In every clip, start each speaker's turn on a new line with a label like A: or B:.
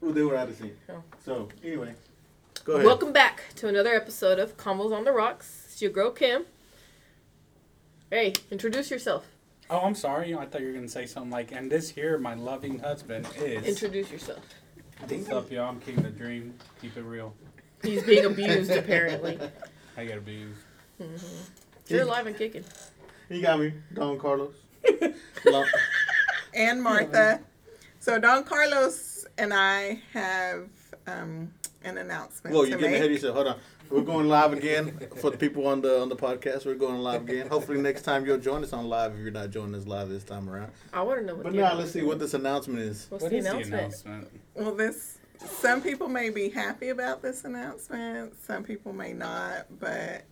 A: well, they were out of sync. So anyway,
B: Go
C: Oh,
B: ahead.
D: Welcome back to another episode of Combos on the Rocks. It's your girl Kim. Hey, introduce yourself.
C: Oh, I'm sorry. I thought you were gonna say something like, "And this here, my loving husband is."
D: Introduce yourself.
C: What's up, y'all? I'm King of the Dream. Keep it real.
D: He's being abused apparently.
C: I gotta be. used.
D: You're alive and kicking.
A: you got me, Don Carlos. Lo- Hmm.
E: and Martha. So Don Carlos and I have um, an announcement
A: Whoa,
E: to
A: you're getting
E: make.
A: ahead of yourself. Hold on. We're going live again for the people on the on the podcast. We're going live again. Hopefully next time you'll join us on live if you're not joining us live this time around.
D: I want to know what.
A: But
D: the
A: now
D: annou-
A: let's see what this announcement is.
D: What's
C: What
D: the
C: is the
D: announcement?
C: announcement?
E: Well, this some people may be happy about this announcement, some people may not, but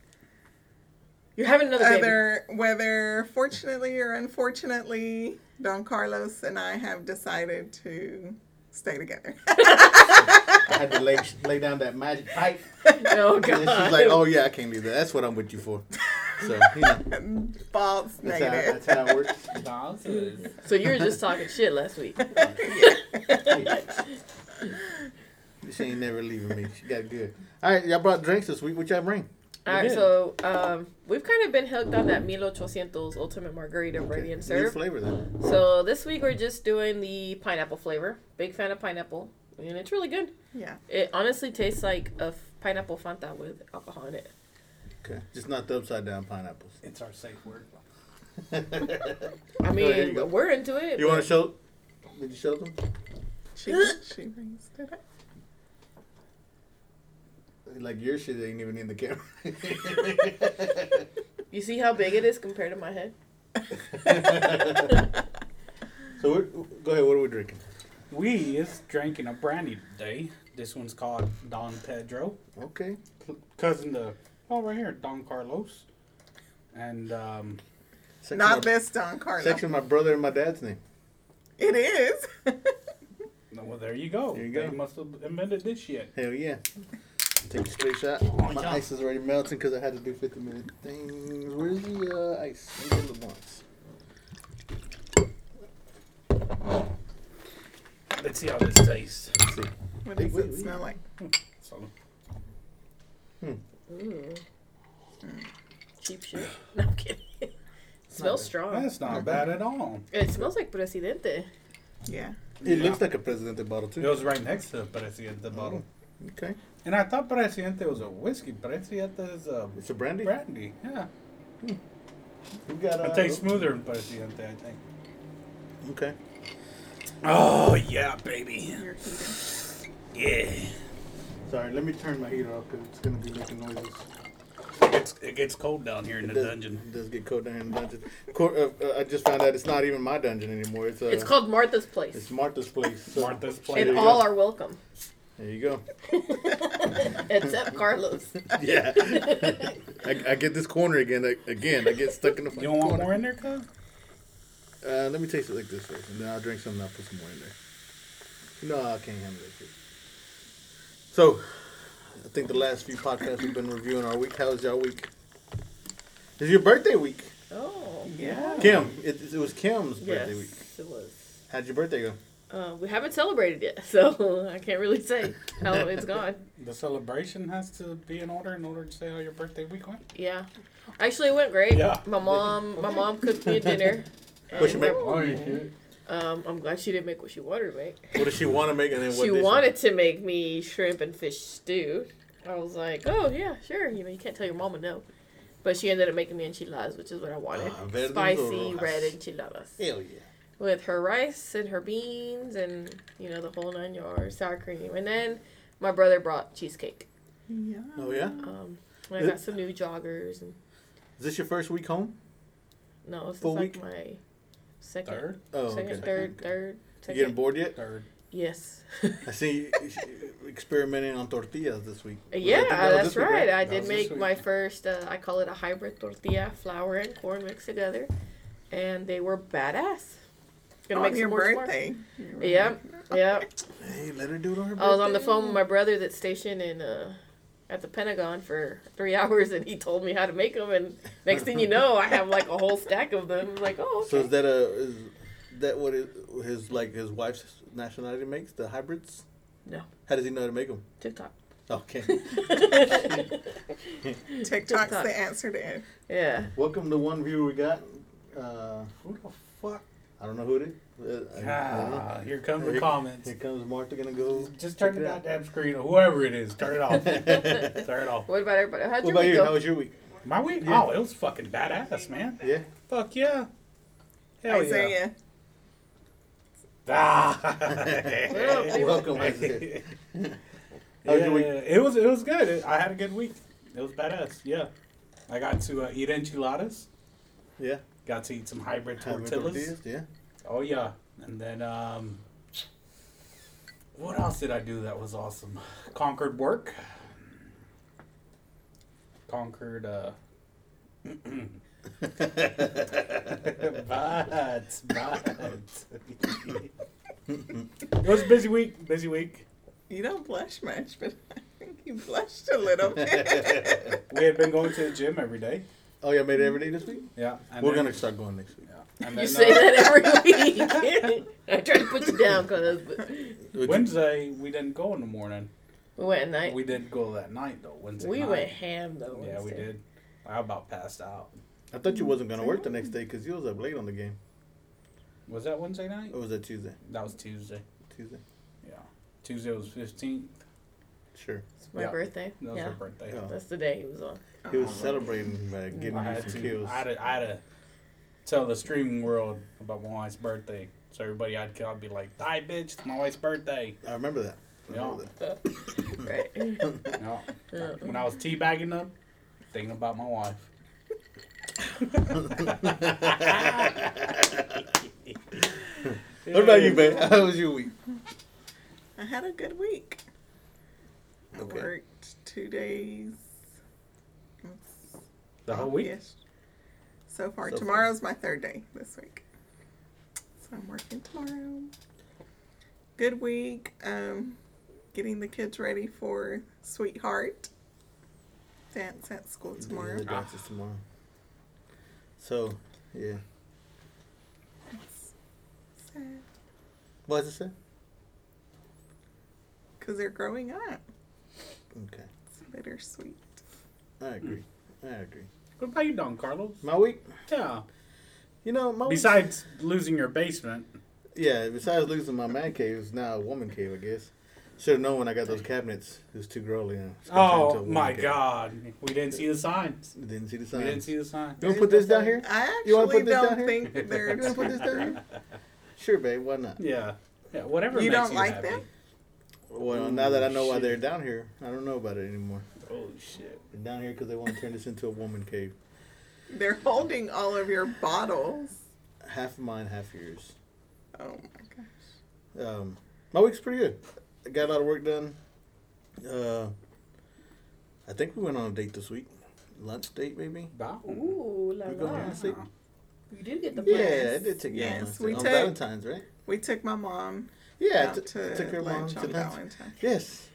D: You're having another baby.
E: other whether fortunately or unfortunately, Don Carlos and I have decided to stay together.
A: I had to lay, lay down that magic pipe.
D: Oh
A: And
D: god.
A: she's like, oh yeah, I can't leave that. That's what I'm with you for. So, you know,
E: False
A: that's how,
E: negative.
A: that's how it works.
C: Bosses.
D: so you were just talking shit last week.
A: She ain't never leaving me. She got good. All right, y'all brought drinks this week. What y'all bring?
D: All right,
C: did.
D: so um, we've kind of been hooked on that 1800 Ultimate Margarita ready and
A: New
D: serve.
A: flavor then.
D: So this week we're just doing the pineapple flavor. Big fan of pineapple, and it's really good.
E: Yeah.
D: It honestly tastes like a f- pineapple Fanta with alcohol in it.
A: Okay, just not the upside down pineapples.
C: It's our safe word.
D: I
A: here you
D: mean,
A: go.
D: we're into it.
A: You want
D: but-
A: to show? Did you show them?
E: She she brings it up.
A: Like your shit ain't even in the camera.
D: You see how big it is compared to my head?
A: so we're, go ahead. What are we drinking?
C: We is drinking a brandy today. This one's called Don Pedro,
A: Okay.
C: cousin to oh right here, Don Carlos, and um,
A: Section
E: Not
A: of-
E: this Don Carlos.
A: Section of my brother and my dad's name.
E: It is.
C: well there you go.
A: There you
C: They
A: go.
C: must have invented this shit.
A: Hell yeah. Take a straight shot. Oh My
C: yeah.
A: ice is already melting because I had to do 50 minute things. Where's the uh, ice? Where's the ones?
C: Let's see how this tastes.
A: Let's see.
E: What does
A: Wait,
E: it
A: wait.
E: smell like?
C: So,
D: Ooh. Cheap shit. No, I'm kidding. It smells strong.
C: that's not bad at all.
D: It smells like Presidente.
E: Yeah.
A: It
C: Yeah.
A: looks like a Presidente bottle
C: It
A: too.
C: was right next to the Presidente bottle.
A: Okay.
C: And I thought Presidente was a whiskey. Presidente is a
A: It's a brandy.
C: brandy. Yeah. Uh,
A: We got, uh,
C: It tastes smoother than Presidente, I think.
A: Okay.
C: Oh, yeah, baby.
E: You're heated.
C: Yeah.
A: Sorry, let me turn my heater up because it's going to be making noises.
C: It gets, it gets cold down here in the
A: does,
C: dungeon.
A: it does get cold down in the dungeon. Cor- uh, uh, I just found out it's not even my dungeon anymore. It's, uh,
D: It's called Martha's Place.
A: it's Martha's place. so-
C: Martha's Place.
D: And
A: There you
D: all
A: go.
D: are welcome,
A: There you go.
D: except Carlos.
A: Yeah. I, I get this corner again. I, again, I get stuck in the
C: You
A: fucking
C: don't want
A: corner.
C: more in there, cuz?
A: Uh, let me taste it like this first, and then I'll drink some and I'll put some more in there. No, I can't handle that shit. So, I think the last few podcasts we've been reviewing our week. How was y'all week? It's your birthday week.
D: Oh,
C: Yeah.
A: Kim, it, it was Kim's
D: yes,
A: birthday week.
D: it was.
A: How'd your birthday go?
D: Uh, we haven't celebrated yet, so I can't really say how it's gone.
C: The celebration has to be in order in order to say how your birthday week went.
D: Yeah, actually, it went great.
C: Yeah.
D: My mom, my mom cooked me a dinner.
A: What she make?
C: Oh, you
D: Um, I'm glad she didn't make what she wanted to make.
A: What did she want to make? And then what
D: she
A: did
D: wanted to make me shrimp and fish stew. I was like, oh yeah, sure. You know, you can't tell your mama no. But she ended up making me enchiladas, which is what I wanted.
A: Ah, verdes
D: Spicy
A: rojas.
D: red enchiladas.
A: Hell yeah.
D: With her rice and her beans and, you know, the whole nine yards, sour cream. And then my brother brought cheesecake.
E: Yeah.
A: Oh yeah.
D: Um, and I got some new joggers. and
A: Is this your first week home?
D: No, this is
A: Full
D: like
A: week?
D: my second,
C: Third?
A: Oh,
D: second,
A: okay.
D: third,
C: Second.
D: third,
A: You
D: second.
A: getting bored yet?
C: Third.
D: Yes.
A: I see you experimenting on tortillas this week. Was that
D: Yeah,
A: the- that was
D: that's
A: this week,
D: right. I
C: That
D: did
C: was this
D: make
C: week.
D: my first. Uh, I call it a hybrid tortilla, flour and corn mixed together, and they were badass.
E: On your
D: more s'mores.
E: birthday.
D: Yep, yep.
A: Hey, let her do it on her birthday.
D: I was on the phone with my brother that's stationed in uh, at the Pentagon for three hours, and he told me how to make them. And next thing you know, I have like a whole stack of them. I'm like, oh,
A: So is
D: okay.
A: that a is that what it, his like his wife's nationality makes the hybrids?
D: No,
A: How does he know how to make them?
D: TikTok.
A: Okay.
E: TikTok's
D: TikTok.
E: the answer to it.
D: Yeah.
A: Welcome to one viewer we got. Uh, who the fuck? I don't know who it is. Uh, I- I don't know.
C: Ah, here come
A: Here-
C: the comments.
A: Here comes Martha gonna go.
C: Just turn
A: check
C: the
A: it out.
C: goddamn screen or whoever it is. Turn it off. turn it off.
D: What about everybody? How'd
A: What
D: your
A: about
D: week
A: you? How
D: go?
A: was your week?
C: My week?
A: Yeah.
C: Oh, it was fucking badass, man.
A: Yeah.
C: Fuck yeah. Hell yeah.
E: Isaiah.
C: Ah.
A: Welcome.
C: yeah,
A: Isaiah. How's your week?
C: it was it was good. It- I had a good week. It was badass. Yeah, I got to uh, eat enchiladas.
A: Yeah.
C: Got to eat some hybrid
A: Having
C: tortillas.
A: tortillas, Yeah.
C: Oh yeah, and then um, what else did I do that was awesome? Conquered work. Conquered uh, but but it was a busy week. Busy week.
E: You don't blush much, but I think you blushed a little bit.
C: We had been going to the gym every day.
A: oh, y'all made it every day this week.
C: Yeah, and
A: We're
C: then-
A: gonna start going next week.
C: Yeah. And
D: You
C: then,
D: say
C: uh,
D: that every week. I tried to put you down, Connors, but
C: uh,
A: Would you-
C: Wednesday we didn't go in the morning.
D: we went at night.
C: We did go that night though. Wednesday.
D: We
C: night.
D: went ham though.
C: Yeah, we
D: Wednesday.
C: did. I about passed out.
A: I thought you wasn't gonna work the next day because you was up late on the game.
C: Was that Wednesday night?
A: Or was that Tuesday?
C: That was Tuesday.
A: Tuesday.
C: Yeah. Tuesday was 15th.
A: Sure.
D: It's my
C: Yeah.
D: birthday.
C: That was
D: yeah,
C: her birthday.
A: Yeah.
D: that's the day he was on.
A: He was celebrating by getting
C: I,
A: you
C: had
A: some
C: to,
A: kills.
C: I, had to, I had to tell the streaming world about my wife's birthday. So everybody I'd kill, I'd be like, Hi, bitch, it's my wife's birthday.
A: I remember that. I
C: Yeah.
A: remember
D: Right.
C: No.
D: Yeah.
C: when I was teabagging them, thinking about my wife.
A: that. what about you, babe? How was your week?
E: I had a good week. I
A: Okay.
E: worked two days.
C: The whole week?
E: Yes. So
A: So far.
E: far, tomorrow's my third day this week. So I'm working tomorrow. Good week. Um, getting the kids ready for Sweetheart dance at school tomorrow.
A: The dance
C: Ah.
A: is tomorrow. So, yeah. What does it say?
E: Because they're growing up.
A: Okay.
E: It's bittersweet.
A: I agree. I agree.
C: What about you, Don Carlos?
A: My week,
C: Yeah.
A: you know, my week-
C: Besides losing your basement,
A: yeah, besides losing my man cave, it's now a woman cave, I guess. Should have known when I got those cabinets. It was too girly. And it's gonna turn into a
C: Oh
A: woman
C: my
A: cave.
C: God! We didn't see the signs.
A: Didn't see the
C: We
A: sign.
C: didn't see the sign.
A: you want to put this down here?
E: I actually
A: You wanna put this down
E: don't
A: here?
E: think
A: You want to
E: they're.
A: put this down here? Sure, babe. Why not?
C: Yeah, yeah. Whatever.
E: You
C: makes
E: don't
C: you
E: like
C: happy.
E: that?
A: Well, now that I know why
C: Mm, shit.
A: they're down here, I don't know about it anymore.
C: Oh shit!
A: They're down here because they want to turn this into a woman cave.
E: They're holding all of your bottles.
A: Half mine, half yours.
E: Oh my gosh.
A: Um, my week's pretty good. I got a lot of work done. Uh, I think we went on a date this week. Lunch date, maybe?
C: Wow.
D: Ooh la
A: We go
D: la.
A: on a date?
D: You did get the
A: Yeah,
D: plans.
A: it did take you on
E: Yes,
A: lunch date.
E: we
A: on
E: took-
A: Valentine's, right?
E: We took my mom
A: Yeah, I
E: out
A: t-
E: to
A: took her along
E: lunch
A: to
E: on
A: lunch.
E: Valentine's.
A: Yes,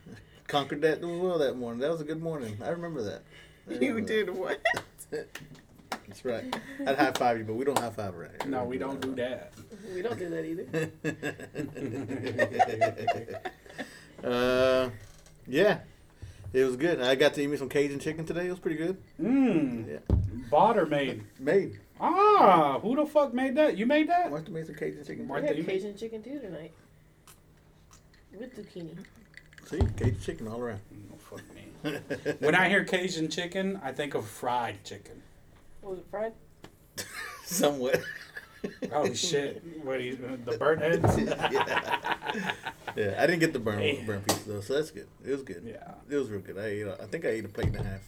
A: conquered that as well that morning. That was a good morning. I remember that. I
E: You
A: remember that.
E: did what?
A: That's right. I'd high five you, but we don't high five right here.
C: No, we don't do that.
D: We don't do that either.
A: uh, yeah, it was good. I got to eat me some Cajun chicken today. It was pretty good.
C: Mmm.
A: Yeah.
C: Bought or made?
A: Made.
C: Ah, who the fuck made that? You made that?
A: Martha made some Cajun chicken.
D: We
C: Martha-
D: had
C: you-
D: Cajun chicken too tonight. With zucchini.
A: See, Cajun chicken all around.
C: Oh, fuck me. When I hear Cajun chicken, I think of fried chicken.
D: Was it fried?
A: Somewhat.
C: Oh shit! What do you? The burnt heads?
A: yeah. yeah, I didn't get the burn
C: Hey.
A: burn piece though, so that's good. It was good.
C: Yeah.
A: it was real good. I ate. a- I think I ate a plate and a half.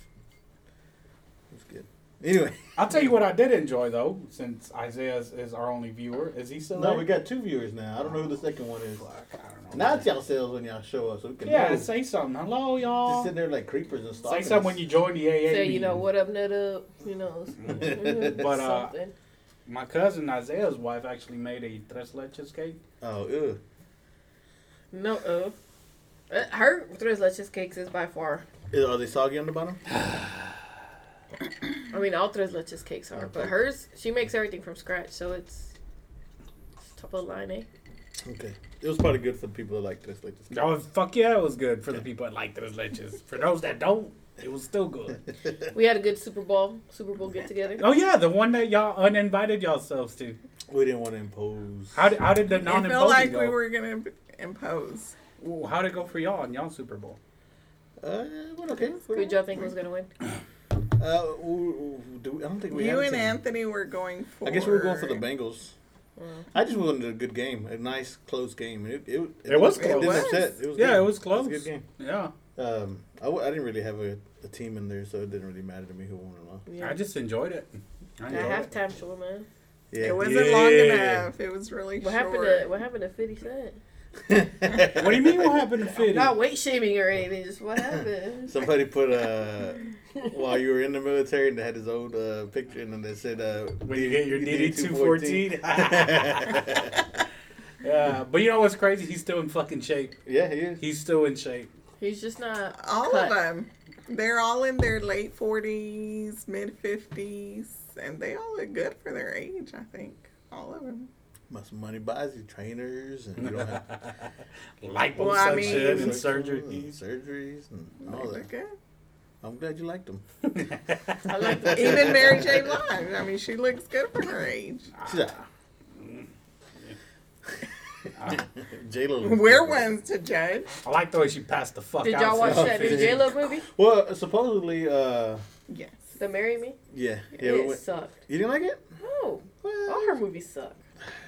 A: It was good. Anyway,
C: I'll tell you what I did enjoy though, since Isaiah is, is our only viewer. Is he still?
A: no,
C: there?
A: we got two viewers now. I don't know who the second one is.
C: Fuck, I don't know.
A: Now it's y'all sales when y'all show up, so we can
C: Yeah,
A: know.
C: say something. Hello,
A: just
C: y'all.
A: sitting there like creepers and stuff.
C: Say something when you join the AA.
D: Say, you know,
C: meeting.
D: what up, nut up, you know.
C: But, uh,
D: something.
C: My cousin Isaiah's wife actually made a tres leches cake.
A: Oh, ew.
D: No, uh. uh, Her tres leches cakes is by far.
A: Is- Are they soggy on the bottom?
D: I mean, all tres leches cakes are, but hers, she makes everything from scratch, so it's, it's top of the line, eh?
A: Okay. It was probably good for people that like this, like this.
C: Oh fuck yeah, it was good for the people that like those leches. For those that don't, it was still good.
D: We had a good Super Bowl Super Bowl get together.
C: Oh yeah, the one that y'all uninvited yourselves to.
A: We didn't want to impose.
C: How did, how did the
E: I
C: non
E: felt like
C: imposing
E: we
C: go?
E: were gonna b- impose.
C: Ooh, How'd it go for y'all in y'all Super Bowl?
A: Uh, we're okay.
D: Who did y'all think was gonna win?
A: Uh, ooh, ooh, do we, I don't think we. had
E: you
A: a
E: and
A: team.
E: Anthony were going for.
A: I guess we were going for the Bengals.
E: Mm.
A: I just wanted a good game, a nice close game. It it,
C: It was
A: didn't
E: close.
A: upset. It was
C: Yeah,
A: good.
C: it was close.
A: It was a good game.
C: Yeah.
A: Um, I, w- I didn't really have a, a team in there, so it didn't really matter to me who won or not.
D: Yeah.
C: I just enjoyed it. I
D: At
C: enjoyed it.
D: halftime show, man.
A: Yeah,
E: It wasn't long
C: Yeah.
E: enough. It was really
D: What
E: short.
D: happened to What happened to Fifty Cent?
C: What do you mean? What happened to Fitty?
D: Not weight shaming or anything. Just what happened?
A: Somebody put uh, while you were in the military and they had his old uh, picture and then they said uh,
C: When you get your DD two fourteen.
A: 214.
C: Yeah, but you know what's crazy? He's still in fucking shape.
A: yeah, he is.
C: He's still in shape.
D: He's just not
E: all
D: cut.
E: of them. They're all in their late forties, mid fifties, and they all look good for their age. I think all of them.
A: Must money buys you trainers and you don't have
C: Liposuction
E: Well, I mean-
C: and
A: and
C: surgeries.
A: surgeries and
E: They
A: all that.
E: look good.
A: I'm glad you liked them.
D: I like the
E: Even Mary J. Blige. I mean, she looks good for her age.
A: She's like, J Lo.
E: We're ones to judge.
C: I like the way she passed the fuck
D: Did
C: out.
D: y'all watch
A: Oh,
D: that new
A: yeah.
D: J Lo movie?
A: Well, supposedly, uh,
E: Yes.
D: The Marry Me.
A: yeah, yeah. we
D: It
A: went-
D: sucked.
A: you didn't like it?
D: No,
A: Well,
D: all her movies suck.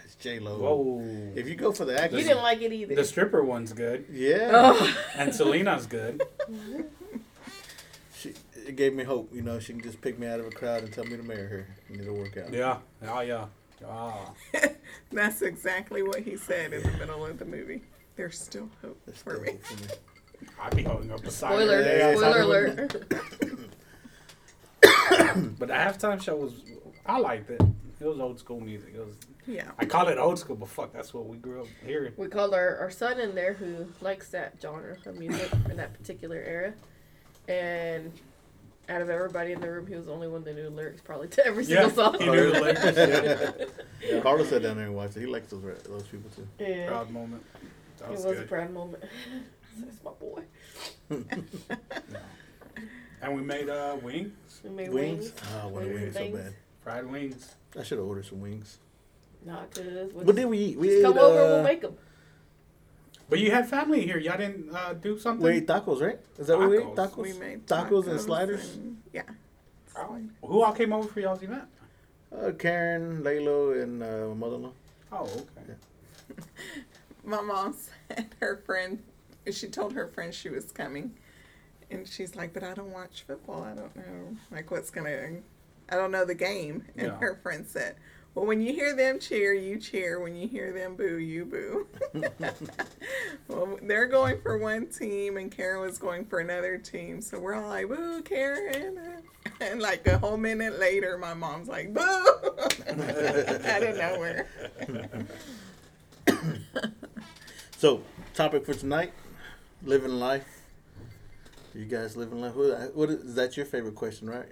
A: it's J Lo.
C: Whoa.
A: If you go for the
D: You
A: actress,
D: didn't like it either.
C: The stripper one's good.
A: yeah,
D: Oh.
C: And Selena's good.
A: she it gave me hope. You know, she can just pick me out of a crowd and tell me to marry her, and it'll work out.
C: Yeah. Oh, yeah. Ah.
E: That's exactly what he said in the middle of the movie. There's still hope
A: That's
E: for me.
A: dope for me.
C: I'd be holding up a sign.
D: Spoiler,
C: every day outside
D: spoiler
C: the window.
D: alert.
C: But the halftime show was, I liked it. It was old school music. It was,
E: Yeah.
C: I call it old school, but fuck, that's what we grew up hearing.
D: We called our, our son in there who likes that genre of music in that particular era. And out of everybody in the room, he was the only one that knew lyrics probably to every
C: Yeah,
D: single song.
C: he knew the lyrics. Yeah.
A: Carlos sat down there and watched it. He likes those re- those people too.
D: Yeah.
C: Proud moment. That
D: It
C: was,
D: was a
C: good.
D: proud moment. That's my boy.
C: and we made uh, wings,
D: We made
A: Wings.
D: wings.
A: Ah, I want a
D: Wings.
A: wing so
D: Wings.
A: bad.
C: fried wings.
A: I should have ordered some wings.
D: Nah, cause it is.
A: What did we eat? We
D: Just come
A: ate, uh,
D: over, we'll make them.
C: But you had family here. Y'all didn't uh, do something?
A: we ate tacos, right? Is that what we ate?
C: Tacos.
A: Tacos.
E: We made
A: tacos, and sliders.
E: and- yeah.
C: Oh, Who all came over for y'all's event?
A: Uh, Karen, Laylo, and uh, my mother-in-law.
C: Oh, okay.
E: My mom said her friend, she told her friend she was coming. And she's like, but I don't watch football. I don't know, like, what's going to, I don't know the game. And
C: Yeah.
E: her friend said, well, when you hear them cheer, you cheer. When you hear them boo, you boo. well, they're going for one team, and Karen was going for another team. So we're all like, boo, Karen. And like a whole minute later, my mom's like, boo, out of nowhere.
A: So, topic for tonight: living life. You guys living life? What, what is, is that? Your favorite question, right?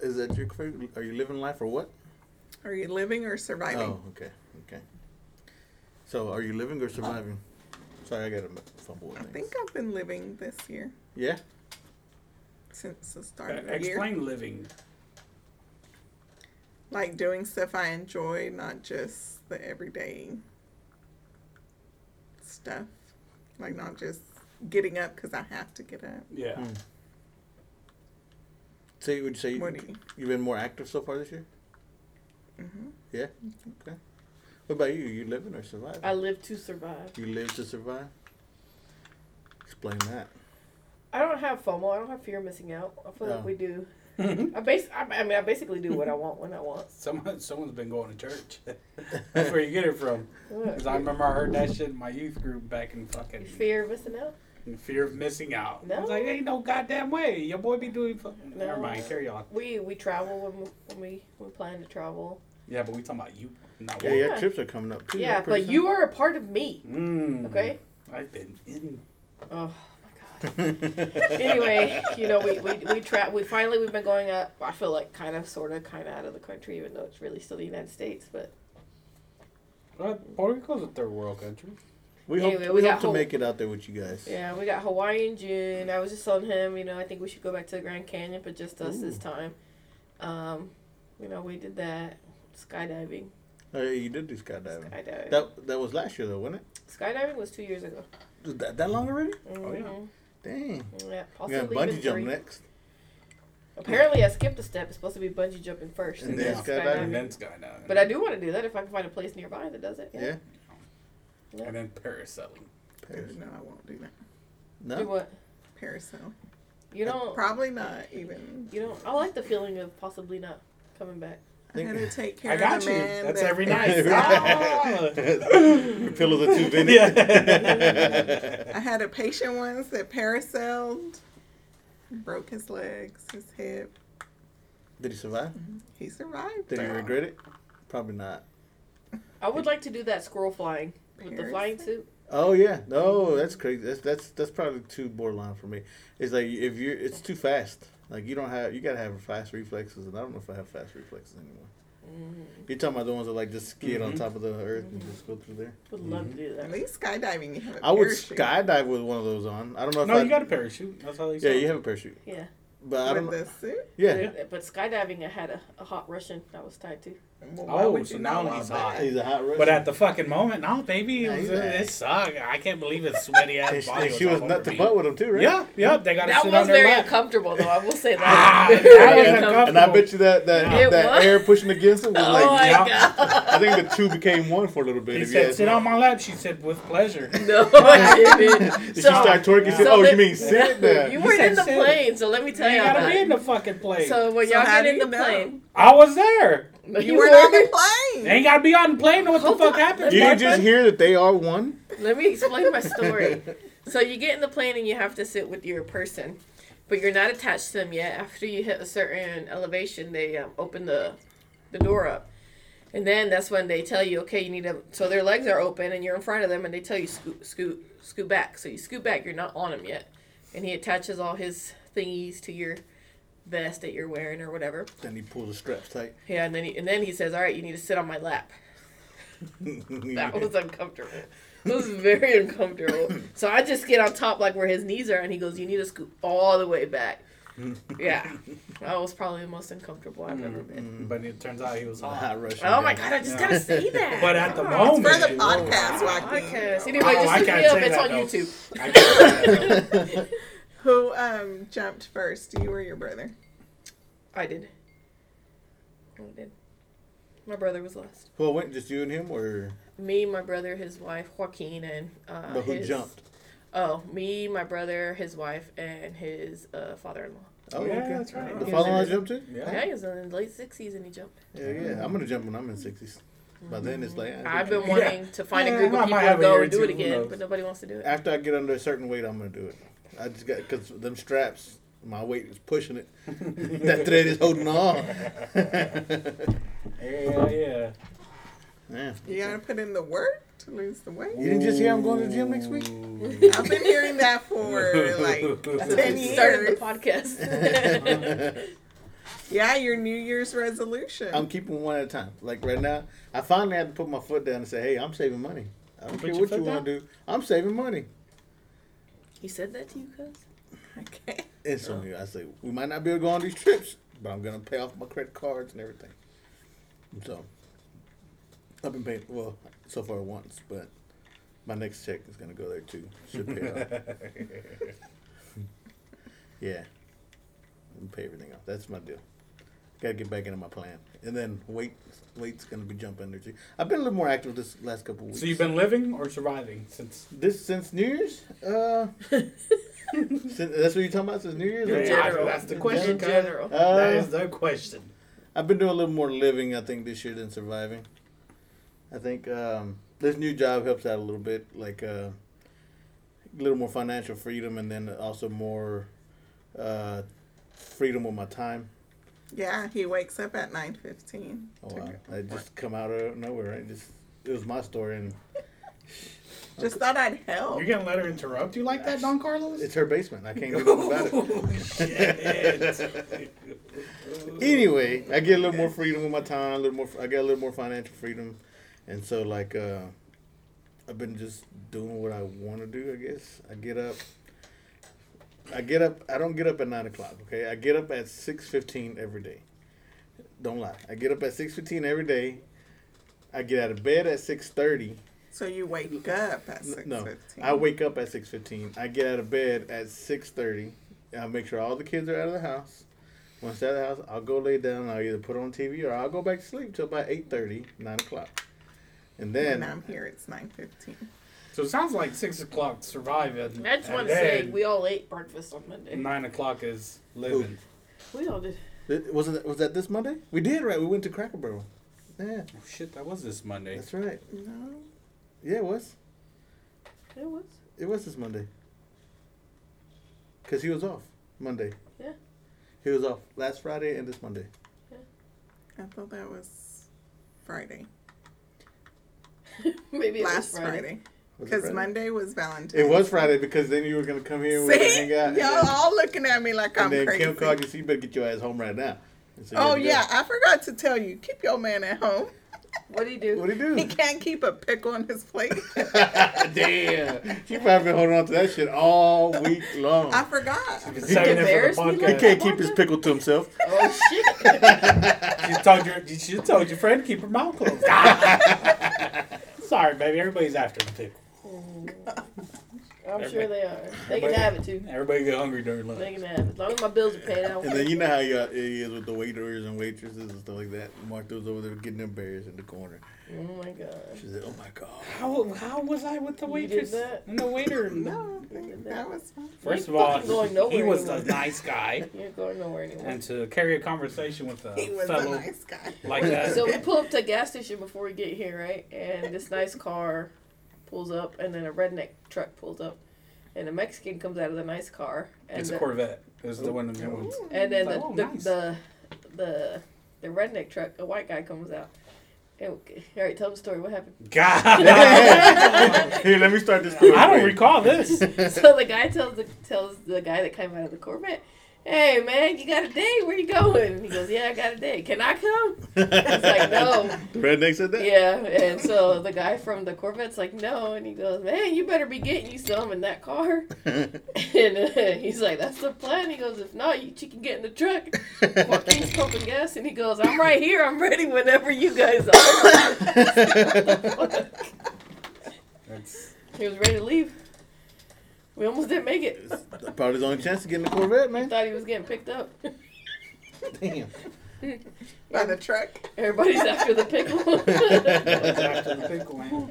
A: Is that your favorite? Are you living life or what?
E: Are you living or surviving?
A: Oh, okay, okay. So, are you living or surviving? Sorry, I got a fumble. with
E: I
A: things.
E: think I've been living this year
A: Yeah.
E: since the start
C: Uh,
E: of the year.
C: Explain living.
E: Like doing stuff I enjoy, not just the everyday stuff. Like not just getting up because I have to get up.
C: Yeah.
A: Hmm. So you would say you,
E: What do you?
A: have been more active so far this year?
E: Mhm.
A: Yeah. Okay. What about you? You living or surviving?
D: I live to survive.
A: you live to survive. Explain that.
D: I don't have FOMO. I don't have fear of missing out. I feel
A: Oh.
D: like we do. I bas- I, I mean, I basically do what I want when I want.
C: Someone, someone's been going to church. That's where you get it from. Because I
D: Look,
C: remember I heard that shit in my youth group back in fucking
D: fear of missing out.
C: in fear of missing out. No. I was
D: No.
C: like, ain't no goddamn way. Your boy be doing fucking. Never
D: No.
C: mind. Carry on.
D: We we travel when we when we, we plan to travel.
C: Yeah, but we talking about you, not
A: Yeah,
C: me.
A: your
D: Yeah.
A: trips are coming up too.
D: yeah,
A: right,
D: but
A: pretty
D: you are a part of me.
C: Mm,
D: Okay.
C: I've been in.
A: Mm-hmm.
D: Oh my god.
A: soon?
D: anyway, you know we we we tra- we finally we've been going up. I feel like kind of sort of kind of out of the country, even though it's really still the United States. But
C: Well, Puerto Rico's a third world country.
A: We
D: Anyway,
A: hope
D: we
A: we,
D: got
A: hope to
D: whole-
A: make it out there with you guys.
D: Yeah, we got Hawaii in June. I was just telling him, you know, I think we should go back to the Grand Canyon, but just us this time. Um, you know, we did that skydiving.
A: Oh, yeah, you did do skydiving.
D: Skydiving.
A: That that was last year though, wasn't
D: skydiving was two years ago.
A: it? Was That, that long already?
C: Oh, yeah.
D: Mhm.
A: Dang.
D: Yeah.
A: We got
D: Possibly even
A: bungee jump
D: three.
A: next.
D: Apparently, I skipped a step. It's supposed to be bungee jumping first,
A: And
D: and,
A: then
D: then
A: skydiving.
D: skydiving.
C: And then skydiving.
D: But I do want to do that if I can find a place nearby that does it.
A: Yeah.
C: and then parasailing.
A: Paris.
E: No, I won't do that.
D: Do
A: No.
D: what?
E: Parasail.
D: You don't.
E: Probably not even.
D: You don't. I like the feeling of possibly not coming back.
E: I had to take care
C: I got
E: of
C: you.
E: the man.
C: That's
E: that-
C: every night.
A: Ah! Your pillows are too vinny.
C: Yeah.
E: I had a patient once that parasailed, broke his legs, his hip.
A: Did he survive?
E: He survived.
A: Did he
E: though.
A: regret it? Probably not.
D: I would like to do that squirrel flying with the
E: Paris?
D: flying suit.
A: Oh yeah, no, that's crazy. That's that's that's probably too borderline for me. It's like if you're, it's too fast. Like you don't have, you gotta have fast reflexes, and I don't know if I have fast reflexes anymore.
D: Mm-hmm.
A: You're talking about the ones that like just skid on
C: Mhm.
A: top of the earth and just go through there.
D: Would love to do that.
E: At least skydiving, you have a
A: I would
E: parachute
A: skydive with one of those on. I don't know if
C: no,
A: I,
C: you got a parachute. That's how they.
A: yeah,
C: saw it.
A: you have a parachute,
D: Yeah.
A: but I don't.
E: with the suit.
A: Yeah,
D: But- But skydiving, I had a, a hot Russian that was tied to.
E: Well, why
C: Oh,
E: would
C: so
E: you
C: now
E: not want
C: he's
E: that?
C: hot.
A: he's a hot Russian.
C: But at the fucking moment, no, baby,
A: Yeah,
C: it, was,
A: he's
C: it
A: right.
C: sucked. I can't believe it's sweaty
A: and
C: ass
A: she,
C: body.
A: and
C: was
A: she
C: all
A: was
C: over
A: nut to
C: me.
A: butt with him too, right?
C: Yep, yep. They got to
D: That
C: sit on
D: was
C: their
D: very
C: lap.
D: uncomfortable, though. I will say
C: Ah,
D: that. very
C: that was
D: uncomfortable.
A: And I bet you that that,
D: It
A: that
D: was.
A: air pushing against him was
D: Oh
A: like.
D: my
C: yeah.
D: god!
A: I think the two became one for a little bit.
C: He
A: if you
C: said,
A: ask
C: "Sit
A: me.
C: on my lap." She said, "With pleasure."
D: No, I didn't.
A: Did she start twerking? She said,
D: so
A: oh,
D: that-
A: you mean sit down?
D: You
C: He
D: weren't
C: said
D: in the
C: sit.
D: plane, so let me
C: You
D: tell you
C: ain't gotta
D: about
C: be in
D: it.
C: the fucking plane.
D: So when
E: So
D: y'all get
E: how do
D: in
E: you
D: the
E: know?
D: plane,
C: I was there.
D: no,
E: You weren't on the
C: You
E: plane.
C: ain't gotta be on the plane. to What the
D: Hold
C: fuck
D: on.
C: happened?
A: You didn't
C: Martha?
A: just hear that they are one?
D: Let me explain my story. so you get in the plane and you have to sit with your person, but you're not attached to them yet. After you hit a certain elevation, they um, open the the door up, and then that's when they tell you, okay, you need to. So their legs are open and you're in front of them, and they tell you scoot scoot scoot back. So you scoot back. You're not on him yet, and he attaches all his thingies to your vest that you're wearing or whatever.
A: Then he pulled the straps tight.
D: Yeah, and then he, and then he says, all right, you need to sit on my lap. That was uncomfortable. It was very uncomfortable. So I just get on top, like where his knees are, and he goes, "You need to scoop all the way back." Yeah, that was probably the most uncomfortable I've ever been.
C: But it turns out he was hot.
A: hot Russian.
D: Oh my
A: guy.
D: god, I just
C: Mm-hmm. Yeah.
D: gotta say that.
C: But at the
D: God.
C: moment,
E: For the
C: it was-
E: podcast, Joaquin.
D: podcast. Anyway,
C: Oh, I
D: just look
C: can't
D: me up.
C: say
D: It's
C: that,
D: on
C: though.
D: YouTube.
C: I can't-
E: Who um jumped first? You or your brother?
D: I did. I did. My brother was last.
A: Well, went just you and him, or
D: Me, my brother, his wife, Joaquin, and uh,
A: but who
D: his-
A: jumped?
D: Oh, me, my brother, his wife, and his uh, father-in-law.
A: Oh,
C: Yeah,
A: okay.
C: that's right.
A: The
D: Yeah.
A: father-in-law jumped too.
D: Yeah,
C: Yeah.
D: he was in his late sixties and he jumped.
A: Yeah, yeah. I'm gonna jump when I'm in sixties. By then it's like I
D: I've
A: did
D: been wanting to find
C: Yeah,
D: a group
C: I
D: of people
C: might
D: to
C: have a year
D: go
C: or
D: and do
C: two,
D: it
C: who
D: again,
C: knows?
D: but nobody wants to do
A: it.
D: it.
A: after I get under a certain weight, I'm gonna do it. I just got because them straps, my weight is pushing it. that thread is holding on.
C: Yeah, yeah.
A: yeah.
E: You gotta put in the work to lose the weight.
A: You didn't just hear I'm going to the gym next week?
E: I've been hearing that for like
D: That's when
E: Ten
D: we started the
E: years.
D: podcast.
E: yeah, your New Year's resolution.
A: I'm keeping one at a time. Like right now, I finally had to put my foot down and say, "Hey, I'm saving money. I don't
C: Put
A: care
C: your
A: what
C: foot
A: you want
C: down?
A: to do. I'm saving money."
D: he said that to you, cuz?
E: okay.
A: And so I say, "We might not be able to go on these trips, but I'm gonna pay off my credit cards and everything." So I've been paying well so far once, but my next check is gonna go there too. Should pay off. Yeah, and pay everything off. That's my deal. Gotta get back into my plan, and then weight weight's gonna be jumping there too. I've been a little more active this last couple weeks.
C: so you've been living or surviving since?
A: This since New Year's? Uh, since, that's what you're talking about since New Year's?
C: Yeah,
A: Or-
C: yeah, that's the
D: In
C: question, cuz.
D: general.
A: Uh,
C: that is the question.
A: I've been doing a little more living, I think, this year than surviving. I think um, this new job helps out a little bit, like uh, a little more financial freedom, and then also more uh, freedom with my time.
E: Yeah, he wakes up at nine fifteen.
A: Oh, wow. I just come out of nowhere. Right? Just it was my story, and
E: Just thought I'd help.
C: You're gonna let her interrupt you like that, Don Carlos?
A: it's her basement. I can't do nothing about it.
C: Shit.
A: anyway, I get a little more freedom with my time. A little more. I get a little more financial freedom, and so like uh, I've been just doing what I want to do. I guess I get up. I get up. I don't get up at nine o'clock. Okay, I get up at six fifteen every day. Don't lie. I get up at six fifteen every day. I get out of bed at six thirty.
E: So you wake up at six fifteen.
A: No, I wake up at six fifteen. I get out of bed at six thirty. I make sure all the kids are out of the house. Once they're out of the house, I'll go lay down. I'll either put on TV or I'll go back to sleep till about 8.30, 9 o'clock. And then
E: When I'm here, it's nine fifteen.
C: So it sounds like six o'clock surviving.
D: I just
C: and
D: want to say
C: then
D: we all ate breakfast on Monday.
C: nine o'clock is living.
D: We all did.
A: Th- Was it was that this Monday? We did right. We went to Cracker Barrel. Yeah,
C: Oh, shit, that was this Monday.
A: that's right.
E: No,
A: Yeah, it was.
D: It was.
A: It was this Monday. Cause he was off Monday.
D: Yeah.
A: He was off last Friday and this Monday.
E: I thought that was Friday.
D: Maybe it
E: Last
D: was Friday.
E: Friday,
A: Was it
E: because
A: Friday?
E: Monday was Valentine's.
A: It was Friday because then you were gonna come here and we were gonna
E: See,
A: hang out.
E: y'all
A: and then-
E: all looking at me like I'm
A: and then
E: crazy.
A: Kim called you, so you better get your ass home right now. And so you
E: oh
A: had to go.
E: yeah, I forgot to tell you. Keep your man at home.
D: What do you do?
A: What'd he
E: He
A: do?
E: can't keep a pickle on his plate.
A: Oh. Damn. She probably been holding on to that shit all week long.
E: I forgot.
C: Saving it
D: embarrassed
C: for
D: me
C: the
A: he
D: like that?
C: podcast.
A: can't keep his pickle to himself.
D: Oh shit!
C: You told your you should have told your friend to keep her mouth closed. Sorry, baby. Everybody's after the pickle.
D: I'm sure they are. They can have it too.
C: Everybody get hungry during lunch.
D: They can have it. As long as my bills are paid, I don't.
A: And then you know how you it is with the waiters and waitresses and stuff like that. Martha's over there getting them berries in the corner.
D: Oh my god.
A: She said, "Oh my god."
C: How, how was I with the
D: You did
C: waitress
D: that?
C: and the waiter? and the-
E: No, that was fine.
C: First of
D: You
C: all,
D: fucking going nowhere
C: he was a
D: anymore.
C: nice guy,
D: You're going nowhere anymore.
C: and to carry a conversation with
A: Oh,
C: a
E: He was a
C: fellow
E: nice guy.
C: like that.
D: So we pull up to a gas station before we get here, right? And this nice car pulls up, and then a redneck truck pulls up, and a Mexican comes out of the nice car. And
C: it's a
D: the-
C: Corvette. It was the one in the woods.
D: And then the,
C: Oh,
D: the,
C: nice.
D: the the the redneck truck, a white guy comes out. And, all right, tell the story. What happened?
C: God,
A: Here, let me start this. Story
C: I
A: for
C: don't
A: you.
C: recall this.
D: so the guy tells the tells the guy that came out of the Corvette, "Hey man, you got a date? Where you going?" And he goes, "Yeah, I got a date. Can I come?" It's like no.
A: The redneck said that.
D: Yeah, and so the guy from the Corvette's like, no, and he goes, man, you better be getting you some in that car. And uh, he's like, that's the plan. He goes, if not, you, you can get in the truck. Joaquin's pumping gas, and he goes, I'm right here. I'm ready whenever you guys are.
C: That's,
D: he was ready to leave. We almost didn't make it.
A: Probably his only chance to get in the Corvette,
D: I
A: man.
D: thought he was getting picked up.
A: Damn.
E: By the truck.
D: Everybody's after the
C: that was
D: pickle.
C: after the pickle man.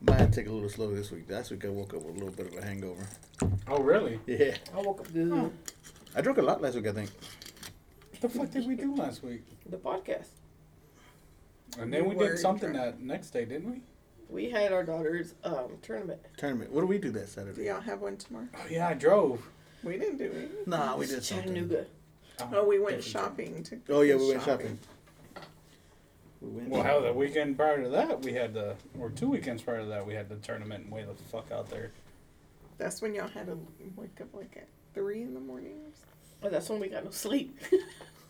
A: Might take a little slow this week. Last week I woke up with a little bit of a hangover.
C: Oh really?
A: Yeah,
D: I woke up good.
A: I drank a lot last week. I think.
C: What the fuck did we do last week?
D: The podcast.
C: And then we
E: Where
C: did
E: you
C: something
E: from?
C: that next day, didn't we?
D: We had our daughter's um, tournament.
A: Tournament. What do we do that
E: Do
A: Saturday?
E: y'all have one tomorrow?
C: Oh yeah, I drove.
E: We didn't do it.
A: Nah, Oh, we did something.
D: Chattanooga.
E: Oh, we went shopping to.
A: Oh yeah, we went shopping. We went.
C: Well, hell, the weekend prior to that, we had the, or two weekends prior to that, we had the tournament and way the fuck out there.
E: That's when y'all had to wake up like at three in the morning. or something.
D: But Oh, that's when we got no sleep.
A: Hmm.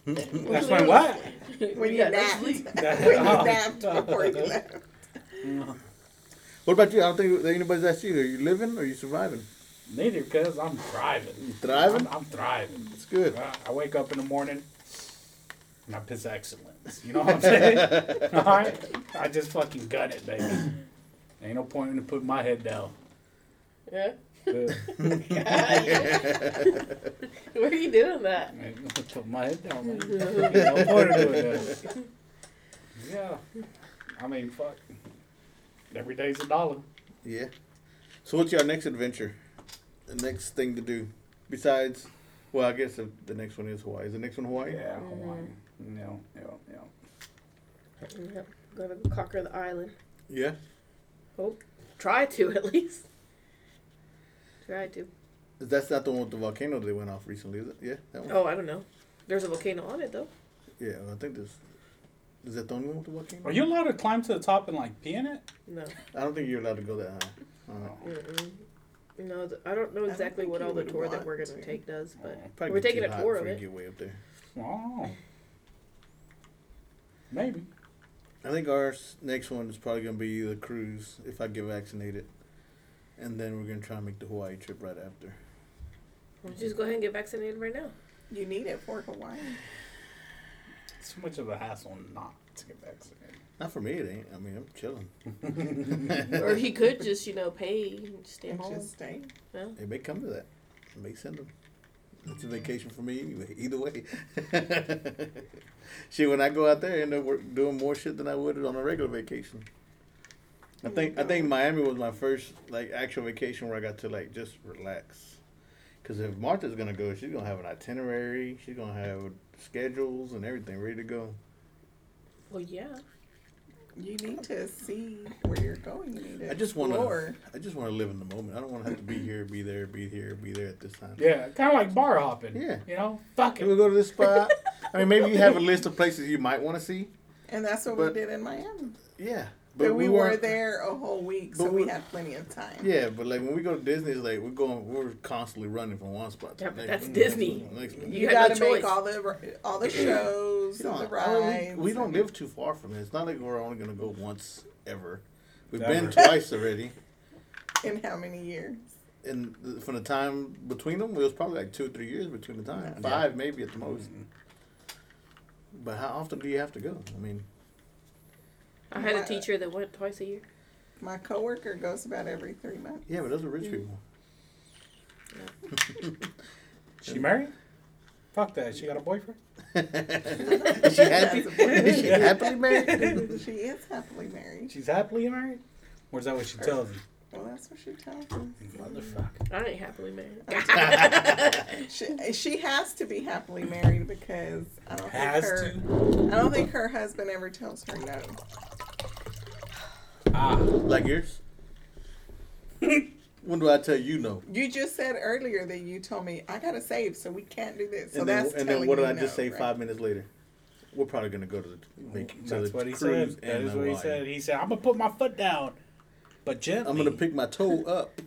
C: That's when what? oh.
E: When
D: we
E: you
D: got no
E: napped.
D: sleep.
E: when you napped before you left.
A: What about you? I don't think that anybody's asked you. Are you living or are you surviving?
C: Neither, because I'm thriving.
A: Thriving?
C: I'm, I'm thriving.
A: It's good.
C: I I wake up in the morning and I piss excellence. You know what I'm saying? All right? I just fucking gut it, baby. Ain't no point in putting my head down.
D: Yeah.
C: Good.
D: Where are you doing that?
C: Ain't no- Put my head down, man. Ain't no point in doing that. Yeah. I mean, fuck. Every day's a dollar.
A: Yeah. So what's your next adventure? The next thing to do, besides, well, I guess the, the next one is Hawaii. Is the next one Hawaii?
C: Yeah, Hawaii. No, no, no.
D: Yep. Gonna go conquer the island.
A: Yeah.
D: Oh, try to at least. Try to.
A: That's not the one with the volcano they went off recently, is it? Yeah, that one.
D: Oh, I don't know. There's a volcano on it though.
A: Yeah, I think this. Is that the only one with the volcano?
C: Are you allowed to climb to the top and like pee in it?
D: No.
A: I don't think you're allowed to go that high. Uh,
C: Oh.
D: Mm-mm. No, th- I don't know
E: don't
D: exactly
E: think
D: what
E: you
D: all the
E: would
D: tour that
E: want
D: we're gonna
E: to.
D: take does, but
A: probably
D: we're
A: get
D: taking
A: too
D: a
A: hot
D: tour
A: before
D: of
A: you
D: it.
A: Get way up there.
C: Oh. Maybe.
A: I think our s- next one is probably gonna be the cruise if I get vaccinated, and then we're gonna try and make the Hawaii trip right after.
D: Just go ahead and get vaccinated right now.
E: You need it for Hawaii.
C: It's too much of a hassle not to get vaccinated.
A: Not for me, it ain't. I mean, I'm chilling.
D: or he could just, you know, pay and stay
E: And
D: home.
E: just stay.
D: No?
A: It may come to that. It may send them. It's a vacation for me anyway. Either way, shit. When I go out there, I end up work, doing more shit than I would on a regular vacation. I think I think Miami was my first like actual vacation where I got to like just relax. Cause if Martha's gonna go, she's gonna have an itinerary. She's gonna have schedules and everything ready to go.
D: Well, yeah.
E: You need to see where you're going. You need to
A: I just want
E: explore.
A: to. I just want to live in the moment. I don't want to have to be here, be there, be here, be there at this time.
C: Yeah, kind of like bar hopping.
A: Yeah.
C: You know? Fuck
A: Can we
C: it.
A: go to this spot? I mean, maybe you have a list of places you might want to see.
E: And that's what
A: But-
E: we did in Miami.
A: Yeah,
E: But, we, were
A: weren't-
E: there a whole week, so
A: but
E: we
A: we-
E: had plenty of time.
A: Yeah, but like when we go to Disney, it's like we're going, we're constantly running from one spot to
D: Yeah,
A: the
D: but
A: next.
D: that's
A: mm,
D: Disney.
A: next one, next one.
D: You
E: You,
D: had
E: gotta
D: no
E: make
D: choice.
E: all the all the shows,
A: You know, I
E: the
A: mean,
E: rides.
A: oh, we don't live too far from it. It's not like we're only gonna go once ever. We've been
C: Never.
A: twice already,
E: in how many years?
A: and th- from the time between them, it was probably like two or three years between the time,
E: Yeah.
A: five maybe at the most. But how often do you have to go? I mean,
D: I had a
E: Why-
D: teacher that went twice a year.
E: My coworker goes about every three months.
A: yeah, but those are
E: Mm.
A: rich people.
C: She married? Fuck that. She got a boyfriend?
A: Is she happy?
E: That's a point.
A: Is she happily married?
E: she is happily married.
C: She's happily married? Or is that what she tells you?
E: Well, that's what she tells us.
C: Motherfucker.
D: I ain't happily married.
E: She, she has to be happily married because I don't
C: Has
E: think her
C: to.
E: I don't think her husband ever tells her no.
C: Ah.
A: Like yours? when do I tell you no?
E: You just said earlier that you told me I gotta save, so we can't do this. So
A: and then,
E: that's
A: and then
E: telling
A: what did
E: you
A: I just
E: no,
A: say
E: right?
A: five minutes later? We're probably gonna go to the make to the
C: That's what he
A: cruise
C: said. That
A: and
C: is what he
A: Hawaii.
C: said. He said, I'm going to put my foot down, but gently.
A: I'm gonna pick my toe up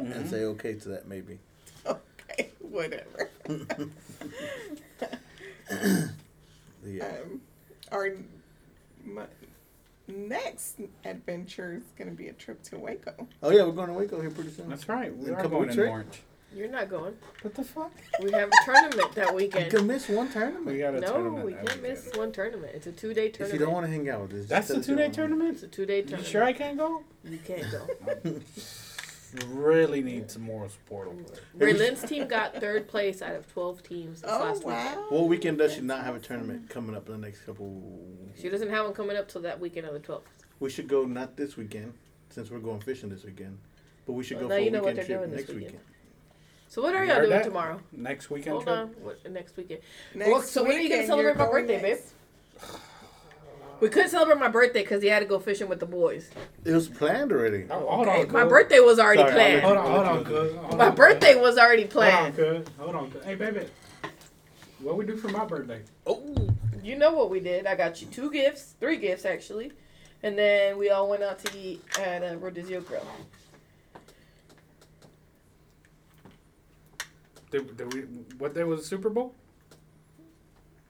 C: Mm-hmm.
A: and say okay to that maybe.
E: Okay, whatever.
A: Yeah.
E: Um, our my, next adventure is going to be a trip to Waco.
A: Oh yeah, we're going to Waco here pretty soon.
C: That's right. We
A: In a
C: are
A: couple
C: going
A: weeks,
C: in
A: right?
C: March.
D: You're not going.
C: What the fuck?
D: We have a tournament that
A: You
D: weekend.
A: can miss one tournament
C: We got a
D: No,
C: tournament.
D: we
C: that
D: can't
C: weekend.
D: miss one tournament. It's a two day
A: if
D: tournament.
A: you don't want to hang out with us. just
C: That's
A: tell
C: the two
A: us
C: day
A: you don't
C: tournament?
D: It's a two day
C: You
D: tournament.
C: sure I can't go?
D: You can't go.
C: Really need some more support over there.
D: Berlin's team got third place out of 12 teams this
E: Oh
D: last weekend.
E: wow!
A: want. What weekend does she not have a tournament coming up in the next couple?
D: She doesn't have one coming up till that weekend of the 12th.
A: We should go not this weekend since we're going fishing this weekend, but we should
D: Well,
A: go
D: now
A: for a
D: you know
A: weekend
D: what they're
A: trip
D: doing this
A: next
D: weekend.
A: weekend.
D: So, what are
C: You
D: y'all
C: heard
D: doing
C: that?
D: tomorrow?
C: Next weekend
D: Hold
C: trip?
D: on. What, next weekend.
E: Next
D: Well, so when are you gonna
E: weekend
D: celebrate
E: you're
D: my
E: going
D: birthday, babe?
E: next.
D: We couldn't celebrate my birthday because he had to go fishing with the boys.
A: It was planned already.
C: Oh, hold
D: Hey,
C: on.
D: my
C: cuz.
D: birthday was already
A: Sorry, I'll
D: planned.
A: let
C: Hold on, hold on, cuz. Hold
D: My
C: on, cuz.
D: birthday was already
C: Hold on,
D: planned.
C: cuz. Hold on, cuz. Hey, baby. What we do for my birthday?
D: Oh, you know what we did? I got you two gifts, three gifts actually, and then we all went out to eat at a Rodizio Grill.
C: Did, did we? What day was the Super Bowl?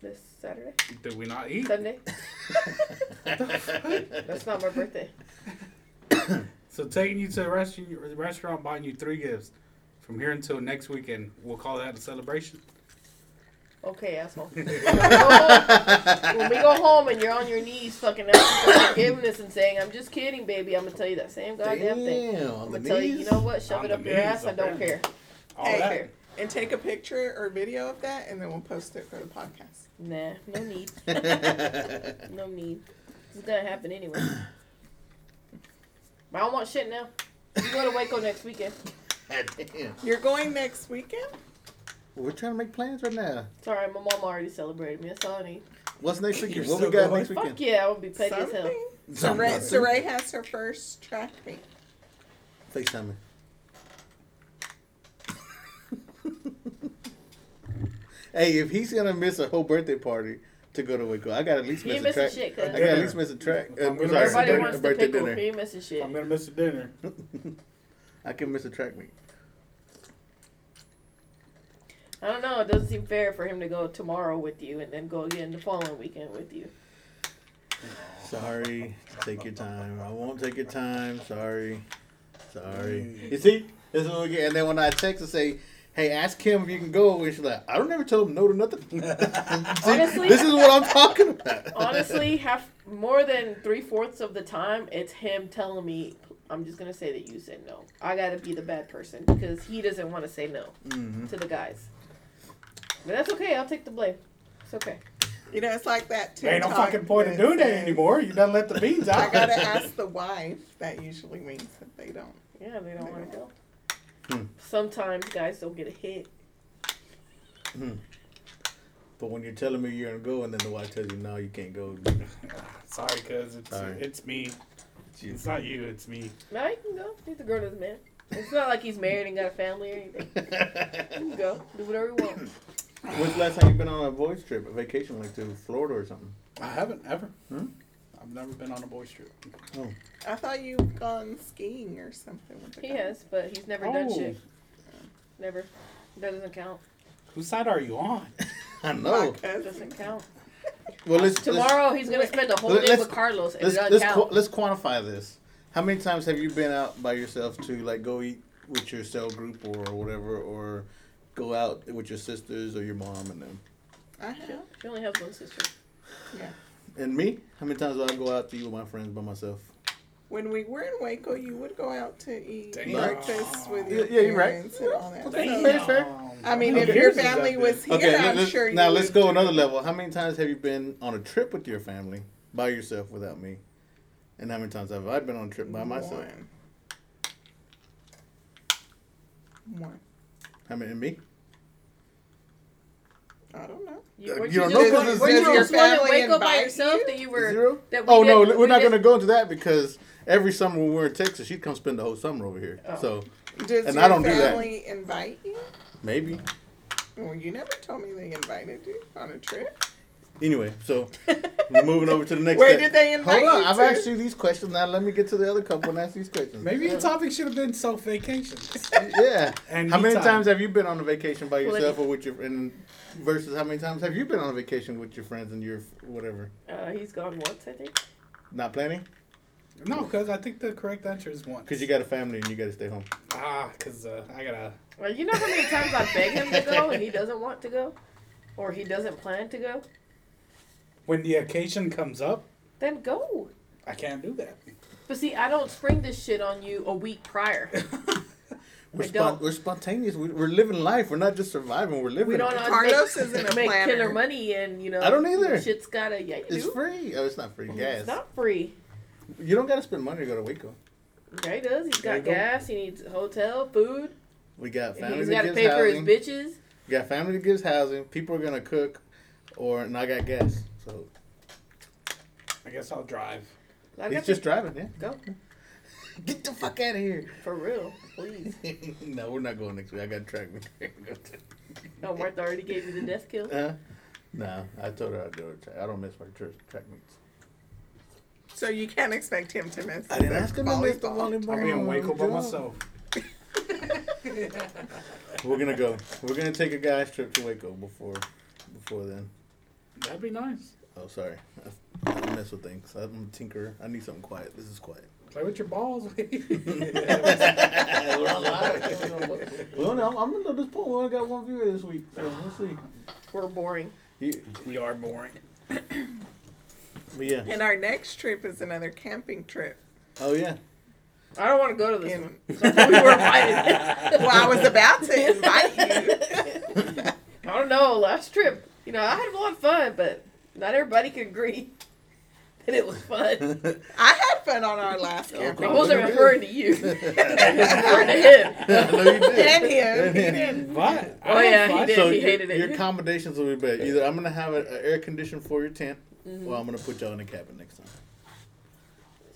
D: This Saturday,
C: Did we not eat?
D: Sunday. That's not my birthday.
C: So taking you to the restaurant, the restaurant, buying you three gifts. From here until next weekend, we'll call that a celebration.
D: Okay, asshole. When we go- when we go home and you're on your knees fucking asking for forgiveness and saying, I'm just kidding, baby, I'm gonna tell you that same goddamn thing.
A: Damn,
D: I'm
A: the
D: gonna tell you, you
A: knees?
D: know what? Shove
C: On
D: it
C: the
D: up your ass.
C: knees,
D: I don't
C: apparently.
D: care.
C: All
E: Hey.
C: that.
E: And take a picture or video of that, and then we'll post it for the podcast.
D: Nah, no need. no need. It's gonna happen anyway. But I don't want shit now. You go to Waco next weekend.
A: Damn.
E: You're going next weekend?
A: We're trying to make plans right now.
D: Sorry, my mom already celebrated me. That's all I need.
A: What's next weekend?
C: You're
A: What we
C: still
A: got
C: going?
A: next
D: Fuck
A: weekend?
D: yeah, I would be petty as hell.
E: Something. Saray,
A: Something.
E: Saray has her first track meet.
A: FaceTime me. hey, if he's gonna miss a whole birthday party to go to Waco, I gotta at least
D: He
A: miss
D: ain't
A: a
D: missing
A: track.
D: shit,
A: I
D: cuz.
A: gotta at least miss a track. Uh,
C: I'm
A: sorry,
C: gonna miss a
A: a
D: Everybody
A: dinner,
D: wants
A: a
D: to
A: birthday
D: pickle.
A: dinner.
D: He ain't missing shit.
C: I'm gonna miss a dinner.
A: I can miss a track meet.
D: I don't know. It doesn't seem fair for him to go tomorrow with you and then go again the following weekend with you.
A: Sorry. Take your time. I won't take your time. Sorry. Sorry. You see? This is what we get. And then when I text and say, hey, ask him if you can go, and she's like, I don't ever tell him no to nothing. See,
D: Honestly-
A: this is what I'm talking about.
D: Honestly, half more than three fourths of the time, it's him telling me, "I'm just gonna say that you said no." I gotta be the bad person because he doesn't want to say no
A: Mhm.
D: to the guys. But that's okay. I'll take the blame. It's okay.
E: You know, it's like that too.
C: There ain't no fucking point in doing that anymore. You done let the beans
E: I
C: out.
E: gotta ask the wife. That usually means that they don't.
D: Yeah, they don't want to go.
A: Hmm.
D: Sometimes guys don't get a hit.
A: But when you're telling me you're going to go, and then the wife tells you, no, you can't go.
C: Sorry, cuz it's,
A: Sorry.
C: it's me. It's not you, it's me.
D: Now you can go. He's a grown ass man. It's not like he's married and got a family or anything. You can go. Do whatever you want.
A: When's the last time you've been on a voice trip, a vacation, like to Florida or something?
C: I haven't ever.
A: Hmm?
C: I've never been on a boys trip.
E: I thought you've gone skiing or something with the
D: He
E: guy.
D: has, but he's never done
C: Oh.
D: shit. Never. That doesn't count.
C: Whose side are you on?
A: I
E: My
A: know.
E: cousin.
D: Doesn't count.
A: Well, let's, let's,
D: Tomorrow he's gonna spend the whole
A: Let-
D: day
A: let's-
D: with Carlos and it
A: let's,
D: doesn't
A: let's,
D: count.
A: qu- let's quantify this. How many times have you been out by yourself to like go eat with your cell group or whatever, or go out with your sisters or your mom and them?
E: I have.
D: she only has one sister.
E: Yeah.
A: And me? How many times do I go out to you with my friends by myself?
E: When we were in Waco, you would go out to eat
C: Damn.
E: breakfast with
A: Yeah,
E: your
A: yeah, you're right.
E: parents and all that.
A: Damn.
E: So,
A: Fair, fair.
E: I mean,
C: How many
E: if your
C: years has that
E: family
C: been?
E: was here,
A: Okay, let-
E: I'm
A: let's-
E: sure you
A: now
E: would
A: let's go
E: do
A: another
E: it.
A: level. How many times have you been on a trip with your family by yourself without me? And how many times have I been on a trip by myself?
E: One. One.
A: How many? And me?
E: I don't know.
A: Uh,
D: You, weren't
A: you
D: you,
A: don't
D: just
A: know
D: one,
A: 'cause
D: weren't
A: it's
D: you
A: just
D: just one in
E: family
D: Waco by
E: invite
D: yourself
E: you?
D: that you were
A: Zero?
D: that we
A: Oh no,
D: did-
A: we're
D: we
A: not
D: did-
A: gonna go into that because every summer when we're in Texas, she'd come spend the whole summer over here.
D: Oh.
A: So
E: Does
A: And
E: your
A: I don't do that.
E: family invite you?
A: maybe.
E: Well, you never told me they invited you on a trip.
A: Anyway, so we're moving over to the next.
E: Where
A: step.
E: did they invite
A: Hold on,
E: you
A: I've
E: to?
A: asked you these questions. Now let me get to the other couple and ask these questions.
C: Maybe your topic should have been self vacations.
A: Yeah.
C: And
A: how
C: me
A: many
C: time.
A: times have you been on a vacation by
D: Plenty.
A: yourself or with your and versus how many times have you been on a vacation with your friends and your whatever?
D: Uh, he's gone once, I think.
A: Not planning
C: no, because I think the correct answer is one.
A: because you got a family and you got to stay home.
C: ah, because uh, I gotta.
D: Well, you know how many times I beg him to go and he doesn't want to go, or he doesn't plan to go.
C: When the occasion comes up,
D: Then go.
C: I can't do that.
D: But see, I don't spring this shit on you a week prior.
A: We're,
D: I don't.
A: spon- we're spontaneous. We- We're living life. We're not just surviving. We're living.
D: We don't
A: it.
D: always
E: Carlos
D: make,
E: isn't a
D: make
E: planner.
D: killer money, and you know
A: I don't either.
D: Shit's gotta yeah, you
A: It's
D: do.
A: free. Oh, it's not free. Gas.
D: It's not free.
A: You don't got to spend money to go to Waco.
D: Yeah, he does. He's
C: There
D: got
C: you go.
D: gas. He needs hotel, food.
A: We got family
D: He's
A: that
D: got to
A: gives
D: pay for his
A: housing.
D: bitches.
A: We got family that gives housing. People are gonna cook, or and I got gas. So
C: I guess I'll drive.
D: I
A: he's
D: got
A: just
D: to
A: driving. Yeah.
D: go
A: Get the fuck out of here.
D: for real, please.
A: no, we're not going next week. I got track meet.
D: No, Martha already gave you the death kill.
A: Huh? no, I told her I'd go to track. I don't miss my church track meets.
E: So you can't expect him to miss.
A: I didn't
E: the
A: ask him to miss the volleyball.
C: I'll be in Waco by
A: Yeah.
C: myself.
A: We're gonna go. We're gonna take a guys trip to Waco before, before then.
C: That'd be nice.
A: Oh, sorry. I, I mess with things. I'm a tinkerer. I need something quiet. This is quiet.
C: Play with your balls.
A: We're on live. We only- I'm, I'm a little disappointed. We only got one viewer this week. So let's see.
D: We're boring.
A: You-
C: we are boring.
A: but yeah.
E: And our next trip is another camping trip.
A: Oh yeah.
D: I don't want to go to this one.
E: And
D: we were invited.
E: well, I was about to invite you.
D: I don't know. Last trip, you know, I had a lot of fun, but not everybody could agree that it was fun.
E: I had fun on our last camping.
D: I
A: cool.
E: trip.
D: wasn't referring to you. I was referring to him.
A: I know you
E: And
A: did.
E: him. He
A: And him.
E: didn't.
C: What?
D: Oh, yeah, he did.
A: so
D: he
A: your,
D: hated it.
A: your accommodations will be better. Either I'm gonna have an air condition for your tent,
D: Mm-hmm.
A: or I'm gonna put y'all in a cabin next time.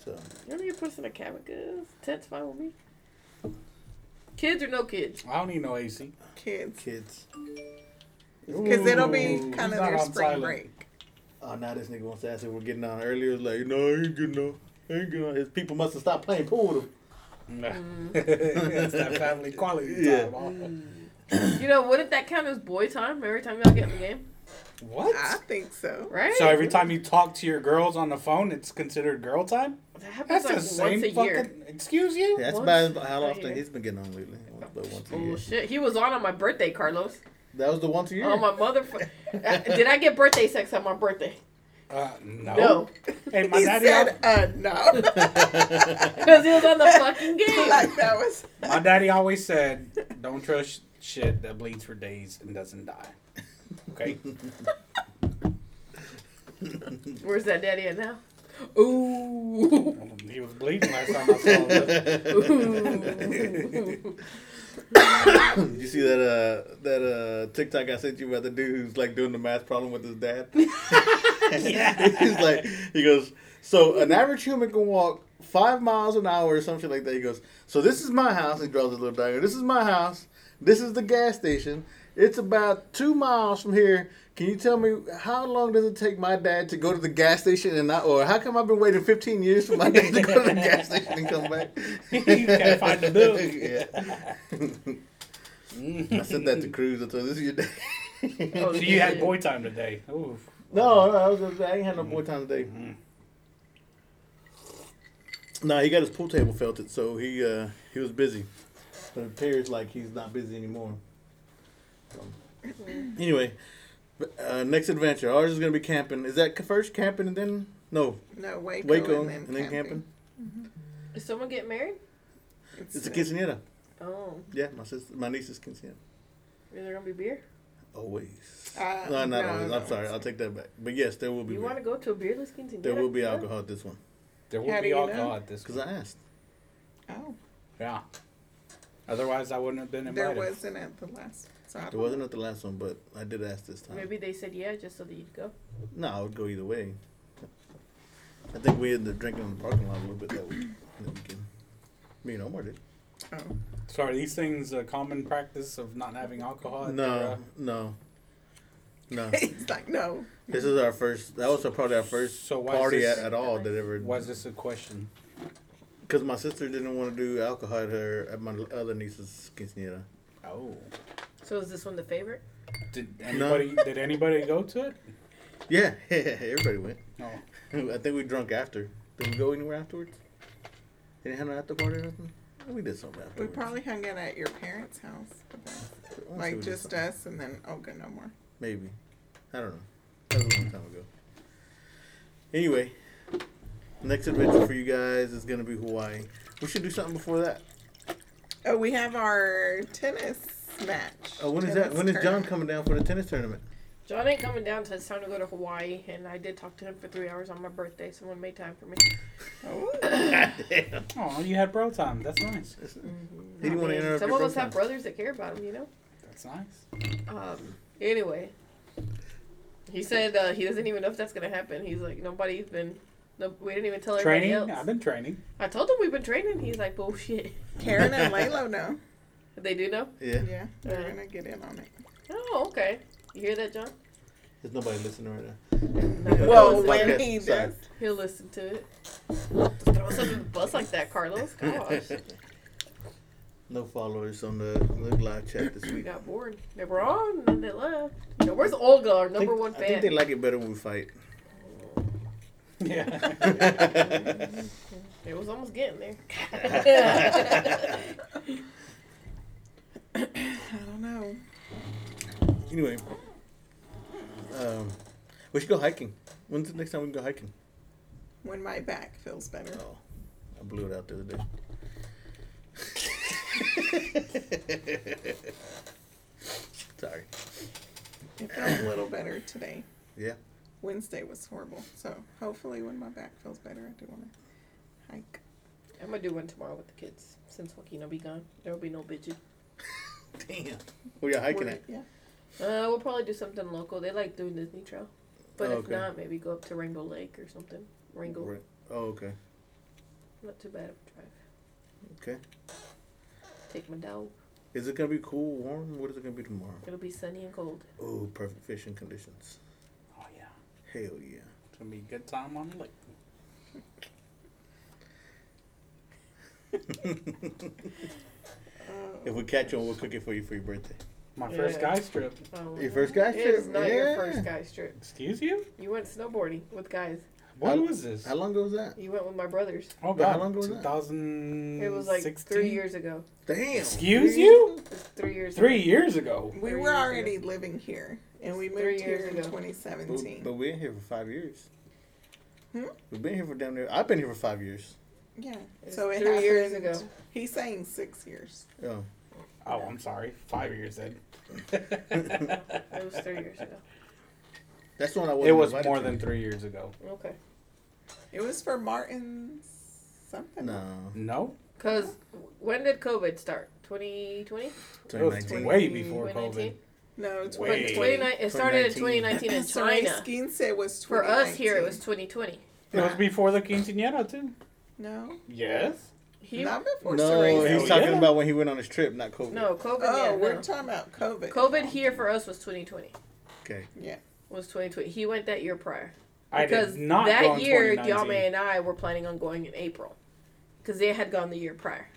A: So
D: You don't need to put us in a cabin, cause tent's fine with me. Kids or no kids?
C: I don't need no AC.
E: Kids.
A: kids,
E: Because it'll be
C: Ooh,
E: kind
C: he's not
E: of their
C: on
E: spring
C: silent.
E: break.
A: oh now this nigga wants to ask if we're getting on earlier. It's like no, I ain't getting on. I ain't getting on. His people must have stopped playing pool with him.
C: it's that family quality time.
A: Yeah.
C: huh?
D: You know, wouldn't that count as boy time every time y'all get in the game?
C: Oh. What?
E: I think so.
D: right?
C: So every time you talk to your girls on the phone, it's considered girl time.
D: that happens
C: That's
D: like
C: the same
D: once a
C: fucking.
D: year.
C: Excuse you.
A: Yeah, that's
D: Once
A: about how
D: a
A: often
D: year.
A: he's been getting on lately. But once a year.
D: Bullshit. Oh, He was on on my birthday, Carlos.
A: That was the once a year.
D: On Oh my motherfucker. Did I get birthday sex on my birthday?
C: Uh, no.
D: No,
C: Hey, my
E: He
C: daddy.
E: said, uh, no.
D: because he was on the fucking game.
E: like that was.
C: al- my daddy always said, "Don't trust shit that bleeds for days and doesn't die." Okay.
D: Where's that daddy at now? Ooh.
C: he was bleeding last time I saw him.
D: Ooh.
A: Did you see that uh that uh TikTok I sent you about the dude who's like doing the math problem with his dad? he's like he goes, So an average human can walk five miles an hour or something like that. He goes, So this is my house, he draws a little diagram. This is my house, this is the gas station, it's about two miles from here. Can you tell me how long does it take my dad to go to the gas station and not, or how come I've been waiting 15 years for my dad to go to the gas station and come back?
C: You can't find the bill.
A: I sent that to Cruz. I told him, this is your day.
D: Oh,
C: So you had
D: shit.
C: boy time today. Ooh.
A: No, no, I, was just, I ain't had no boy time today. Mm-hmm. Nah, he got his pool table felted, so he uh, he was busy. But it appears like he's not busy anymore. So,
E: Mm-hmm.
A: anyway, but, uh, next adventure. Ours is gonna be camping. Is that first camping and then no
E: No, Waco,
A: Waco
E: and then camping.
A: camping?
D: Did someone get married?
A: It's a quinceanera.
D: Oh,
A: Yeah, my sister, my niece's quinceanera.
D: is there gonna be beer?
A: Always.
E: Uh,
A: no, not
E: no,
A: always.
E: no.
A: I'm sorry. I'll take that back. But yes, there will be.
D: You
A: beer.
D: want to go to a beerless quinceanera?
A: There will be
D: Huh?
A: alcohol at this one
C: There will
E: How do
C: be
E: you know?
C: alcohol at this.
A: because I asked.
E: Oh,
C: Yeah. Otherwise, I wouldn't have been
E: there
C: invited.
E: wasn't at the last. So I
A: It
E: don't
A: wasn't at the last one, but I did ask this time.
D: Maybe they said yeah just so that you'd go.
A: No, I would go either way. I think we ended up drinking in the parking lot a little bit that week. That weekend. Me and Omar did.
E: know. Oh.
C: So are these things a common practice of not having alcohol? at their, uh,
A: No, no, no.
E: He's like, no.
A: This is our first. That was probably our first
C: So why is
A: party
C: this-
A: at, at all that ever.
C: why is this a question?
A: Because my sister didn't want to do alcohol at her at my other niece's quinceanera.
C: Oh.
D: So is this one the favorite?
C: Did anybody did anybody go to it?
A: Yeah, everybody went.
C: No.
A: I think we drunk after. Did we go anywhere afterwards? Didn't have no after party or nothing. We did something
E: We
A: afterwards.
E: probably hung out at your parents' house. but then-
A: I wanna say we
E: Like
A: did
E: just
A: something.
E: uh, us and then Olga no more.
A: Maybe. I don't know. That was a long time ago. Anyway, next adventure for you guys is going to be Hawaii. We should do something before that.
E: Oh, we have our tennis match.
A: Oh, when is that? When is John coming down for the tennis tournament?
D: John ain't coming down till it's time to go to Hawaii, and I did talk to him for three hours on my birthday. Someone made time for me.
E: coming?
C: Oh, you had bro time. That's nice.
A: He didn't want to
D: I mean,
A: interrupt
D: Some
A: your
D: of us have
A: program.
D: brothers that care about him, you know.
C: That's nice.
D: Um. Anyway, he said uh, he doesn't even know if that's gonna happen. He's like, nobody's been. No, we didn't even tell everybody
C: Training.
D: else.
C: I've been training.
D: I told him we've been training. He's like, bullshit.
E: Karen and Lalo know.
D: They do know.
A: Yeah.
E: Yeah, they're
D: Yeah.
E: gonna get in on it.
D: Oh, okay. You hear that, John?
A: There's nobody listening right now.
D: Nobody
A: Whoa,
D: listens.
A: wait. podcast,
E: when he
A: sorry.
E: does.
D: He'll listen to it. Throw us under the bus like that, Carlos. Gosh,
A: No followers on the, the live chat this
D: we
A: week.
D: got bored. They were on and they left. Now, where's Olga, our
A: I
D: number
A: think-
D: one
A: I think
D: fan?
A: they like it better when we fight.
C: Yeah.
D: It was almost getting there.
E: I don't know.
A: anyway, um, we should go hiking. When's the next time we can go hiking?
E: When my back feels better.
A: Oh, I blew it out the other day. Sorry.
E: It felt a little better today.
A: Yeah.
E: Wednesday was horrible, so hopefully when my back feels better, I do want to hike.
D: I'm gonna do one tomorrow with the kids since Joaquin will be gone. There will be no bitching.
A: Damn. Where y'all hiking
E: Or-
A: at?
E: Yeah.
D: Uh, we'll probably do something local. They like doing Disney Trail, but
A: Oh,
D: if
A: okay.
D: not, maybe go up to Rainbow Lake or something. Rainbow,
A: Right. Oh, okay.
D: not too bad of a drive.
A: Okay.
D: Take my dog.
A: Is it gonna be cool, warm? What is it gonna be tomorrow?
D: It'll be sunny and cold.
A: Oh, perfect fishing conditions.
C: Oh yeah.
A: Hell yeah.
C: It's gonna be a good time on the lake.
E: Oh.
A: If we catch one, we'll cook it for you for your birthday.
C: My first
D: Yeah.
C: guy strip.
D: Oh,
A: Your first guy
D: It is
A: trip?
D: not your
A: Yeah.
D: first guys trip.
C: Excuse you?
D: You went snowboarding with guys.
C: When
A: How-
C: was this?
A: How long ago was that?
D: You went with my brothers.
C: Oh
A: Yeah, how
C: god,
A: long ago was that?
C: 2016.
D: It was like three years ago.
A: Damn.
C: Excuse you?
D: It was three years.
C: Three
D: Ago.
C: years ago.
D: Three
E: We were
D: years ago.
E: already living here, and we
D: Three
E: moved
D: years
E: here in
D: ago.
A: But,
E: 2017.
A: but we've been here for five years.
E: Hmm?
A: We've been here for damn near. I've been here for five years.
E: yeah,
D: It's
E: so it
D: three
E: happened.
D: years ago.
E: He's saying six years.
A: Yeah.
C: Oh, I'm sorry. Five years then.
D: It was three years ago.
A: That's the one I wasn't
C: It was
A: invited
C: more
A: to.
C: than three years ago.
D: Okay.
E: It was for Martin's something.
A: No.
C: No,
D: Cause when did COVID start? 2020.
C: it was
A: 2019.
C: way before COVID.
D: 2019?
E: no,
C: Wait.
E: 20.
D: But 29. It started in 2019 in
E: Sorry,
D: China.
E: Skeen said was 2019.
D: For us here, it was 2020.
C: It was before the quinceañera too.
E: no,
C: Yes.
D: He,
E: not before.
A: No,
E: Saracen.
A: he's
C: Oh,
A: talking
C: yeah.
A: about when he went on his trip, not COVID.
D: no COVID.
E: Oh,
D: yeah,
E: we're
D: no.
E: talking about COVID.
D: COVID here for us was 2020.
A: Okay.
E: Yeah.
D: Was 2020. He went that year prior.
C: I
D: Because
C: did not go
D: that
C: in
D: year,
C: 2019.
D: Diame and I were planning on going in April, because they had gone the year prior.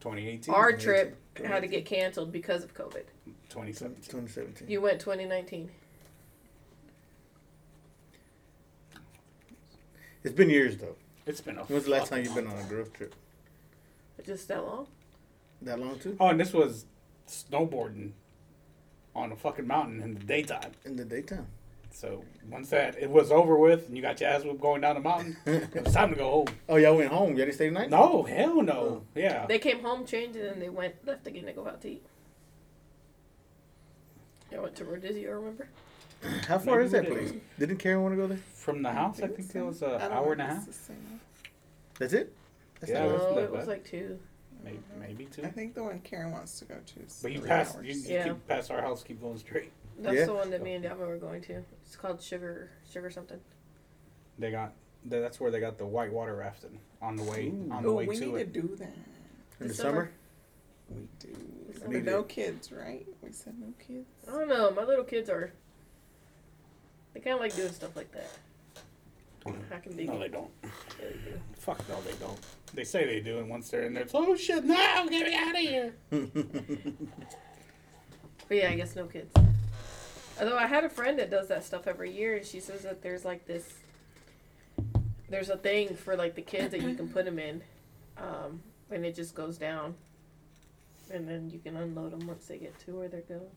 C: 2018.
D: Our
A: amazing.
D: trip had to get canceled because of COVID.
C: 2017.
A: 2017.
D: You went 2019.
A: It's been years though.
C: It's been a.
A: When's the last time
C: fucking
A: you've been
C: long
A: on a growth trip?
D: Just that long?
A: That long too?
C: Oh, and this was snowboarding on a fucking mountain in the daytime.
A: In the daytime.
C: So once that it was over with, and you got your ass whipped going down the mountain, it was time to go home.
A: Oh, y'all went home. Y'all didn't stay the night.
C: No, hell no. Yeah.
D: They came home, changed, and then they went left again to go out to eat. I went to Rodizio, remember?
A: How far
C: Maybe
A: is
C: we
A: that
C: didn't.
A: place? Didn't Karen want to go there?
C: From the house, I think it was an
E: I don't
C: hour and
E: know
C: a
E: if
C: half.
E: it's the same.
A: That's it. That's
C: Yeah,
A: not
C: that's
A: bad.
D: no,
C: not
D: it was
C: bad.
D: like two.
C: Maybe, maybe
E: I
C: two.
E: think the one Karen wants to go to. is
C: But you
E: three
C: pass,
E: hours.
C: you, you
D: Yeah.
C: keep past our house, keep going straight.
D: That's
A: Yeah.
D: the one that me and Diame were going to. It's called Sugar, Sugar something.
C: They got th- that's where they got the whitewater rafting on the way
A: Ooh.
C: on the
E: Oh,
C: way
E: we need
C: to
E: to
C: it.
E: do that.
A: in the
D: December.
A: summer.
E: We do.
D: I
E: We
A: need
E: no
A: it.
E: kids, right? We said no kids.
D: I don't know. My little kids are. They kind of like doing stuff like that. I can dig
C: No, they
D: it.
C: don't.
D: They do.
C: Fuck no, they don't. They say they do, and once they're in there, it's oh shit, no, get me out of here.
D: But yeah, I guess no kids. Although I had a friend that does that stuff every year, and she says that there's like this. There's a thing for like the kids that you can put them in, um, and it just goes down, and then you can unload them once they get to where they're going.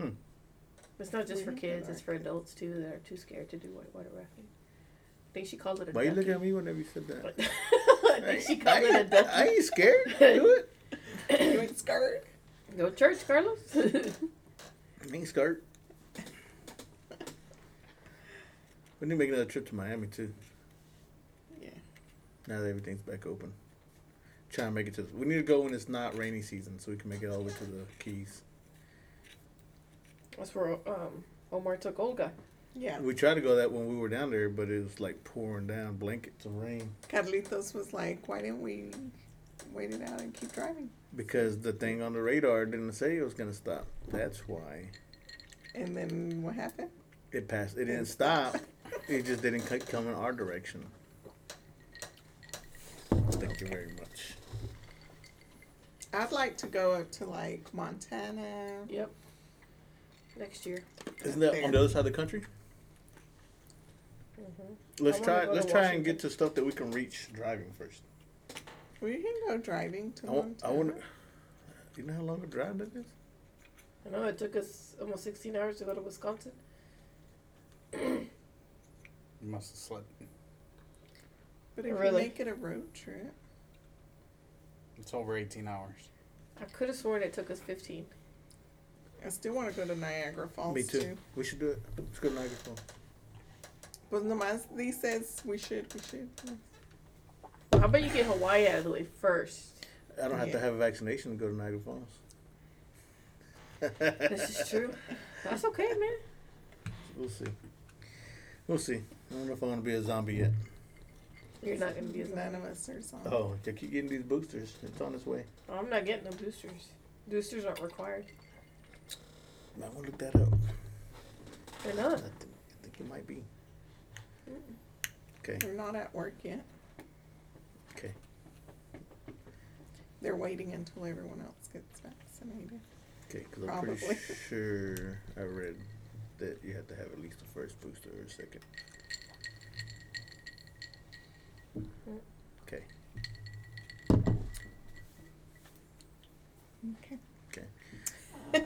A: Hmm.
D: It's not just
E: We
D: for
E: don't
D: kids;
E: have
D: it's for adults too that are too scared to do whitewater rafting. I think she called it a.
A: Why you
D: ducky.
A: looking at me whenever you said that?
D: I think she called it a ducky.
A: I ain't scared. Do it.
E: You ain't scared?
D: Go to church, Carlos.
A: I ain't scared. We need to make another trip to Miami too.
E: Yeah.
A: Now that everything's back open. Trying to make it to. We need to go when it's not rainy season, so we can make it all the way to the Keys.
D: That's where um, Omar took Olga.
E: Yeah.
A: We tried to go that when we were down there, but it was like pouring down blankets of rain
E: Carlitos was like, why didn't we wait it out and keep driving?
A: because the thing on the radar didn't say it was gonna stop. That's why
E: And then what happened?
A: it passed. It didn't stop. It just didn't c- come in our direction. Thank you very much.
E: I'd like to go up to like Montana.
D: Yep. Next year.
A: Isn't that on the other side of the country? Let's
D: Mm-hmm. I wanna
A: try.
D: go to
A: Let's try and
D: Washington.
A: get to stuff that we can reach driving first.
E: We can go driving to
A: I
D: Mm-hmm.
A: want. I
E: Montana.
D: Uh-huh.
A: want. You know how long a drive that is?
D: I know it took us almost 16 hours to go to Wisconsin.
C: You must have slept.
E: but if
D: Really?
E: you make it a road trip,
C: It's over 18 hours.
D: I could have sworn it took us 15.
E: I still want to go to Niagara Falls
A: Me too.
E: too.
A: We should do it. Let's go to Niagara Falls.
E: But nomás he says we should, we should.
D: How about you get Hawaii out of the way first?
A: I don't have
E: Yeah.
A: to have a vaccination to go to Niagara Falls.
D: This is true. That's okay, man.
A: We'll see. We'll see. I don't know if I want to be a zombie yet.
D: You're not going to be as
E: None of us are zombies.
A: Oh, they keep getting these boosters. It's on its way.
D: I'm not getting no boosters. Boosters aren't required.
A: Might want to look that up.
D: They're
A: I
D: not.
A: think, I think it might be. Okay.
E: They're not at work yet.
A: Okay.
E: They're waiting until everyone else gets vaccinated.
A: Okay, because I'm pretty
E: Probably.
A: sure I read that you had to have at least the first booster or second. Okay.
E: Okay.
A: Okay.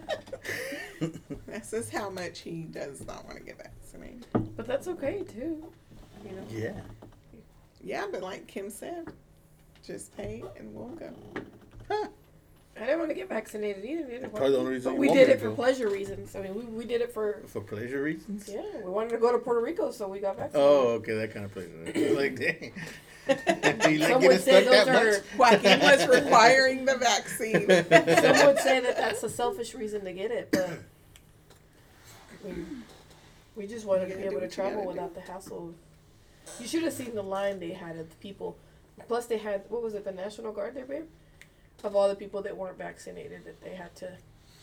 E: This is how much he does not want to get vaccinated.
D: But that's okay too. You know.
A: Yeah.
E: Yeah, but like Kim said, just pay and we'll go.
D: I didn't want to get vaccinated either. We did it
A: Probably the only reason
D: but
A: you
D: we
A: want
D: did
A: me
D: it
A: to
D: for
A: go.
D: pleasure reasons. I mean, we, we did it for
A: For pleasure reasons?
D: yeah. We wanted to go to Puerto Rico, so we got vaccinated.
A: Oh, okay, that kind of pleasure. like, dang. Do you like
D: Someone
A: getting
D: said
A: stuck that
D: those
A: much?
D: are-
E: Joaquin was requiring the vaccine.
D: Some would say that that's a selfish reason to get it, but we, we just wanted to be
E: You gotta do
D: able to
E: what you gotta
D: travel
E: do.
D: without the hassle. of- You should have seen the line they had of the people. Plus, they had what was it, the National Guard there, babe? Of all the people that weren't vaccinated, that they had to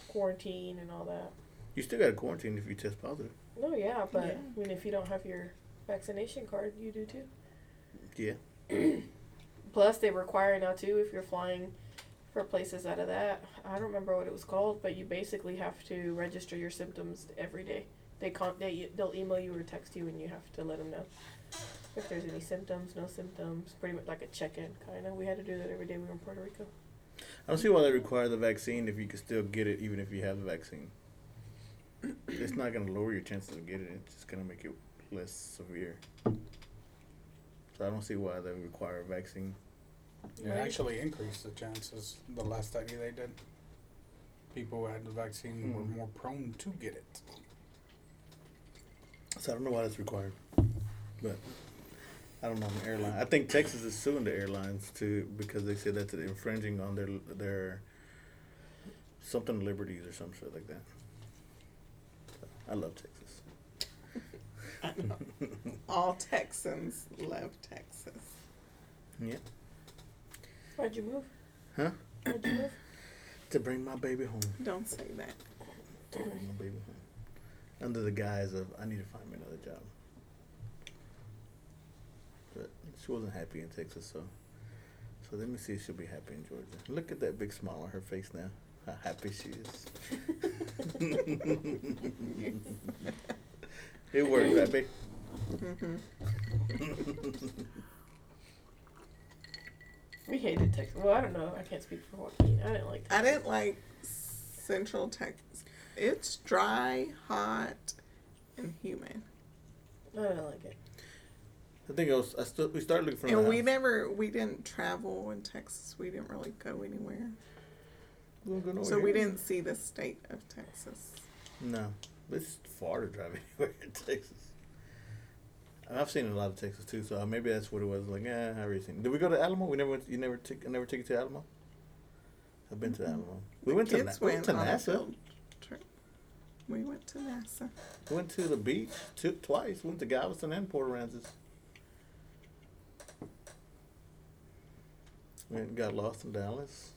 D: quarantine and all that.
A: You still got to quarantine if you test positive.
D: No, yeah, but
E: Yeah.
D: I mean, if you don't have your vaccination card, you do too.
A: Yeah.
D: Plus, they require now too if you're flying for places out of that. I don't remember what it was called, but you basically have to register your symptoms every day. They con they e, they'll email you or text you, and you have to let them know if there's any symptoms, no symptoms. Pretty much like a check-in kind of. We had to do that every day we were in Puerto Rico.
A: I don't see why they require the vaccine if you can still get it even if you have the vaccine. It's not going to lower your chances of getting it. It's just going to make it less severe. So I don't see why they require a vaccine.
C: It actually increased the chances. The last study they did, people who had the vaccine were
A: Hmm.
C: more prone to get it.
A: So I don't know why that's required. But I don't know the airline. I think Texas is suing the airlines too because they said that's infringing on their their something liberties or some shit like that. I love Texas.
E: All Texans love Texas.
A: Yeah.
D: Why'd you move?
A: Huh?
D: Why'd you move?
A: To bring my baby home.
E: Don't say that.
A: To bring my baby home. Under the guise of I need to find me another job. But she wasn't happy in Texas, so so let me see if she'll be happy in Georgia. Look at that big smile on her face now. How happy she is. it worked, right, babe?
E: hmm
D: We hated Texas. Well, I don't know. I can't speak for Joaquin. I didn't like.
E: I didn't like Central Texas. It's dry, hot, and humid.
D: I didn't like it.
A: I think I was. I still. We started looking for.
E: And
A: the
E: we
A: house.
E: never, we didn't travel in Texas. We didn't really go anywhere.
A: We don't go nowhere
E: So Oh, we
A: here.
E: didn't see the state of Texas.
A: No, but it's far to drive anywhere in Texas. And I've seen a lot of Texas too, so maybe that's what it was. Like, eh, I already seen. Did we go to Alamo? We never went. You never took. I never took you to Alamo. I've been to Alamo. We went to, Na-
E: Kids
A: we went to
E: on a
A: NASA.
E: field trip. We went to NASA.
A: We went to the beach two, twice. We went to Galveston and Port Aransas. We got lost in Dallas.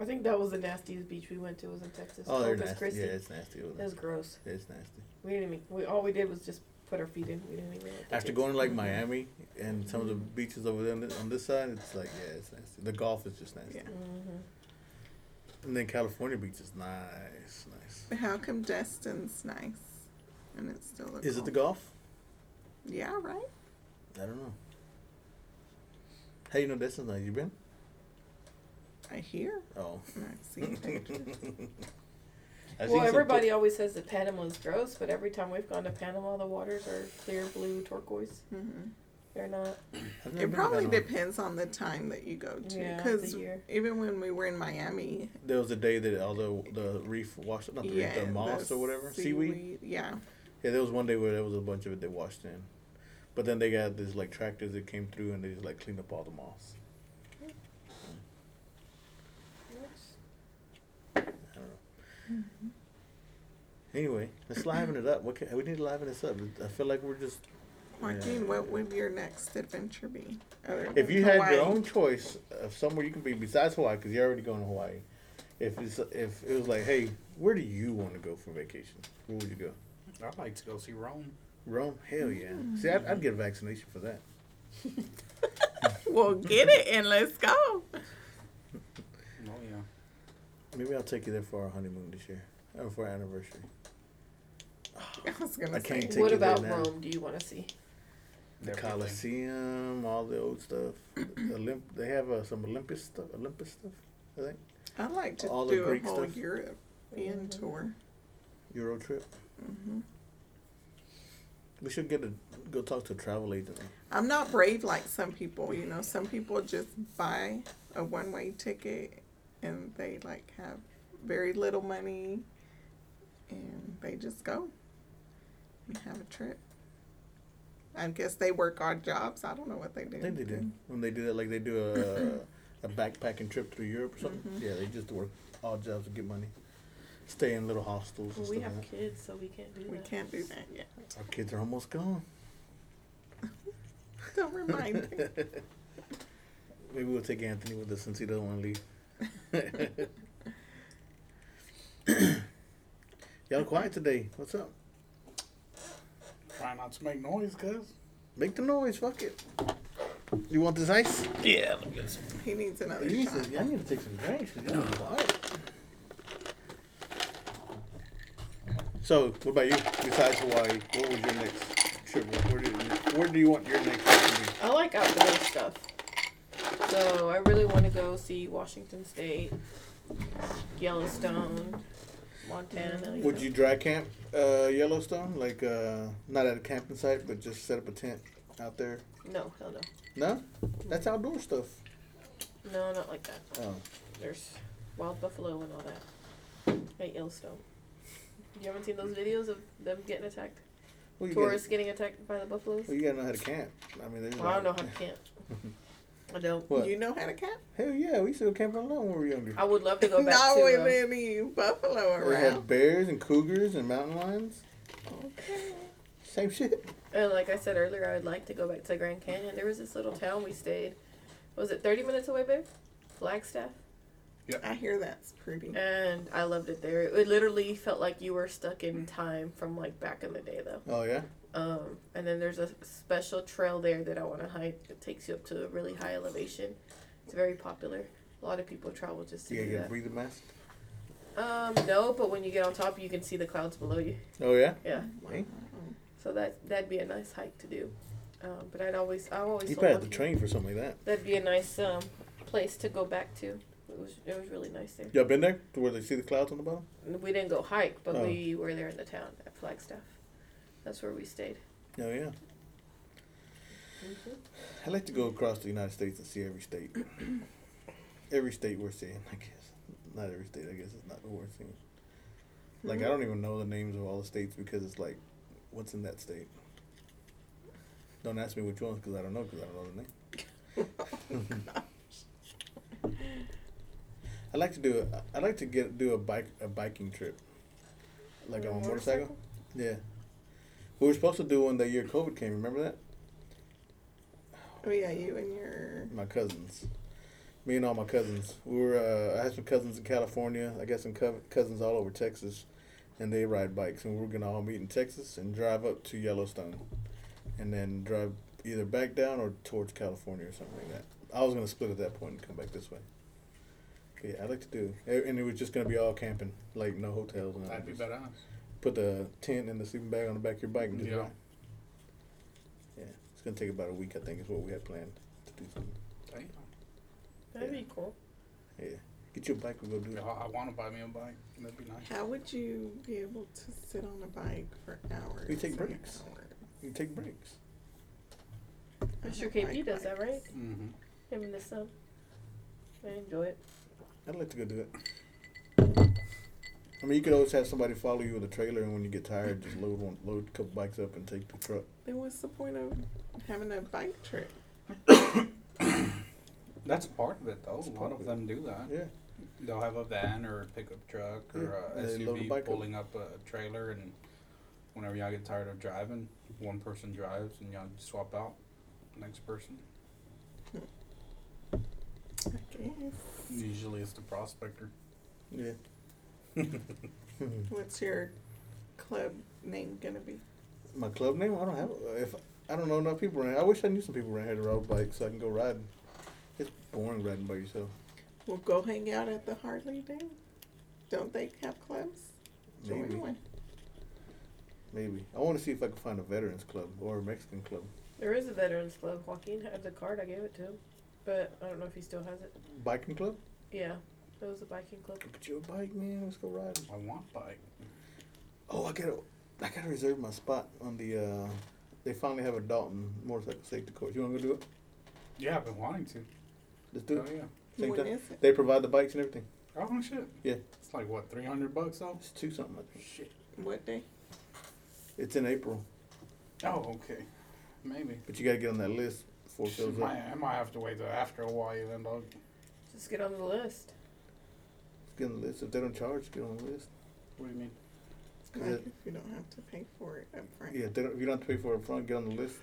D: I think that was the nastiest beach we went to. Was in Texas.
A: Oh, they're
D: Corpus
A: nasty.
D: Christi.
A: Yeah, it's nasty. over
D: It
A: there.
D: was gross.
A: It's nasty.
D: We didn't even. We all we did was just put our feet in. We didn't even. Let the
A: After
D: kids-
A: going to like Miami and some of the beaches over there on this, on this side, it's like yeah, it's nasty. The golf is just nasty.
E: Yeah.
D: Mhm.
A: And then California beach is nice, nice.
E: But how come Destin's nice and it's still a
A: Is it the
E: golf?
A: golf?
E: Yeah, right.
A: I don't know. How you know that's nice? You been?
E: I hear. Mm-hmm.
A: Oh.
E: And I've seen pictures.
A: I seen
D: Well,
A: some
D: everybody always says that Panama is gross, but every time we've gone to Panama, the waters are clear blue turquoise.
E: hmm
D: They're not.
A: pic- I've never
E: It
A: been to
E: probably
A: Panama.
E: depends on the time that you go to.
D: Yeah,
E: Because
D: the year.
E: even when we were in Miami,
A: There was a day that all the the reef washed, not the
E: yeah,
A: reef, the moss or whatever, seaweed.
E: Yeah,
A: Yeah, there was one day where there was a bunch of it that washed in, but then they got these like tractors that came through and they just like cleaned up all the moss. I don't know. Anyway, let's liven it up. What can, we need to liven this up. I feel like we're just
E: Joaquin,
A: Yeah.
E: what would your next adventure be? Other
A: If
E: than
A: you had
E: Hawaii?
A: your own choice of somewhere you can be besides Hawaii, because you're already going to Hawaii, if it's if it was like, hey, where do you want to go for vacation? Where would you go?
C: I'd like to go see Rome.
A: Rome? Hell yeah! See, I'd, I'd get a vaccination for that.
E: well, get it and let's go.
C: Oh yeah.
A: Maybe I'll take you there for our honeymoon this year, or for our anniversary.
E: I was gonna
A: I
E: say
A: can't take
D: what
A: you there
D: about
A: now.
D: Rome? Do you want to see?
A: The
C: Everything.
A: Coliseum, all the old stuff. Olymp- they have uh, some Olympus stuff. Olympus stuff, I think.
E: I'd like to
A: all the
E: do a
A: Greek
E: whole
A: stuff.
D: Mm-hmm.
E: European tour.
A: Euro trip.
E: hmm
A: We should get a go talk to a travel agent.
E: I'm not brave like some people. You know, some people just buy a one way ticket and they like have very little money and they just go and have a trip. I guess they work odd jobs. I don't know what they do.
A: I think they
D: Mm-hmm.
A: do when they do that, like they do a a backpacking trip through Europe or something.
D: Mm-hmm.
A: Yeah, they just work all jobs to get money, stay in little hostels. and
D: we
A: stuff
D: have
A: like
D: kids, so we can't do
E: We
D: that.
E: can't do that yet.
A: that. Our kids are almost gone.
E: Don't remind me.
A: Maybe we'll take Anthony with us since he doesn't want to leave. Y'all quiet today. What's up?
C: Try not to make noise, cuz.
A: Make the noise. Fuck it. You want this ice?
C: Yeah, let me get some.
E: He needs another
A: Oh, You need
E: shot.
A: to, I need to take some drinks. you know, quiet. So, what about you? Besides Hawaii, what was your next trip? Where do you, where do you want your next trip to be?
D: I like outdoor stuff. So I really want to go see Washington State, Yellowstone, Montana.
A: Would
D: know.
A: you dry camp uh, Yellowstone? Like, uh, not at a camping site, but just set up a tent out there?
D: No, hell no.
A: No? That's outdoor stuff.
D: No, not like that.
A: Oh.
D: There's wild buffalo and all that. At Yellowstone. You haven't seen those videos of them getting attacked?
A: Well, you
D: Tourists getting attacked by the buffaloes?
A: Gotta, well, you gotta know how to camp. I mean, there's
D: Well, I don't know
A: like-
D: how to camp. I don't.
A: What?
E: You know how to camp?
A: Hell yeah, we used to go camping alone when we were younger.
D: I would love to go back
E: Not
D: to.
E: with
D: um,
E: any buffalo
A: we had
E: around.
A: bears and cougars and mountain lions.
E: Okay.
A: Same shit.
D: And like I said earlier, I'd like to go back to Grand Canyon. There was this little town we stayed. Was it 30 minutes away, babe? Flagstaff.
E: I hear that's pretty.
D: And I loved it there. It literally felt like you were stuck in time from like back in the day, though.
A: Oh yeah.
D: Um, and then there's a special trail there that I want to hike that takes you up to a really high elevation. It's very popular. A lot of people travel just to
A: Yeah,
D: do
A: you gotta
D: that.
A: breathe the mask.
D: Um, no, but when you get on top, you can see the clouds below you.
A: Oh yeah.
D: Yeah.
A: Hey.
D: So that that'd be a nice hike to do. Um, but I'd always I always
A: You
D: so
A: probably have to
D: lucky.
A: train for something like that.
D: That'd be a nice um, place to go back to. It was it was really nice there.
A: Y'all been there to where they see the clouds on the bottom?
D: And We didn't go hike, but
A: Oh.
D: we were there in the town at Flagstaff. That's where we stayed.
A: Oh yeah. I like to go across the United States and see every state. every state we're seeing, I guess. Not every state, I guess it's not what we're seeing. Like I don't even know the names of all the states because it's like, what's in that state? Don't ask me which ones because I don't know because I don't know the name. I like to do a, I like to get do a bike a biking trip, like
D: On
A: on
D: a
A: a
D: motorcycle?
A: motorcycle. Yeah, we were supposed to do one that year COVID came. Remember that?
E: Oh yeah, you and your
A: my cousins. Me and all my cousins. We were. Uh, I had some cousins in California. I got some co- cousins all over Texas, and they ride bikes. And we were gonna all meet in Texas and drive up to Yellowstone, and then drive either back down or towards California or something like that. I was gonna split at that point and come back this way. But yeah, I like to do, and it was just gonna be all camping, like no hotels. and all
C: That'd be
A: just
C: better.
A: Put the tent and the sleeping bag on the back of your bike and just
C: Yeah.
A: ride. Yeah, it's gonna take about a week. I think is what we had planned to do something.
C: Damn.
D: That'd
A: Yeah.
D: be cool.
A: Get your bike, we'll go do
C: Yeah,
A: it.
C: I, want to buy me a bike. That'd be nice.
E: how would you be able to sit on a bike for hours?
A: We take
E: and
A: breaks.
E: hours?
A: You take breaks.
E: I
D: I'm sure
E: don't
D: KB
E: like
D: does that, right?
E: bikes.
C: Mm-hmm.
D: Him and the son. I enjoy it.
A: I'd like to go do it. I mean, you could always have somebody follow you with a trailer, and when you get tired, just load one, load a couple bikes up, and take the truck.
E: Then what's the point of having a bike trip?
C: That's part of it, though. A
A: part of
C: lot of
A: it.
C: them do that.
A: Yeah,
C: They'll have a van or a pickup truck or
A: Yeah,
C: a
A: they load a
C: SUV
A: bike up.
C: pulling up a trailer, and whenever y'all get tired of driving, one person drives and y'all swap out next person.
E: I guess.
C: Usually, it's the prospector.
A: yeah.
E: What's your club name gonna be?
A: My club name? I don't have. If I don't know enough people around. I wish I knew some people around here to ride bikes so I can go riding. It's boring riding by yourself.
E: We'll go hang out at the Harley Day. Don't they have clubs? Join
A: Maybe.
E: one.
A: Maybe. I want to see if I can find a veterans club or a Mexican club.
D: There is a veterans club. Joaquin had the card. I gave it to him, but I don't know if he still has it.
A: Biking club?
D: Yeah, it was a biking club.
A: Look at your bike, man. Let's go riding.
C: I want bike.
A: Oh, I gotta, I gotta reserve my spot on the. uh They finally have a Dalton motorcycle safety course. You wanna go do it?
C: Yeah, I've been wanting to.
A: Let's do
C: Oh
A: it.
C: yeah.
A: Same
E: When
A: time.
E: is it?
A: They provide the bikes and everything.
C: Oh shit.
A: Yeah.
C: It's like what, three hundred bucks though?
A: It's two something. I think.
C: Shit.
E: What day?
A: It's in April,
C: Oh, okay. Maybe.
A: but you gotta get on that list before it fills up.
C: Might, I might have to wait till after a while then dog.
D: Just get on the list.
A: Get on the list. If they don't charge, get on the list.
C: What do you mean?
E: It's
A: Is
E: good
A: it-
E: if you don't have to pay for it up front.
A: Yeah, if, they don't, if you don't have to pay for it front, get on the list.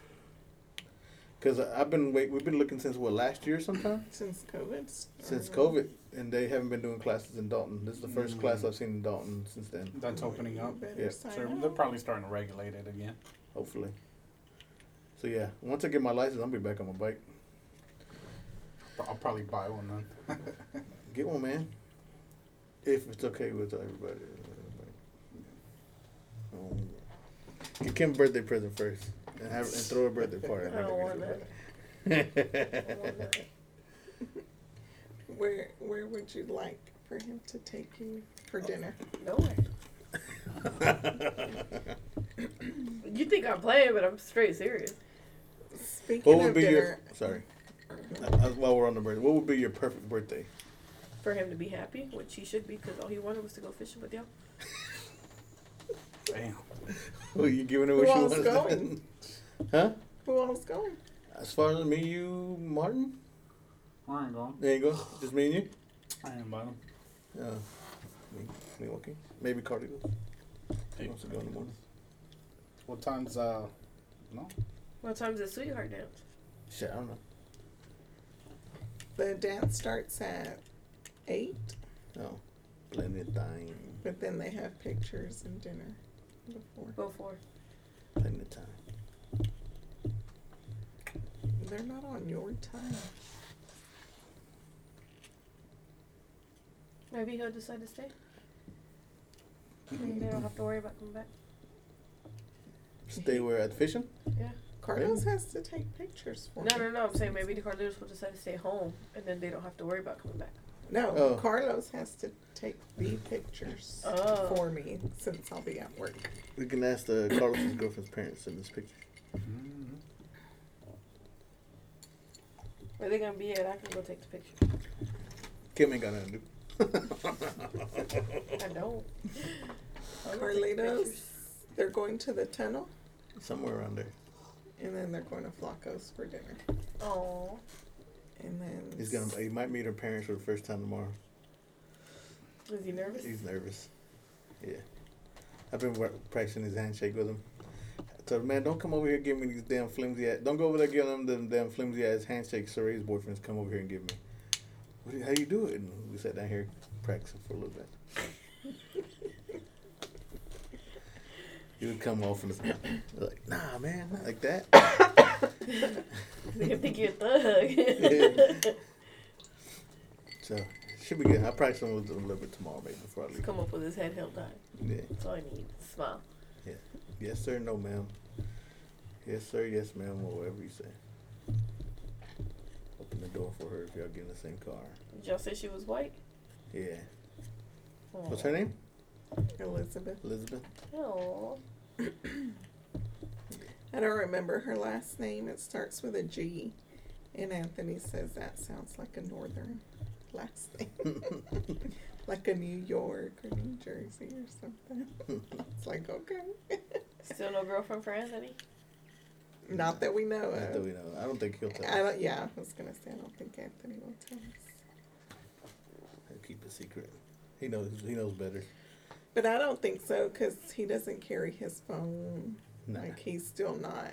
A: Cause I- I've been wait, we've been looking since what last year sometime.
E: Since COVID.
A: Since
E: started,
A: COVID, and they haven't been doing classes in Dalton. This is the first
C: Mm.
A: class I've seen in Dalton since then.
C: That's opening
E: you
C: up.
E: better
A: Yeah.
E: sign
C: So
E: up.
C: they're probably starting to regulate it again.
A: Hopefully. So yeah, once I get my license, I'll be back on my bike.
C: I'll probably buy one then.
A: Get one, man. If it's okay with everybody. Um, Get Kim a birthday present first, and have and throw a birthday party.
D: I don't want that. I don't want that.
E: Where Where would you like for him to take you for
C: Oh.
E: dinner?
D: Nowhere. You think I'm playing, but I'm straight serious.
E: Speaking
A: what would
E: of
A: be your
E: dinner,
A: sorry? Uh, uh, while we're on the birthday, what would be your perfect birthday?
D: For him to be happy, which he should be, because all he wanted was to go fishing with y'all.
C: Damn.
A: Who you giving it?
E: Who
A: What you
E: all's
A: want?
E: going?
A: Huh?
E: who all's going?
A: As far as me, you, Martin.
C: I ain't going.
A: There you go. Just me and you.
C: I ain't buying them.
A: Uh, me, Milwaukee. Maybe Cardi goes. He wants to go in the morning.
C: What time's uh no?
D: What time's the sweetheart dance?
A: Shit, I don't know.
E: The dance starts at eight,
A: No. Plenty of time.
E: but then they have pictures and dinner before.
D: Before.
A: Plenty of time.
E: They're not on your time.
D: Maybe he'll decide to stay. And they don't have to worry about coming back.
A: Stay where at fishing?
D: Yeah.
E: Carlos has to take pictures for
D: No,
E: me.
D: no, no. I'm saying maybe the Carlitos will decide to stay home, and then they don't have to worry about coming back.
E: No,
A: Oh.
E: Carlos has to take the pictures
D: Oh.
E: for me since I'll be at work.
A: We can ask the Carlos's girlfriend's parents in this picture.
C: Mm-hmm.
D: Where they gonna be at? I can go take the picture.
A: Kim ain't got nothing to do.
D: I don't. I'll go take the
E: Carlitos,
D: pictures.
E: they're going to the tunnel
A: Somewhere around there.
E: and then they're going to Flacco's for dinner.
D: Aw.
E: And then
A: He's gonna he might meet her parents for the first time tomorrow.
D: Is he nervous?
A: He's nervous. Yeah. I've been wor- practicing his handshake with him. I told him, man, don't come over here and give me these damn flimsy ass. Don't go over there giving them them damn flimsy ass handshakes. Saray's boyfriends come over here and give me. What do you, how you do it? And we sat down here practicing for a little bit. he would come off and like, nah, man, not like that.
D: They gonna think you're a thug.
A: Yeah. So should be good. I'll practice him with him a little bit tomorrow, maybe before I
D: Just
A: leave.
D: come up with his head held high.
A: Yeah.
D: That's all I need. Smile.
A: Yes, sir. No, ma'am. Yes, sir. Yes, ma'am. Or whatever you say. Open the door for her if y'all get in the same car.
D: Did y'all say she was white?
A: Yeah.
D: Aw.
A: What's her name?
E: Elizabeth.
A: Elizabeth.
D: Aw.
E: I don't remember her last name. It starts with a G. And Anthony says that sounds like a northern last name. like a New York or New Jersey or something. It's like, okay.
D: Still no girlfriend for Anthony?
E: Not that we know
A: Not that
E: of.
A: we know. I don't think he'll tell
E: I
A: us.
E: don't, yeah, I was going to say, I don't think Anthony will tell us.
A: He'll keep it secret. He knows. He knows better.
E: But I don't think so because he doesn't carry his phone.
A: Nah.
E: Like, he's still not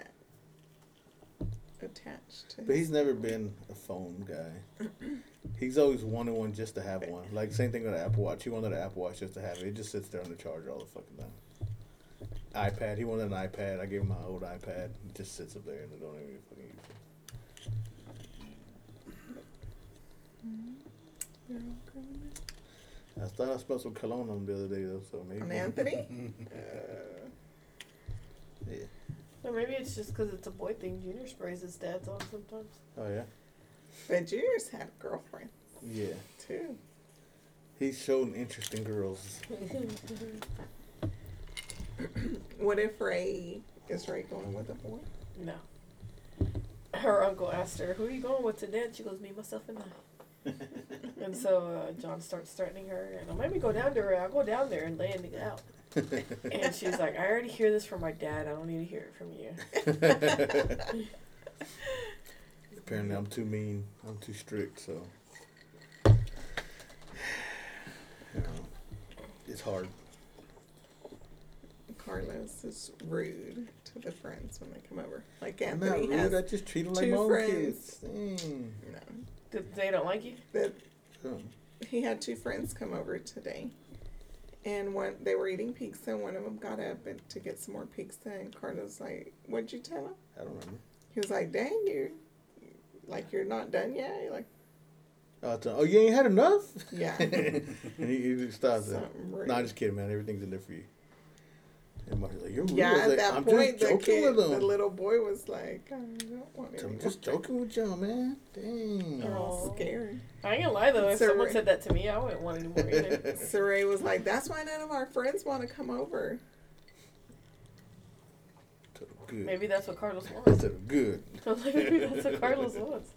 E: attached to
A: But he's never been a phone guy. He's always wanted one just to have one. Like same thing with the Apple Watch. He wanted an Apple Watch just to have it. It just sits there on the charger all the fucking time. iPad. He wanted an iPad. I gave him my old iPad. It just sits up there and I don't even fucking use it.
E: They're all grown up.
A: I thought I smelled some cologne on the other day though, so maybe.
E: On Anthony?
C: Mm-hmm.
E: Uh,
A: Yeah.
D: Or maybe it's just because it's a boy thing. Junior sprays his dad's on sometimes.
A: Oh yeah.
E: But Junior's had a girlfriend
A: Yeah.
E: too.
A: He's showing interesting girls.
E: What if Ray is Ray going with a boy?
D: No. Her uncle asked her, "Who are you going with today?" And she goes, "Me, myself, and I." and so uh, John starts threatening her, and I'll maybe go down to her. I'll go down there and lay it out. And she's like, "I already hear this from my dad. I don't need to hear it from you."
A: Apparently, I'm too mean. I'm too strict, so. You know, Um, it's hard.
E: Carlos is rude to the friends when they come over. Like
A: I'm not
E: Anthony
A: rude.
E: has.
A: I just treat them like
E: two
A: my own
E: friends.
A: kids. Dang.
E: No.
D: Did they don't like you?
E: But
A: So,
E: he had two friends come over today, and one they were eating pizza. One of them got up and, to get some more pizza, and Carlos like, "What'd you tell him?"
A: I don't remember.
E: He was like, "Dang you, like you're not done yet." You're like,
A: Oh, it's- oh, you ain't had enough?
E: yeah.
A: and he, he just stops there.
E: Something rude.
A: No, I'm just kidding, man. Everything's in there for you. And Marty's like, you're rude. I
E: yeah,
A: was
E: at
A: like,
E: that
A: I'm
E: point,
A: just
E: the
A: joking
E: kid,
A: with
E: the
A: him.
E: little boy was like, "I don't want
A: I'm
E: to."
A: just joking with y'all, man. Dang.
E: They're all
D: Aw.
E: scared.
D: I ain't gonna lie though. If
E: Sir.
D: someone said that to me, I wouldn't want any more either.
E: Saray was like, "That's why none of our friends want to come over."
A: So Good.
D: Maybe that's what Carlos wants.
A: So good.
D: Maybe that's what Carlos wants.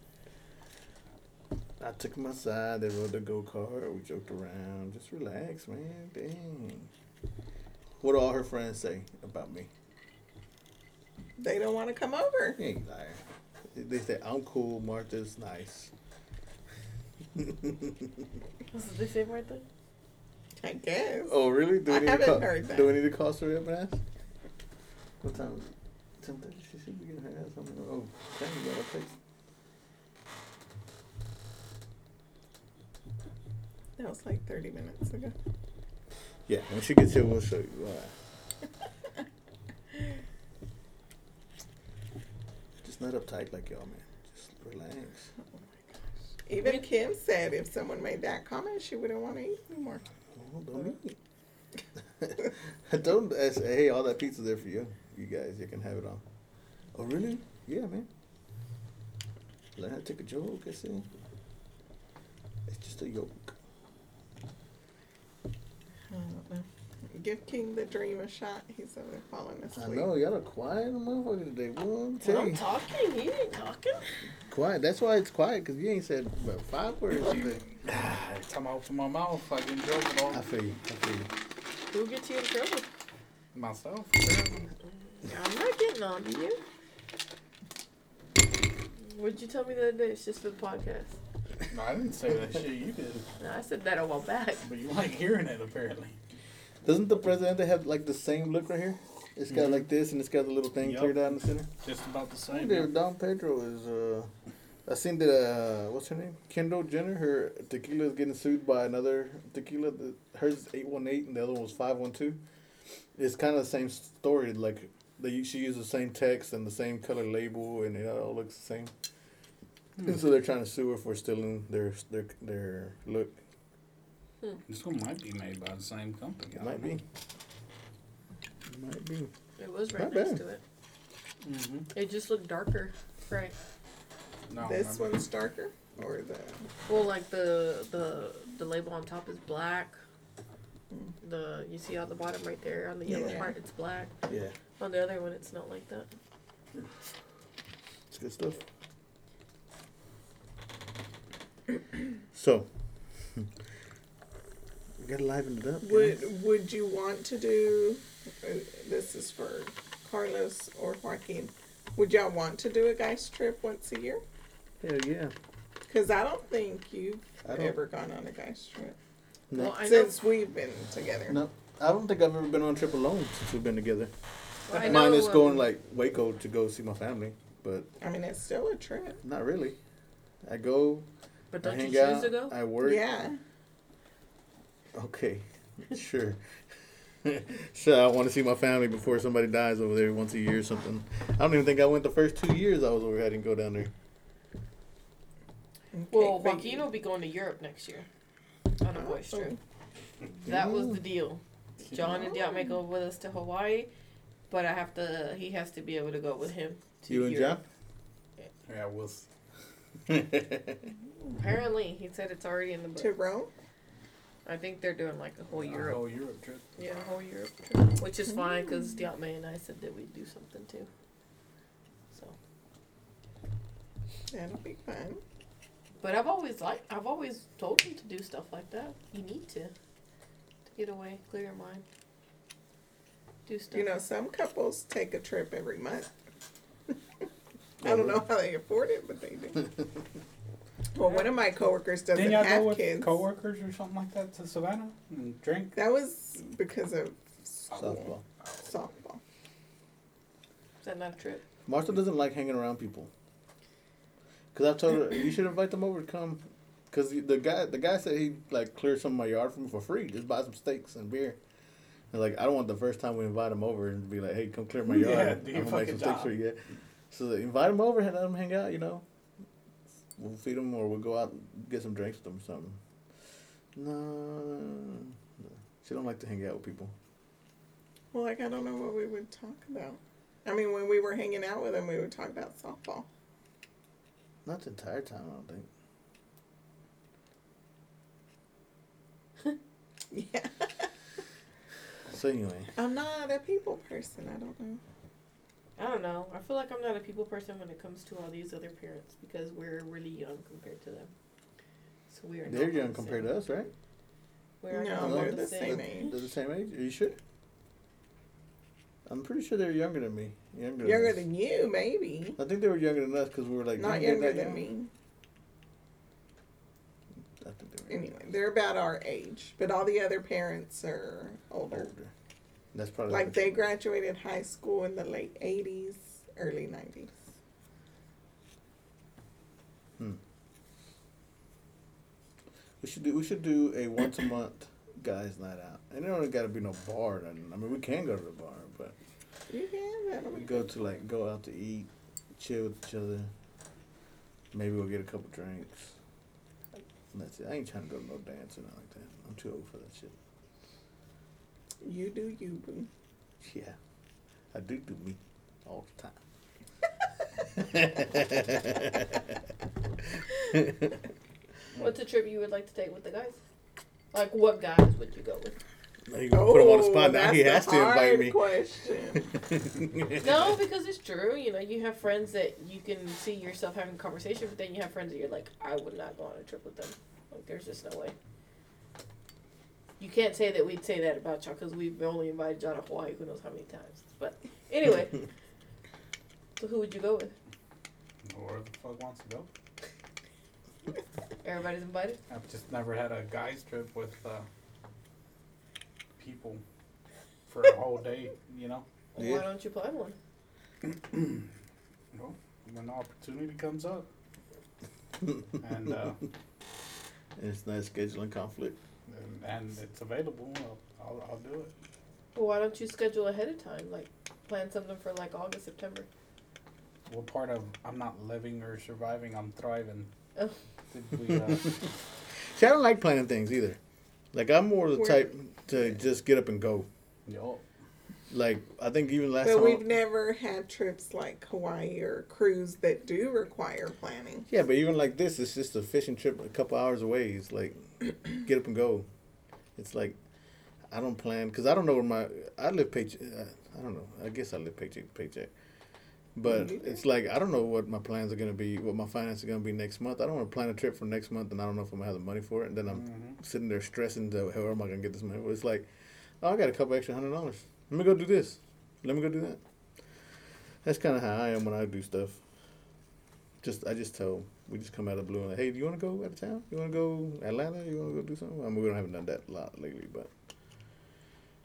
A: I took my side. They rode the go kart. We joked around. Just relax, man. Dang. What do all her friends say about me?
E: They don't want to come over.
A: You ain't lying. They- They say I'm cool. Martha's nice.
D: This is the same right there.
E: I guess.
A: oh really? Do
E: I
A: need to
E: haven't
A: call,
E: heard that.
A: Do we need to call Sarah up and ask? What time? is it? Ten thirty. She should be getting her ass on the road. Oh, dang, you got a place.
E: That was like 30 minutes ago.
A: Yeah. When she gets here, we'll show you. All right. Just not uptight like y'all, man. Just relax.
E: Even Kim said if someone made that comment, she wouldn't want to eat anymore.
A: Well, don't eat. I told him, I said, hey, all that pizza's there for you. You guys, you can have it all. Oh, really? Yeah, man. Learn how to take a joke, I said. It's just a yolk.
E: I don't know. Give King the dream a shot. He's over there falling asleep.
A: I know, y'all are quiet, motherfucker, today. One,
D: I'm
A: two.
D: talking. He ain't talking.
A: Quiet. That's why it's quiet, because you ain't said about five words today.
C: Every time I open my mouth, I get in trouble with
A: I
C: all
A: feel you. I feel you.
D: Who gets you in trouble?
C: myself.
D: I'm not getting on to you. What'd you tell me the other day? It's just for the podcast.
C: No, I didn't say that shit. You did,
D: No, I said that a while back.
C: but you like hearing it apparently.
A: Doesn't the president have like the same look right here? It's got
C: Mhm.
A: like this, and it's got the little thing
C: Yup.
A: cleared out in the center.
C: Just about the
A: I
C: same.
A: think that Don Pedro is. Uh, I seen that. Uh, what's her name? Kendall Jenner. Her tequila is getting sued by another tequila. The, hers is eight one eight, and the other one was five one two. It's kind of the same story. Like they she used the same text and the same color label, and it all looks the same. Hmm. And so they're trying to sue her for stealing their their their look.
C: This one might be made by the same company.
A: It might be. It might be.
D: It was
A: Not
D: right
A: bad.
D: next to it.
C: Mm-hmm.
D: It just looked darker. Right.
C: No,
E: This
C: remember-
E: one's darker, or the
D: Well, like the the the label on top is black. The you see on the bottom right there on the yellow
E: Yeah.
D: part, it's black.
A: Yeah,
D: On the other one, it's not like that.
A: it's good stuff. so. We gotta liven it up. you know?
E: would would you want to do? Uh, this is for Carlos or Joaquin. Would y'all want to do a guys trip once a year?
A: Hell yeah.
E: Because I don't think you've
A: I don't-
E: ever gone on a guys trip
A: No.
D: Well, I know,
E: since we've been together.
A: no. I don't think I've ever been on a trip alone since we've been together.
D: I know
A: Mine is going
D: um,
A: like Waco to go see my family, but
E: I mean, it's still a trip.
A: not really. I go,
D: But
A: I
D: don't you
A: hang out,
D: choose to go?
A: I work.
E: Yeah.
A: Okay, sure. sure, I want to see my family before somebody dies over there once a year or something. I don't even think I went the first two years I was over here. I didn't go down there.
D: well,
E: Okay, but
D: Joaquin will be going to Europe next year on a boys
E: Oh.
D: trip. That was the deal. John and Dion may go with us to Hawaii, but I have to. He has to be able to go with him. To
A: You and
D: Europe.
A: John?
C: Yeah, we'll. s-
D: Apparently, he said it's already in the book.
E: To Rome?
D: I think they're doing like a whole
A: Uh-huh.
D: Europe.
C: Oh, Europe trip.
D: Yeah, a whole Europe trip. Which is fine because Diatme and I said that we'd do something too. So,
E: That'll be fun.
D: but I've always like I've always told him to do stuff like that. You need to to get away, clear your mind, do stuff.
E: You know, some couples take a trip every month. I don't know how they afford it, but they do. Well, one of my coworkers doesn't
C: Didn't y'all go
E: have
C: with
E: kids.
C: coworkers or something like that to Savannah and drink?
E: That was because of
A: Softball.
E: school. Softball.
D: Is that not a trip?
A: Martha doesn't like hanging around people. Cause I told her you should invite them over to come. Cause the- the guy, the guy said he like clear some of my yard for me for free. Just buy some steaks and beer. And like I don't want the first time we invite him over and be like, hey, come clear my yard.
C: Yeah,
A: I'm gonna
C: do
A: make
C: your
A: some
C: fucking
A: steaks
C: job.
A: for you. Yeah. So like, invite him over and let him hang out. You know, we'll feed him or we'll go out and get some drinks with them or something. No, no. she don't like to hang out with people.
E: Well, like, I don't know what we would talk about. I mean, when we were hanging out with them, we would talk about softball.
A: Not the entire time, I don't think.
E: Yeah.
A: So anyway.
E: I'm not a people person. I don't know.
D: I don't know. I feel like I'm not a people person when it comes to all these other parents because we're really young compared to them. So we are.
A: They're young compared to us, right?
D: We're
E: No,
D: not
A: they're
D: the,
E: the
D: same.
E: same age.
A: They're the same age? Are you sure? I'm pretty sure they're younger than me. Younger than
E: Younger
A: us.
E: than you, maybe.
A: I think they were younger than us because we were like
E: Not
A: "You ain't
E: younger
A: that
E: than
A: young."
E: me.
A: I think they were
E: Anyway, they're about our age, but all the other parents are older.
A: older. That's probably
E: Like
A: what-
E: they graduated high school in the late 80s, early 90s.
A: We should do we should do a once a month guys night out, and it only got to be no bar. Then I mean we can go to the bar, but
E: You can, that'll
A: we
E: be
A: go to like go out to eat, chill with each other. Maybe we'll get a couple drinks. And that's it. I ain't trying to go to no dance or nothing like that. I'm too old for that shit.
E: You do you, boo.
A: Yeah, I do do me all the time.
D: What's a trip you would like to take with the guys? Like what guys would you go with?
A: Now you gonna put him on the spot. Now he has
E: Oh, that's
A: to
E: the
A: invite
E: hard
A: me.
E: question.
D: No, because it's true. You know, you have friends that you can see yourself having a conversation, but then you have friends that you're like, I would not go on a trip with them. Like, there's just no way. You can't say that we'd say that about y'all because we've only invited y'all to Hawaii who knows how many times. But anyway, so who would you go with?
C: Where the fuck wants to go?
D: Everybody's invited.
C: I've just never had a guys trip with uh, people for a whole day. You know,
D: Well,
A: Yeah.
D: Why don't you plan one?
C: well, when the opportunity comes up, and uh,
A: it's not a scheduling conflict.
C: and, and it's available, I'll, I'll, I'll do it.
D: Well, why don't you schedule ahead of time? Like, plan something for like August, September.
C: We're part of. I'm not living or surviving. I'm thriving.
D: Oh.
C: Did we, uh,
A: See, I don't like planning things either. Like I'm more the
E: We're-
A: type to just get up and go.
C: yo,
A: Like I think even last
E: but
A: time.
E: we've never had trips like Hawaii or cruise that do require planning.
A: yeah, but even like this, it's just a fishing trip a couple hours away. It's like get up and go. It's like I don't plan because I don't know where my I live paycheck. I don't know. I guess I live paycheck to paycheck. But
E: Me neither.
A: it's like I don't know what my plans are gonna be, what my finances are gonna be next month. I don't want to plan a trip for next month, and I don't know if I'm gonna have the money for it. And then I'm
E: Mm.
C: Mm-hmm.
A: sitting there stressing, the hell am I gonna get this money? Well, it's like, oh, I got a couple extra hundred dollars. Let me go do this. Let me go do that. That's kind of how I am when I do stuff. Just I just tell we just come out of the blue and like, hey, do you want to go out of town? You want to go Atlanta? You want to go do something? I mean, we don't haven't done that a lot lately, but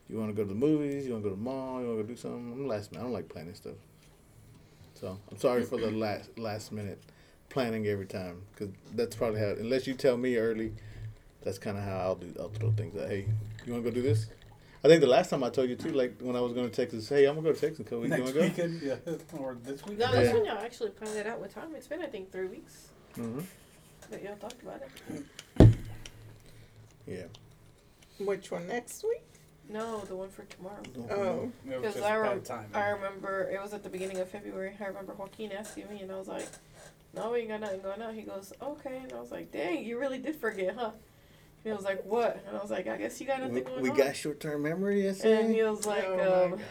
A: you want to go to the movies? You want to go to the mall? You want to go do something? I'm last minute. I don't like planning stuff. So I'm sorry for the last last minute planning every time because that's probably how. Unless you tell me early, that's kind of how I'll do. I'll throw things out. Hey, you want to go do this? I think the last time I told you too, like when I was going to Texas. Hey, I'm gonna go to Texas. Cause we you
C: next
A: want to go?
C: weekend, yeah, or this weekend.
D: No, that's
A: Yeah.
D: when y'all actually planned it out with time. It's been I think three weeks
A: Mm-hmm.
D: that y'all talked about it.
A: Yeah.
E: Which one next week?
D: No, the one for tomorrow.
A: Mm-hmm.
E: Oh,
C: It was
D: Because
C: just
D: I, rem-
C: bad timing.
D: I remember it was at the beginning of February. I remember Joaquin asking me, and I was like, "No, we ain't got nothing going on." He goes, "Okay," and I was like, "Dang, you really did forget, huh?" He was like, "What?" And I was like, "I guess you got nothing
A: We,
D: going
A: we
D: on."
A: got short term memory, I
D: and he
A: say.
D: was like,
E: Oh my
D: um,
E: God.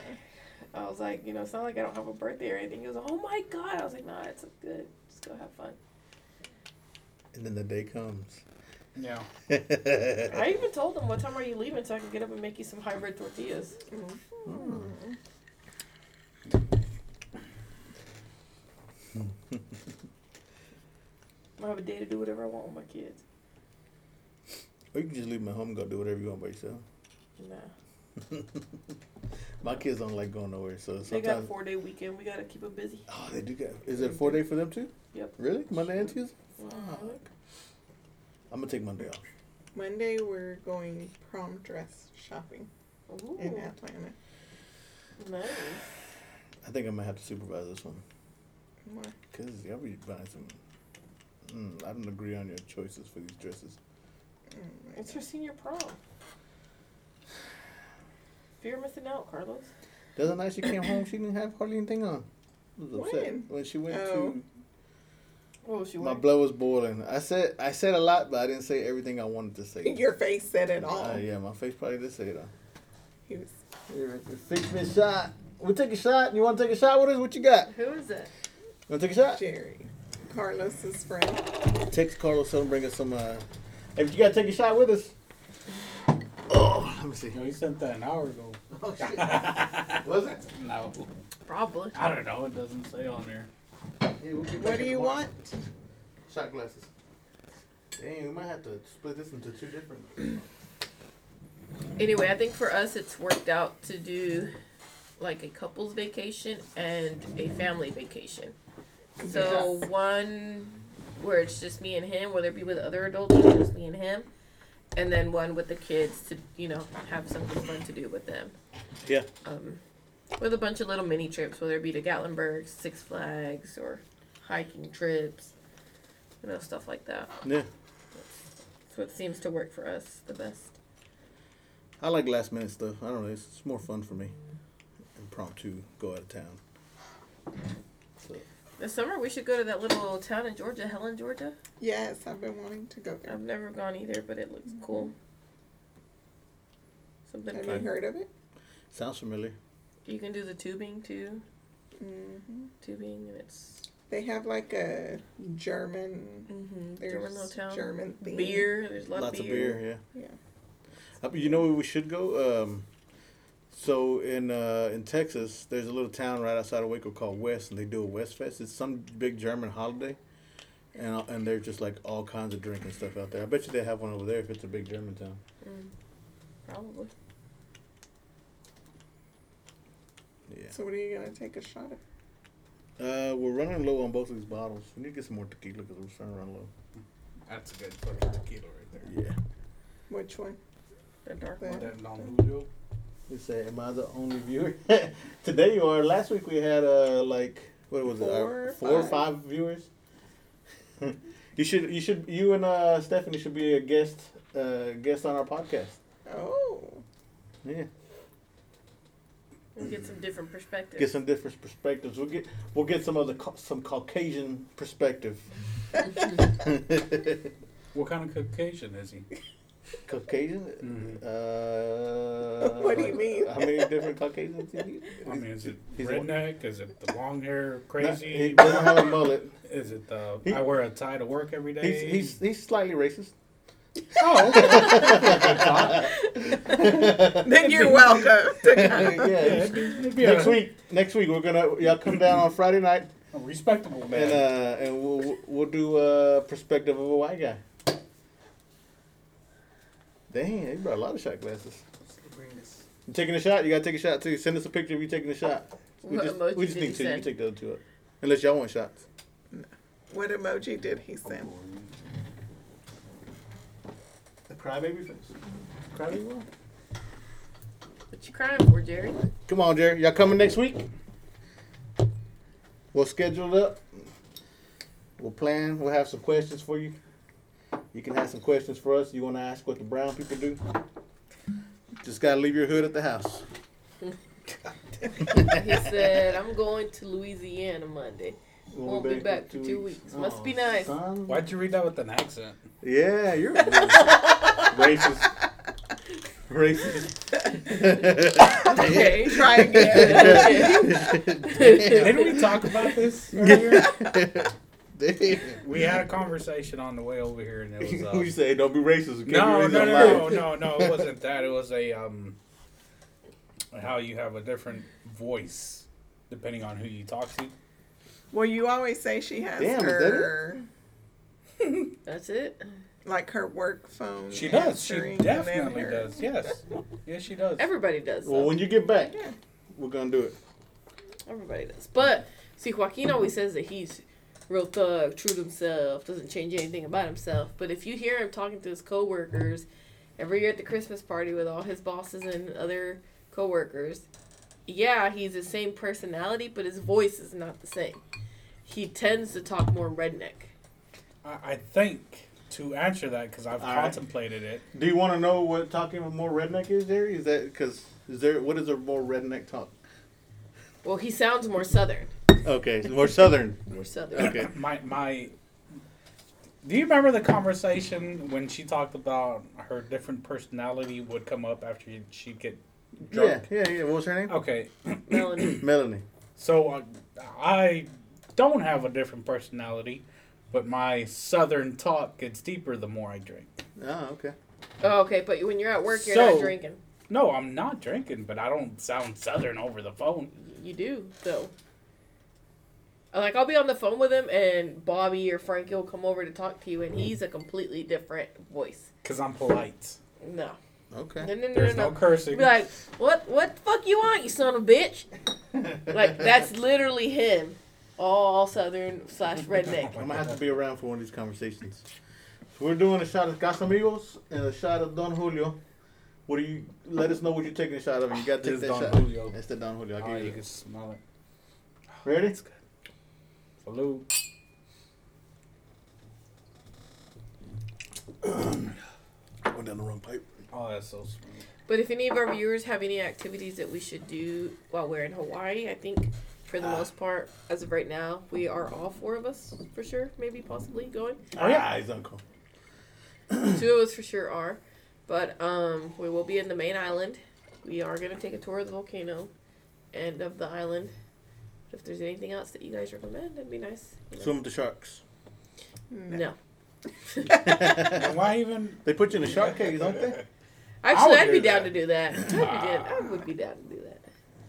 D: "I was like, you know, it's not like I don't have a birthday or anything." He was, "Oh my god!" I was like, "Nah, it's good. Just go have fun."
A: And then the day comes.
C: yeah.
D: Hmm. I even told him, "What time are you leaving?" So I could get up and make you some hybrid tortillas.
E: mm-hmm.
D: I have a day to do whatever I want with my kids.
A: Or you can just leave my home and go do whatever you want by yourself.
D: Nah,
A: My kids don't like going nowhere, so
D: they got a
A: sometimes.
D: four day weekend. We gotta keep them busy.
A: Oh, they do get. Is it a four day for them too?
D: Yep.
A: Really? Monday and Tuesday?
D: Mhm.
A: I'm gonna take Monday off.
E: Monday we're going prom dress shopping
D: Ooh,
E: in Atlanta.
D: nice.
A: I think I might have to supervise this one
E: Why?
A: because y'all be buying some. Mm, I don't agree on your choices for these dresses.
E: Oh my
D: It's
E: God.
D: your senior prom. Fear of missing out, Carlos.
A: The other night she came home, she didn't have hardly anything on. I was upset
E: When?
A: when she went
E: Oh.
A: to
D: What was she
A: My
D: wearing?
A: blood was boiling. I said I said a lot, but I didn't say everything I wanted to say.
E: Your face said it all.
A: Uh, yeah, my face probably did say it all.
E: He was
A: Your face been shot. We take a shot. You want to take a shot with us? What you got?
D: Who is it?
A: You want to take a shot?
E: Jerry, Carlos's friend.
A: Text Carlos and bring us some. Uh, if you gotta take a shot with us. Oh, let me see.
C: No, he sent that an hour ago.
A: Oh shit. Was it?
C: No.
D: Probably.
C: I don't know. It doesn't say on there.
A: Yeah, we'll get back
E: What do
A: in
E: you
A: tomorrow.
E: want?
A: Shot glasses. Dang, we might have to split this into two different.
D: Anyway, I think for us, it's worked out to do like a couple's vacation and a family vacation. So
E: Yes.
D: one where it's just me and him, whether it be with other adults or just me and him, and then one with the kids to you know have something fun to do with them.
A: Yeah.
D: Um, with a bunch of little mini trips, whether it be to Gatlinburg, Six Flags, or hiking trips, you know stuff like that.
A: Yeah.
D: So it seems to work for us the best.
A: I like last minute stuff. I don't know. It's, it's more fun for me. Impromptu, go out of town.
D: This summer we should go to that little town in Georgia, Helen, Georgia.
E: Yes, I've been wanting to go there.
D: I've never gone either, but it
E: Mm-hmm.
D: looks cool. Something
E: Have you
D: fun.
E: heard of it?
A: Sounds familiar.
D: You can do the tubing too.
E: hmm
D: Tubing and it's
E: They have like a German.
D: mm-hmm.
E: There's
D: German little town.
E: German theme.
D: Beer. There's a lot
A: Lots
D: of beer.
A: of beer.
E: Yeah.
A: Yeah. Uh, You know where we should go? Um, so in uh, in Texas, there's a little town right outside of Waco called West, and they do a West Fest. It's some big German holiday, and uh, and they're just like all kinds of drink and stuff out there. I bet you they have one over there if it's a big German town.
D: Mm, probably.
A: Yeah.
E: So what are you gonna take a shot of?
A: Uh, we're running low on both of these bottles. We need to get some more tequila because we're starting to run low.
C: That's a good fucking tequila right there.
A: Yeah.
E: Which one?
D: The dark
E: Yeah.
D: one.
C: That Don Julio.
A: You say, am I the only viewer? Today you are. Last week we had uh like what was it?
E: Four
A: uh,
E: or
A: four or
E: five.
A: five viewers. you should you should you and uh Stephanie should be a guest uh guest on our podcast.
E: Oh,
A: Yeah.
D: We get some different perspectives.
A: Get some different perspectives. We'll get we'll get some other ca- some Caucasian perspective.
C: What kind of Caucasian is he?
A: Caucasian?
C: Mhm.
A: Uh,
E: What do you mean?
A: How many different Caucasians? do you
C: I mean, is it
A: He's a-
C: redneck? Is it the long hair,
A: Nah, he
C: crazy?
A: doesn't have a mullet.
C: Is it the
A: He-
C: I wear a tie to work every
A: He's
C: day?
A: he's he's slightly racist.
C: oh, okay.
E: then you're welcome. To come.
A: yeah. Next week, next week we're gonna y'all come down on Friday night
C: A respectable man.
A: and uh and we'll we'll do a perspective of a white guy. Dang, he brought a lot of shot glasses. You taking a shot? You gotta take a shot too. Send us a picture of you taking a shot. We
D: What
A: just,
D: emoji
A: we just
D: did
A: need
D: you
A: two. You can
D: send?
A: take the other two up, unless y'all want shots.
E: What emoji did he
A: Oh,
E: send?
A: The crybaby face. Crybaby one.
D: What you crying for, Jerry?
A: Come on, Jerry. Y'all coming next week? We'll schedule it up. We'll plan. We'll have some questions for you. You can have some questions for us. You want to ask what the brown people do? Just gotta leave your hood at the house.
D: He said, I'm going to Louisiana Monday. Won't be back for two weeks. Must be nice.
A: son.
C: Why'd you read that with an accent?
A: Yeah, you're a racist. Racist.
D: Okay.
E: Try again.
A: Damn.
C: Didn't we talk about this earlier?
A: Damn.
C: we had a conversation on the way over here, and it was. Uh,
A: We say don't be racist. We can't
C: no, no,
A: be racist
C: no,
A: online.
C: no, no, no. It wasn't that. It was a um, how you have a different voice depending on who you talk to.
E: Well, you always say she has
A: Damn, is that it?
E: her
D: That's it.
E: like her work phone.
C: She does. She
E: answering and then
C: definitely
E: her-
C: does. Yes. Yes, she does.
D: Everybody does.
A: Well,
D: though.
A: when you get back,
E: Yeah.
A: we're gonna do it.
D: Everybody does. But see, Joaquin always says that he's real thug, true to himself, doesn't change anything about himself. But if you hear him talking to his coworkers every year at the Christmas party with all his bosses and other coworkers, yeah, he's the same personality, but his voice is not the same. He tends to talk more redneck.
C: I, I think to answer that because I've
A: All right.
C: contemplated it.
A: Do you want to know what talking about more redneck is? There is that because is there what is a more redneck talk?
D: Well, he sounds more southern.
A: Okay, more southern.
D: More southern.
A: Okay.
C: My my. Do you remember the conversation when she talked about her different personality would come up after she'd get
A: Yeah,
C: drunk?
A: yeah, yeah. What was her name?
C: Okay,
D: Melanie.
A: Melanie.
C: so uh, I don't have a different personality, but my southern talk gets deeper the more I drink.
A: Oh, okay.
D: Oh, okay, but when you're at work, you're
C: So-
D: not drinking.
C: No, I'm not drinking, but I don't sound southern over the phone.
D: You do though. Like I'll be on the phone with him, and Bobby or Frankie will come over to talk to you, and he's a completely different voice.
C: Cause I'm polite.
D: No, no,
A: Okay.
D: no, no,
C: There's
D: no.
C: no cursing.
D: Be like, what, what the fuck you want, you son of a bitch? Like that's literally him, all southern slash redneck.
A: I'm gonna have to be around for one of these conversations. So we're doing a shot of Casamigos and a shot of Don Julio. What do you? Let us know what you're taking a shot of. You got to take
C: This
A: that
C: Don
A: shot.
C: Julio.
A: That's the Don Julio. I
C: Oh,
A: gave
C: you
A: you.
C: can
A: that.
C: smell it.
A: Ready?
C: Salute.
A: I went down the wrong pipe.
C: Oh, that's so sweet.
D: But if any of our viewers have any activities that we should do while we're in Hawaii, I think for the most part, as of right now, we are all four of us for sure, maybe possibly going.
A: Oh yeah, his uncle.
D: Two of us for sure are, but um, we will be in the main island. We are gonna take a tour of the volcano, and of the island. If there's anything else that you guys recommend, that'd be nice. you know.
A: Swim with the sharks.
D: no,
C: And why even?
A: They put you in a shark cage, don't they?
D: actually,
C: would
D: I'd be
C: do
D: down
C: that.
D: to do that. I'd be down,
A: Ah.
D: I would be down to do that.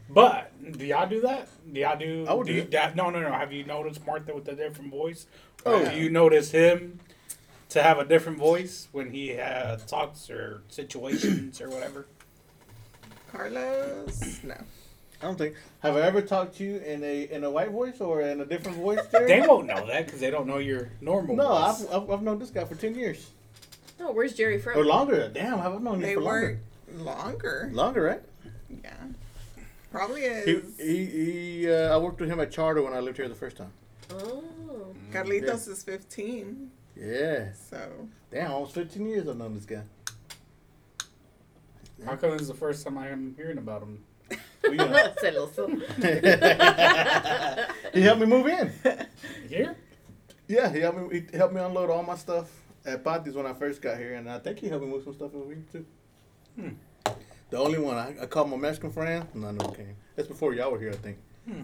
C: But do y'all do that? Do y'all do?
A: I would
C: do
A: do
C: you,
A: it.
C: that. No, no, no. Have you noticed Martha with a different voice?
A: Oh,
C: Oh,
A: yeah.
C: do you notice him to have a different voice when he uh, talks or situations or whatever?
E: Carlos. No.
A: I don't think. Have I ever talked to you in a in a white voice or in a different voice? Jerry?
C: They won't know that because they don't know your normal.
A: No, I've,
C: voice.
A: I've, I've known this guy for 10 years.
D: No, Oh, where's Jerry from?
A: Or longer. Damn, I've known you
E: They
A: for
E: were
A: longer.
E: longer.
A: Longer, right?
E: Yeah. Probably
A: He,
E: is.
A: he, he uh, I worked with him at Charter when I lived here the first time.
D: Oh,
E: Carlitos is 15.
A: Yeah.
E: So
A: Damn, almost 15 years I've known this guy.
C: How come this is the first time I'm hearing about him?
A: We, uh,
D: Said little Sil-
A: he helped me move in.
C: Here?
A: Yeah, he helped me, he helped me unload all my stuff at Patty's when I first got here, and I think he helped me move some stuff over here, too.
C: Hmm.
A: The only one, I, I called my Mexican friend. None of them came. That's before y'all were here, I think.
C: Hmm.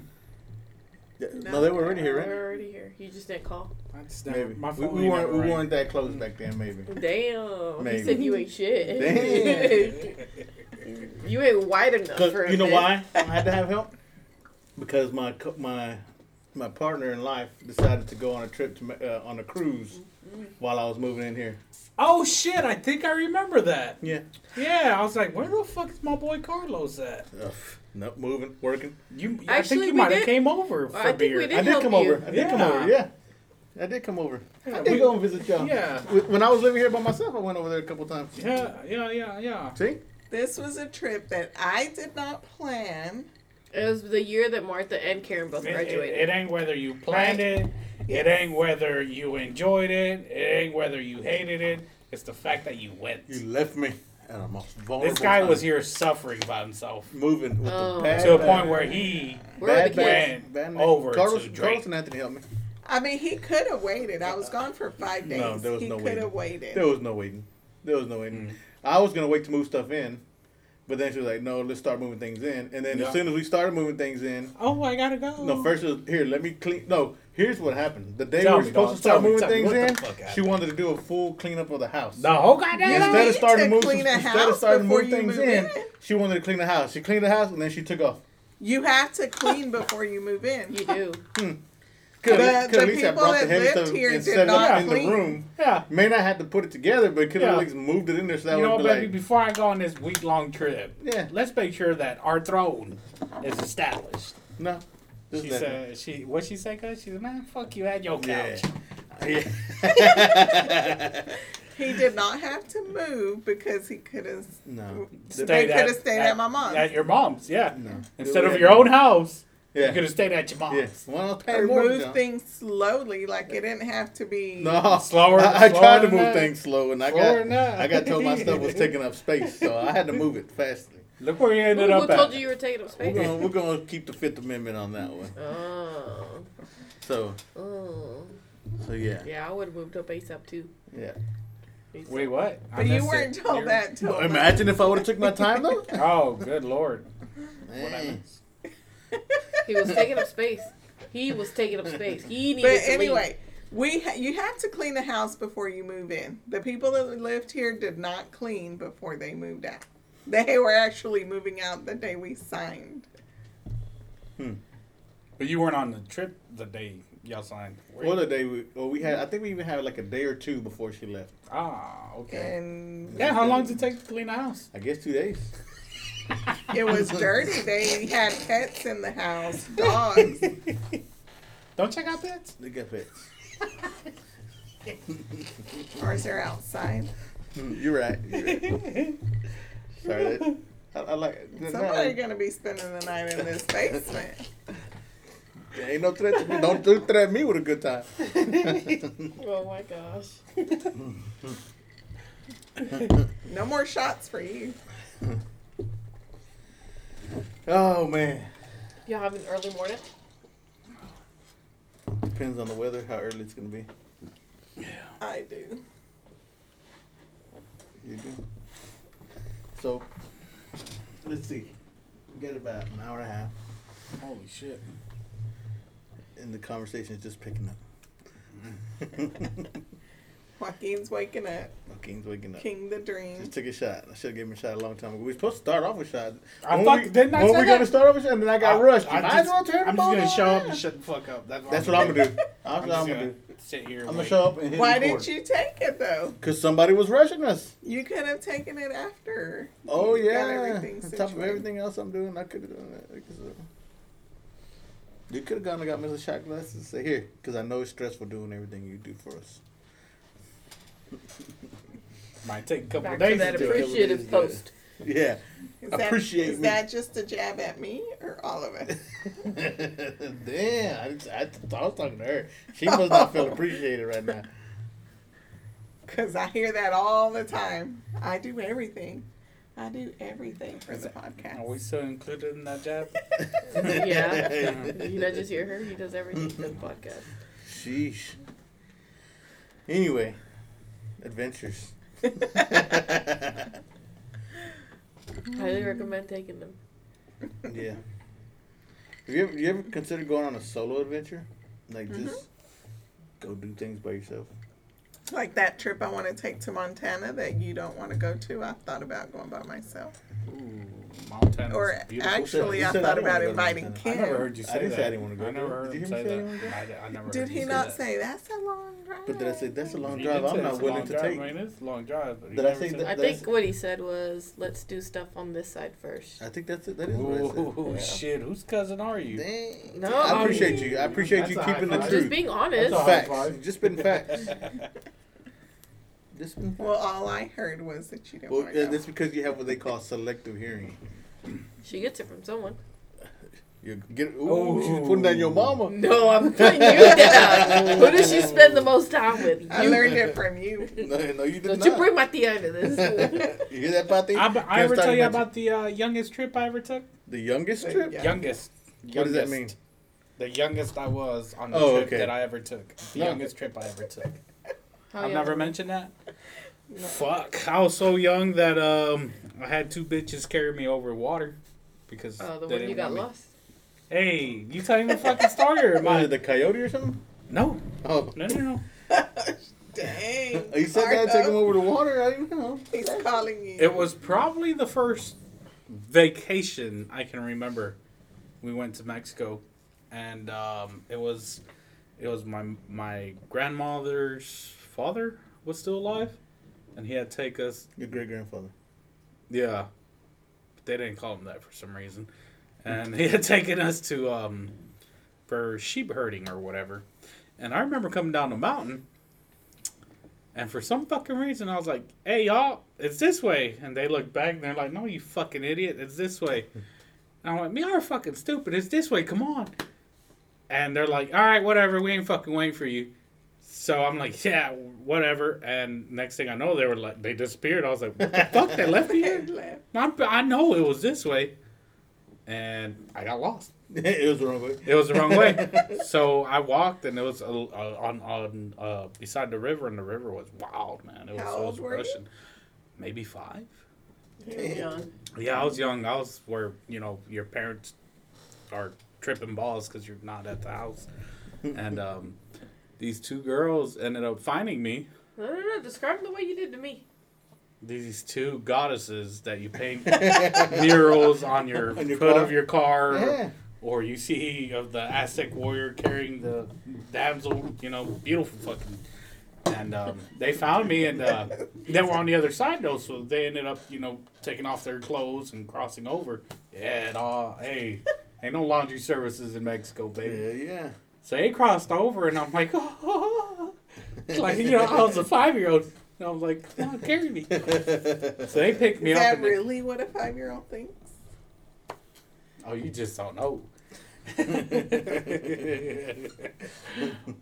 A: Yeah, no,
E: No,
A: they were already
D: We're
A: here, right?
D: already here. You just didn't call.
C: I just never,
A: Maybe.
C: my
A: we,
C: phone Hmm.
A: we
C: ain't
A: weren't
C: ever
A: we
C: rang.
A: weren't that close back then. Maybe.
D: Damn, he said
A: Maybe.
D: you ain't shit.
A: Damn.
D: you ain't white enough for a
A: you know
D: bit.
A: why I had to have help? Because my co- my my partner in life decided to go on a trip to Me- uh, on a cruise
D: Mm-hmm.
A: while I was moving in here.
C: Oh shit! I think I remember that.
A: Yeah.
C: Yeah, I was like, where the fuck is my boy Carlos at?
A: Ugh. Nope. Moving. Working.
C: You, I
D: Actually,
C: think you
D: we
C: might have
D: did-
C: came over for
D: I think
C: beer.
D: we
A: I
D: did
A: did
D: help
A: come
D: you.
A: over. I did come
C: Yeah.
A: over. Yeah. I did come over. I
C: Yeah,
A: did
C: we-
A: go and visit y'all.
C: Yeah.
A: Wh- When I was living here by myself, I went over there a couple times.
C: Yeah, yeah, yeah, yeah.
A: See?
E: this was a trip that I did not plan.
D: It was the year that Martha and Karen both
C: It, it,
D: graduated.
C: it ain't whether you planned it. It ain't whether you enjoyed it. It ain't whether you hated it. It's the fact that you went.
A: You left me. at our most vulnerable.
C: This guy
A: time.
C: was here suffering by himself
A: moving with
D: Oh.
A: the bad,
C: to a point where he.
D: Where are
A: bad,
D: the
A: bad,
D: kids?
A: bad, bad man.
C: Over to
A: Carlos,
C: Drake.
A: Carlos and Anthony helped me.
E: I mean, he could have waited. I was gone for five days.
A: No, there was
E: he
A: no
E: could have waited.
A: There was no waiting. Mm-hmm. There was no waiting. I was gonna wait to move stuff in, but then she was like, "No, let's start moving things in." And then
C: Yeah.
A: as soon as we started moving things in,
C: Oh, I gotta go.
A: no, first it was, here, let me clean. No, here's what happened. The day
C: Tell
A: we were
C: me,
A: supposed
C: dog.
A: to start
C: Tell me,
A: moving
C: tell me,
A: things
C: what the
A: in,
C: fuck happened?
A: she wanted to do a full cleanup of the house.
C: The whole goddamn
E: You
A: Instead
E: need
A: of starting
E: to
A: to move,
E: clean a
A: instead of
E: house
A: starting to
E: before
A: move
E: you
A: things
E: move
A: in,
E: in.
A: she wanted to clean the house. She cleaned the house and then she took off.
E: You have to clean before you move in.
D: You do.
A: Could
E: The-
A: have
E: the
A: at least have
E: people
A: brought the
E: that
A: heavy
E: lived
A: stuff
E: here
A: and
E: did
A: set it up
E: not
A: in
E: clean.
A: the room.
C: Yeah.
A: May not have to put it together, but could have
C: Yeah.
A: at least moved it in there so that
C: You know,
A: would be
C: baby,
A: like.
C: before I go on this week long trip,
A: Yeah.
C: let's make sure that our throne is established.
A: No. Just
C: She
A: let it.
C: said, she what she say, cuz? She said, man, fuck you at your
A: Yeah.
C: couch.
E: He did not have to move because he could have.
A: no.
E: They coulda stayed at my mom's.
C: At your mom's, yeah.
A: No.
C: Instead
A: Yeah.
C: of your own house, you could
A: Yeah.
C: have stayed at your mom's.
A: Yeah. Well, I'll pay
E: Or
A: more.
E: move
A: now.
E: things slowly, like it didn't have to be.
A: No,
C: Slower-
A: I, I
C: slower
A: tried to
C: than
A: move
C: that.
A: things slow, and I
C: Slower than
A: got
C: that.
A: I got told my stuff was taking up space, so I had to move it fastly.
C: Look where you ended
D: Who
C: up uh, at.
D: told you you were taking up
A: We're
D: space?
A: gonna we're gonna keep the Fifth Amendment on that one.
D: Oh,
A: So
D: oh.
A: so yeah
D: Yeah, I would have moved up ASAP too.
A: yeah.
C: Wait, what? I
E: But you
C: missed it.
E: weren't told
C: You-
E: that till
A: Well, imagine if I would have took my time though.
C: Oh, good lord. What I
A: Man.
C: missed.
D: He was taking up space. He was taking up space. He needed to
E: But
D: leave.
E: anyway, we ha- you have to clean the house before you move in. The people that lived here did not clean before they moved out. They were actually moving out the day we signed.
C: But you weren't on the trip the day y'all signed. were you?
A: What a day we well we had I think we even had like a day or two before she left.
C: Ah, okay.
E: And
C: Yeah, how long does it take to clean a house?
A: I guess two days.
E: it was dirty. They had pets in the house, dogs.
C: Don't check out pets?
A: They got pets.
E: Ours are outside.
A: Mm, You're right. You're right. Sorry, that, I, I like.
E: Somebody's gonna be spending the night in this basement.
A: There ain't no threat to me. Don't do threat me with a good time.
D: Oh my gosh.
E: No more shots for you.
A: Oh man.
D: Y'all have an early morning?
A: Depends on the weather, how early it's gonna be.
E: I do.
A: You do. So let's see. We got about an hour and a half
C: Holy shit.
A: and the conversation is just picking
C: Mm-hmm.
A: up.
E: Joaquin's waking up.
A: King's waking up.
E: King the dream.
A: Just took a shot. I should have given him a shot a long time ago. We were supposed to start off with shots.
C: I
A: When
C: thought-
A: we,
C: didn't I
A: when
C: say
A: we gonna
C: that?
A: start off with shots? And then I got rushed. You
C: I
A: might
C: just-
A: as well turn the
C: I'm just gonna
A: ball
C: show up
A: around.
C: and shut the fuck up. That's what
A: That's
C: I'm,
A: what I'm gonna do.
C: I'm,
A: That's what
C: just
A: I'm
C: gonna,
A: gonna do.
C: sit here.
A: I'm gonna show up and hit
E: Why didn't you take it though?
A: Because somebody was rushing us.
E: You could have taken it after.
A: Oh
E: You got
A: yeah.
E: everything
A: On top of
E: situated.
A: everything else I'm doing, I could have done that. I guess, uh, You could have gone and got me the shot glasses and said, here, because I know it's stressful doing everything you do for us.
C: Might take a couple
D: Back
C: of
D: to
C: days
D: that
C: to do it.
D: appreciative post.
A: Yeah.
E: Is
A: Appreciate
E: that, is
A: me.
E: that just a jab at me or all of us?
A: Damn, I, just- I, I was talking to her. She must not feel appreciated right now.
E: Because I hear that all the time. I do everything. I do everything for the
C: Are we
E: podcast.
C: still included in that job?
D: Yeah. You know, just hear her. He does everything for the podcast.
A: Sheesh. Anyway, adventures.
D: Highly recommend taking them.
A: Yeah. Have you ever, you ever considered going on a solo adventure? Like
D: Mm-hmm.
A: just go do things by yourself?
E: Like that trip I want to take to Montana that you don't want to go to. I thought about going by myself.
C: Ooh, Montana's
E: Or
C: beautiful.
E: actually,
A: You
E: I
A: said I
E: thought
A: didn't wanna
E: about
A: go to
E: inviting
A: Montana.
C: I
E: Kim.
C: never heard you
A: I
C: say
A: didn't
C: that.
A: say I didn't wanna go
C: I never
A: there.
C: heard
A: Did you
C: him
A: hear me
C: say
A: say I
C: that.
A: didn't
C: I, I never
E: Did
C: heard
E: he
C: you
E: not
C: say
E: say that's a long drive?
A: But did I say that's a
C: that.
A: long
C: He
A: drive
C: did say
A: I'm
C: it's
A: not
C: a
A: willing
C: long
A: to
C: drive,
A: take?
C: Man, it's a long drive. But he
A: Did I
C: never
A: say
C: said
A: that-
D: I think what he said was, let's do stuff on this side first.
A: I think that's it. That is what
C: Ooh, shit. Whose cousin are
A: I
C: you?
A: said. Dang.
D: No,
A: I
D: I
A: appreciate
D: mean-
A: you. I appreciate
C: That's
A: you
C: a
A: keeping
C: high
A: the
C: five.
D: Just
A: truth.
D: being honest.
C: That's a high
A: Facts.
C: five.
A: Just been facts. Just been facts. Oh
E: Well, all I heard was that you didn't
A: Well,
E: want
A: yeah,
E: to go.
A: that's because you have what they call selective hearing.
D: She gets it from someone.
A: You get ooh,
C: Ooh.
A: she's putting down your mama.
D: No, I'm putting you down. Who does she spend the most time with? You.
E: I learned it from you.
A: No, no, you did
D: Don't
A: not.
D: you bring my tia into this.
A: you hear that, Pati?
C: I, I
A: Can't
C: ever
A: stop
C: tell you
A: mentioning-
C: about the uh, youngest trip I ever took?
A: the youngest trip?
E: Yeah.
C: Youngest. youngest.
A: What does that mean?
C: The youngest I was on the
A: Oh,
C: trip
A: okay.
C: that I ever took. The
A: Yeah.
C: youngest trip I ever took.
D: How
C: I've
D: young?
C: never mentioned that. Fuck! I was so young that um, I had two bitches carry me over water because
D: Oh, the
C: they
D: one
C: didn't
D: you got
C: want me-
D: lost.
C: Hey, you telling the fucking story or am
A: What,
C: I?
A: the coyote or something?
C: No,
A: Oh,
C: no, no, no.
E: Dang.
A: you said that take him
E: Marco,
A: over the water. I didn't know.
E: He's calling you.
C: It was probably the first vacation I can remember. We went to Mexico, and um, it was it was my my grandmother's father was still alive, and he had take us
A: Your great grandfather.
C: Yeah. But they didn't call him that for some reason. And he had taken us to um for sheep herding or whatever. And I remember coming down the mountain and for some fucking reason I was like, Hey y'all, it's this way and they looked back and they're like, No you fucking idiot, it's this way. And I went, Me are fucking stupid, it's this way, come on. And they're like, All right, whatever, we ain't fucking waiting for you. So I'm like, yeah, whatever. And next thing I know, they were like, they disappeared. I was like, what the fuck? They left me here?
E: He left.
C: I, I know it was this way, and I got lost.
A: it was the wrong way.
C: It was the wrong way, so I walked, and it was uh, uh, on on uh, beside the river, and the river was wild, man. It was,
E: How
C: it
E: old
C: was
E: were you?
C: rushing. Maybe five.
D: Young.
C: Yeah, I was young. I was where you know your parents are tripping balls because you're not at the house, and um, these two girls ended up finding me.
D: No, no, no. Describe the way you did to me.
C: These two goddesses that you paint murals on your,
A: On your
C: hood
A: car?
C: of your car.
A: Yeah.
C: or you see of the Aztec warrior carrying the damsel, you know, beautiful fucking. And um, they found me, and uh, they were on the other side though, so they ended up, you know, taking off their clothes and crossing over. Yeah, dawg, hey, ain't no laundry services in Mexico, baby.
A: Yeah, yeah.
C: So they crossed over, and I'm like, like you know, I was a five year old, and I was like, come on, carry me. So they picked me
E: Is
C: up.
E: that
C: and they-
E: really what a five year old thinks?
C: Oh, you just don't know.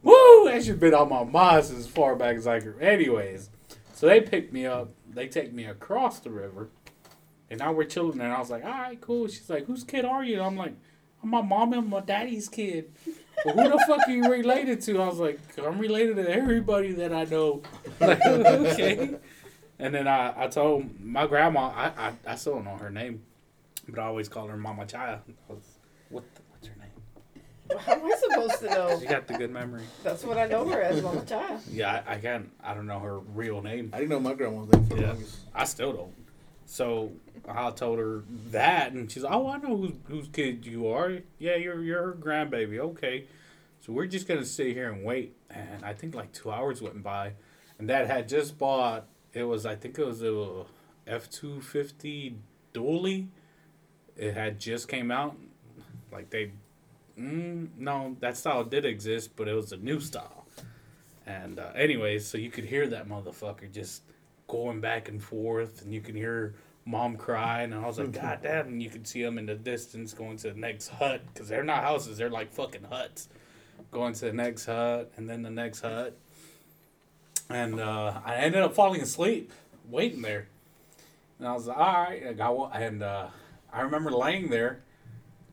C: Woo! That should been on my mind since as far back as I could. Anyways, so they pick me up. They take me across the river. And now we're chilling. And I was like, all right, cool. She's like, whose kid are you? And I'm like, I'm my mom and my daddy's kid. Well, who the fuck are you related to? I was like, I'm related to everybody that I know. Like, okay. And then I, I told my grandma, I, I, I still don't know her name. But I always call her Mama Chaya. I was- What the, what's her name?
D: How am I supposed to know?
C: She got the good memory.
D: That's what I know her as, Mama Child.
C: Yeah, I, I can't. I don't know her real name.
A: I didn't know my grandma's name for the
C: Yeah.
A: longest.
C: I still don't. So I told her that, and she's like, "Oh, I know whose whose kid you are. Yeah, you're you're her grandbaby. Okay, so we're just gonna sit here and wait." And I think like two hours went by, and Dad had just bought. It was I think it was a F two fifty dually. It had just came out. Like they, mm, no, that style did exist, but it was a new style. And uh, anyways, so you could hear that motherfucker just going back and forth, and you can hear mom cry, and I was like, God damn! And you could see them in the distance going to the next hut because they're not houses; they're like fucking huts. Going to the next hut, and then the next hut, and uh, I ended up falling asleep waiting there. And I was like, all right, I got one. And uh, I remember laying there,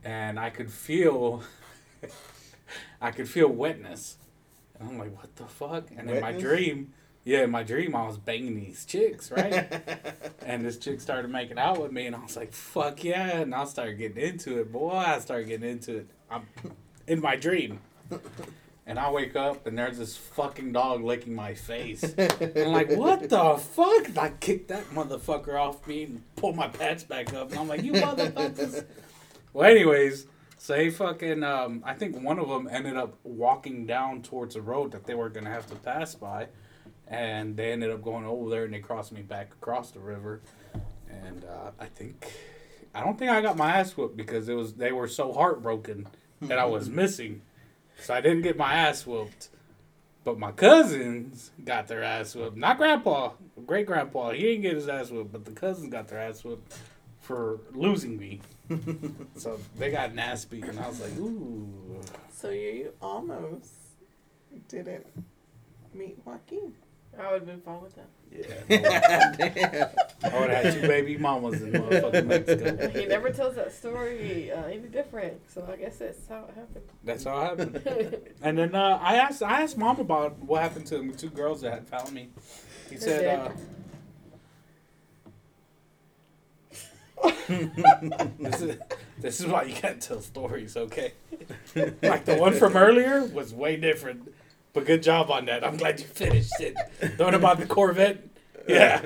C: and I could feel, I could feel wetness. And I'm like, what the fuck? And in my
A: Wetness?
C: dream, yeah, in my dream, I was banging these chicks, right? and this chick started making out with me, and I was like, fuck yeah. And I started getting into it. Boy, I started getting into it. I'm in my dream. And I wake up and there's this fucking dog licking my face. And I'm like, what the fuck? And I kicked that motherfucker off me and pulled my pants back up. And I'm like, you motherfuckers. well, anyways, so they fucking, um, I think one of them ended up walking down towards a road that they were going to have to pass by. And they ended up going over there and they crossed me back across the river. And uh, I think, I don't think I got my ass whooped because it was they were so heartbroken that I was missing. So I didn't get my ass whooped. But my cousins got their ass whooped. Not grandpa, great grandpa. He didn't get his ass whooped, but the cousins got their ass whooped. for losing me. so they got nasty, and I was like, ooh.
E: So you almost didn't meet Joaquin.
D: I would have been fine with that.
C: Yeah.
A: Damn.
C: I would have had two baby mamas in motherfucking Mexico.
D: He never tells that story uh, any different, so I guess that's how it
C: That's how it happened.
D: happened.
C: And then uh, I asked I asked mom about what happened to the two girls that had found me. He
D: They're
C: said, uh, uh, this, is, this is why you gotta tell stories, okay? like the one from earlier was way different. But good job on that. I'm glad you finished it. The one about the Corvette. Yeah.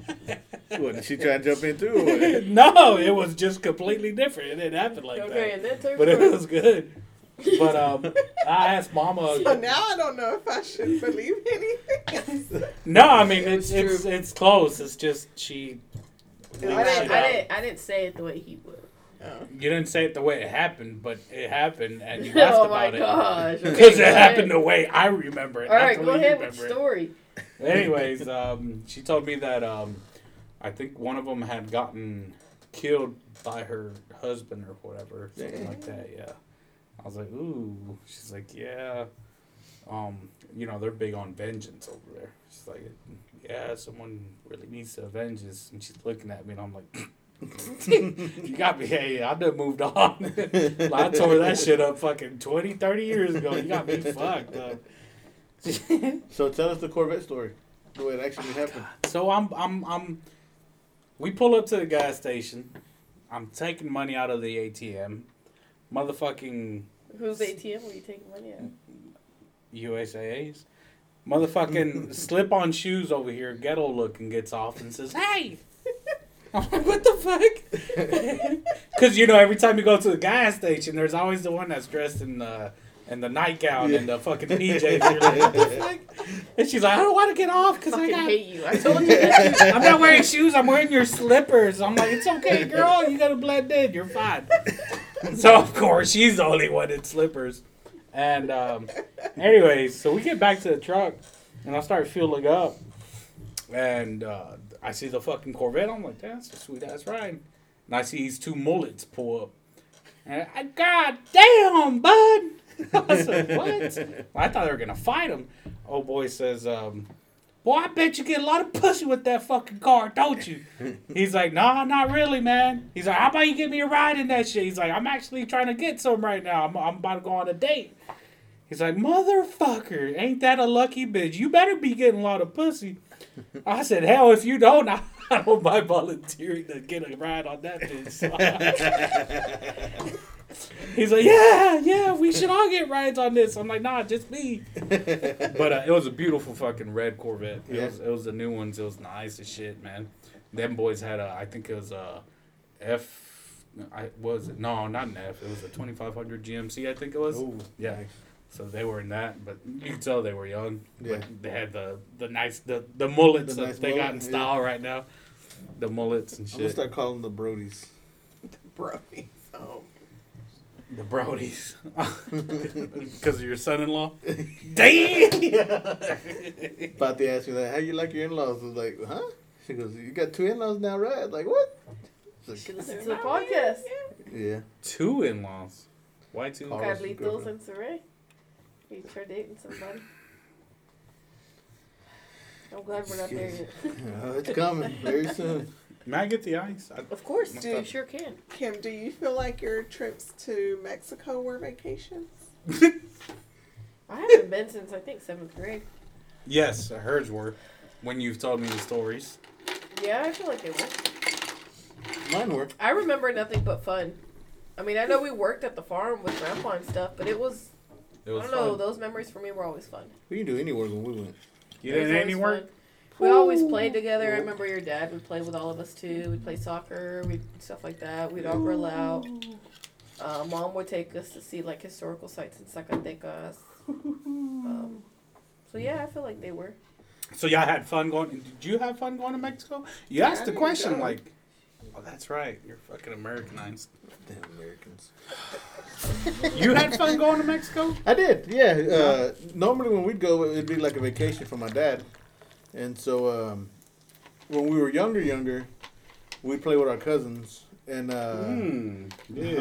A: What did she try to jump in too? or what?
C: no, it was just completely different. It didn't happen like
D: okay,
C: that.
D: and then took
C: But it
D: for-
C: was good. But um, I asked Mama.
E: So now I don't know if I should believe anything.
C: No, I mean
D: It was
C: it's it's, it's close. It's just
D: I
C: she. leaked
D: didn't,
C: shit
D: I,
C: out.
D: didn't, I didn't say it the way he would.
E: oh.
C: You didn't say it the way it happened, but it happened, and you laughed
D: oh my
C: about it
D: gosh.
C: because it happened the way I remember it.
D: All
C: not
D: right,
C: the
D: go
C: way you
D: ahead with the
C: remember
D: story.
C: it. Anyways, um, she told me that um, I think one of them had gotten killed by her husband or whatever, something like that. Yeah, I was like, ooh. She's like, yeah. Um, you know they're big on vengeance over there. She's like, yeah, someone really needs to avenge this, and she's looking at me, and I'm like. you got me. Hey, I done moved on. Like, I tore that shit up fucking 20, 30 years ago. You got me fucked up.
A: So tell us the Corvette story. The way it
C: Oh,
A: actually happened.
C: So I'm, I'm, I'm. We pull up to the gas station. I'm taking money out of the ATM. Motherfucking
D: Whose ATM were you taking money out?
C: USAAs. Motherfucking slip on shoes over here, ghetto looking, gets off and says, Hey! I'm like, What the fuck? Because, you know, every time you go to the gas station, there's always the one that's dressed in the. And the nightgown and the fucking PJs. You're like, what the fuck? And she's like, I don't want to get off because I
D: fucking
C: got
D: hate you. I told you that.
C: I'm not wearing shoes. I'm wearing your slippers. I'm like, it's okay, girl. You gotta blend in. You're fine. So of course she's the only one in slippers. And um, anyways, so we get back to the truck, and I start fueling up, and uh, I see the fucking Corvette. I'm like, that's a sweet ass ride. And I see these two mullets pull up. And I, God damn, bud. I was like, what? I thought they were gonna fight him. Old boy says, um, Boy, I bet you get a lot of pussy with that fucking car, don't you? He's like, Nah, not really, man. He's like, How about you give me a ride in that shit? He's like, I'm actually trying to get some right now. I'm, I'm about to go on a date. He's like, Motherfucker, ain't that a lucky bitch? You better be getting a lot of pussy. I said, Hell, if you don't, I don't mind volunteering to get a ride on that bitch. He's like, yeah, yeah, we should all get rides on this. I'm like, nah, just me. but uh, it was a beautiful fucking red Corvette. It
A: Yeah.
C: was it was the new ones. It was nice as shit, man. Them boys had a, I think it was a F. I was it? no, not an F. It was a 2500 GMC. I think it was.
A: Ooh,
C: Oh, Yeah. So they were in that, but you could tell they were young.
A: Yeah.
C: But they had the the nice the the mullets
A: The
C: that
A: nice
C: they got in
A: mullet,
C: style right now. The mullets and
A: I'm gonna
C: shit.
A: start calling them the Brodies.
E: Bro, so
C: The Brodies. Because of your son in law? Damn!
A: About to ask me that, how you like your in laws? I was like, huh? She goes, You got two in laws now, right? I was like, what? It's like,
D: She listened to the podcast.
A: yeah.
C: two in laws. Why two?
A: Carl.
D: Carlitos and Saray. You sure dating somebody. I'm glad we're not there yet.
A: Uh, it's coming very soon.
C: May I get the ice? I,
D: Of course,
C: Must
D: dude. You
C: have-
D: sure can.
E: Kim, do you feel like your trips to Mexico were vacations?
D: I haven't been since I think seventh grade.
C: yes, hers were. When you've told me the stories.
D: Yeah, I feel like it was.
A: Mine work.
D: I remember nothing but fun. I mean, I know we worked at the farm with grandpa and stuff, but it was,
C: It was
D: I don't know,
C: fun.
D: those memories for me were always fun.
A: We didn't do any work when we went.
C: You
D: It was
C: didn't
D: always
C: any work?
D: fun. We always played together. I remember your dad would play with all of us too. We'd play soccer, we'd stuff like that. We'd all grill out. Uh, Mom would take us to see like historical sites in Zacatecas. uh, Um, so yeah, I feel like they were.
C: So y'all had fun going. Did you have fun going to Mexico? You asked the
E: I
C: question
E: did.
C: like, "Oh, that's right. You're fucking Americanized.
A: Damn Americans.
C: you had fun going to Mexico?
A: I did, yeah. Uh, normally when we'd go, it'd be like a vacation for my dad, and so um, when we were younger, younger, we play with our cousins and uh,
C: Mm,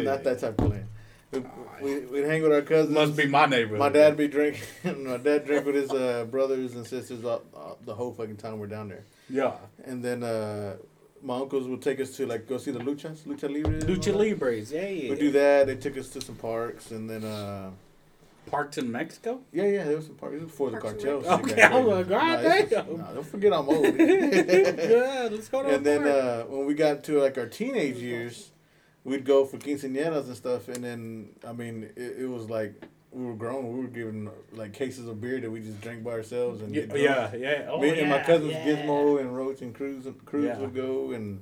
A: not that type of play. We, we we'd hang with our
C: It
A: cousins.
C: Must be my neighborhood.
A: My dad be drinking. my dad drink with his uh, brothers and sisters all, all, the whole fucking time we're down there.
C: Yeah.
A: And then uh, my uncles would take us to like go see the luchas, lucha libre. and all
C: Lucha
A: that.
C: Libres. Yeah, yeah.
A: We do that. They took us to some parks, and then uh,
C: Parked in Mexico?
A: yeah, yeah, there was some parks. It was before the
E: Parks and
A: cartels.
C: Rec.
A: shit
C: Okay,
A: got
C: I was
A: crazy.
C: like, God
A: Nah, it's-
C: damn.
A: nah, don't forget I'm old.
C: yeah, let's go to
A: Oh, and
C: the
A: then
C: park.
A: uh, when we got to like our teenage years, we'd go for quinceañeras and stuff, and then I mean it, it was like we were grown. We were given like cases of beer that we just drank by ourselves and
C: yeah,
A: get drunk.
C: yeah, yeah. Oh,
A: uh, Me and my
C: yeah,
A: cousins
C: yeah.
A: Gizmo and Roach and Cruz and Cruz
C: Yeah.
A: would go and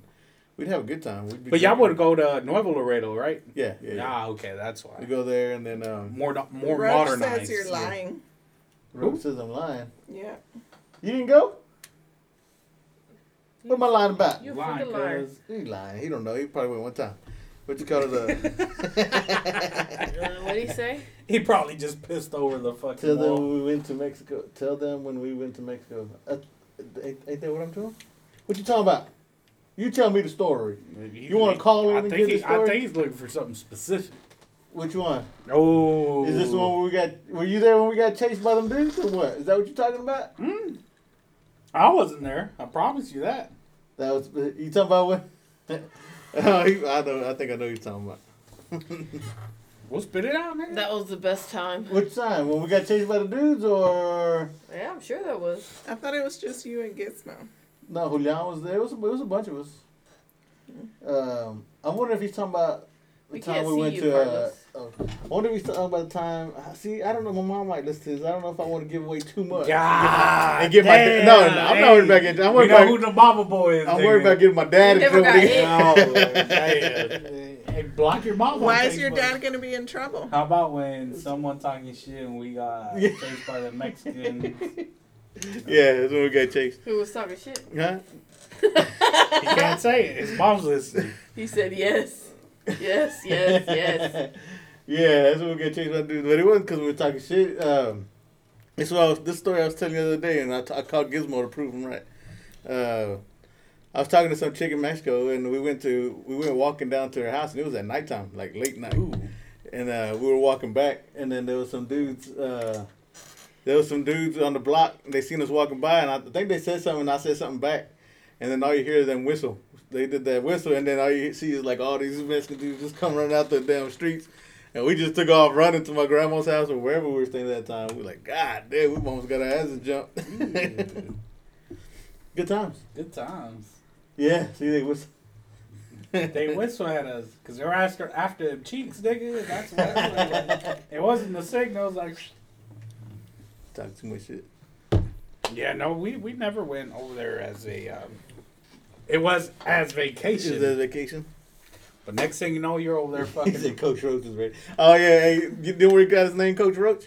A: we'd have a good time. We'd be
C: But y'all
A: drinking.
C: would go to Nuevo Laredo, right?
A: Yeah, yeah. yeah.
C: Ah, okay, that's
A: We
C: why.
A: go there and then um,
C: More do- more
E: Roach
C: modernized.
E: says you're lying.
A: Roach says I'm lying.
E: Yeah.
A: You didn't go. What am I lying about?
D: You
C: Lying,
D: fucking liar.
C: cuz.
A: He lying. He don't know. He probably went one time. What you call it? Uh,
D: Uh, what do you say?
C: He probably just pissed over the
A: tell
C: fucking
A: them
C: wall.
A: when we went to Mexico. Tell them when we went to Mexico. Uh, ain't, ain't that what I'm doing? What you talking about? You tell me the story. You wanna call him
C: I
A: and get
C: think he,
A: the story?
C: I think he's looking for something specific.
A: Which one?
C: Oh,
A: Is this the one where we got? Were you there when we got chased by them dudes or what? Is that what you're talking about?
C: I wasn't there. I promise you that.
A: That was uh, you talking about what? oh, he, I know. I think I know what you're talking about.
C: We'll spit it out, man.
D: That was the best time.
A: Which time? When we got chased by the dudes or
D: Yeah, I'm sure that was.
E: I thought it was just you and Gizmo.
A: no? Julian was there. It was a, it was a bunch of us. Um, I'm wondering if he's talking about the
D: We
A: time
D: can't
A: we
D: see
A: went
D: you,
A: to. Uh, oh, I wonder if he's talking about the time. I- See, I don't know. My mom might listen to this. I don't know if I want to give away too much.
C: God,
A: And get my
C: damn,
A: no, no, I'm not worried about getting. I'm
C: We
A: worried
C: know
A: about.
C: who the mama boy is.
A: I'm worried about getting my dad
D: You
A: in
D: never
A: trouble.
D: got
A: to
D: hit.
A: get-
C: Oh, damn. hey, block your
D: Oh
C: mama.
E: Why is your dad gonna be in trouble?
C: How about when someone talking shit and we got
A: Yeah.
C: chased by the Mexicans?
A: Yeah, that's when we got chased.
D: Who was talking shit?
A: Huh?
C: he can't say it. His mom's listening.
D: He said yes. Yes, yes, yes.
A: yeah, that's what we get chased by dudes. But it wasn't because we were talking shit. Um, this what I was, this story I was telling you the other day, and I, t- I called Gizmo to prove him right. Uh, I was talking to some chick in Mexico, and we went to we went walking down to her house, and it was at nighttime, like late night. And uh, we were walking back, and then there was some dudes. Uh, there was some dudes on the block. And they seen us walking by, and I think they said something. and I said something back, and then all you hear is them whistle. They did that whistle, and then all you see is like all these Mexican dudes just come running out the damn streets, and we just took off running to my grandma's house or wherever we were staying at that time. We were like, God damn, we almost got our asses jumped. Good times.
C: Good times.
A: Yeah. See, they whistle.
C: They whistle at us because they were after after them cheeks, nigga. That's what it was. Like, It wasn't the signals. Like,
A: Talk too much shit.
C: yeah, no, we we never went over there as a. Um, it was as
A: Is
C: vacation.
A: that vacation?
C: but next thing you know, you're over there
A: He
C: fucking.
A: said Coach Roach is ready. Oh yeah, hey, you know where he got his name, Coach Roach?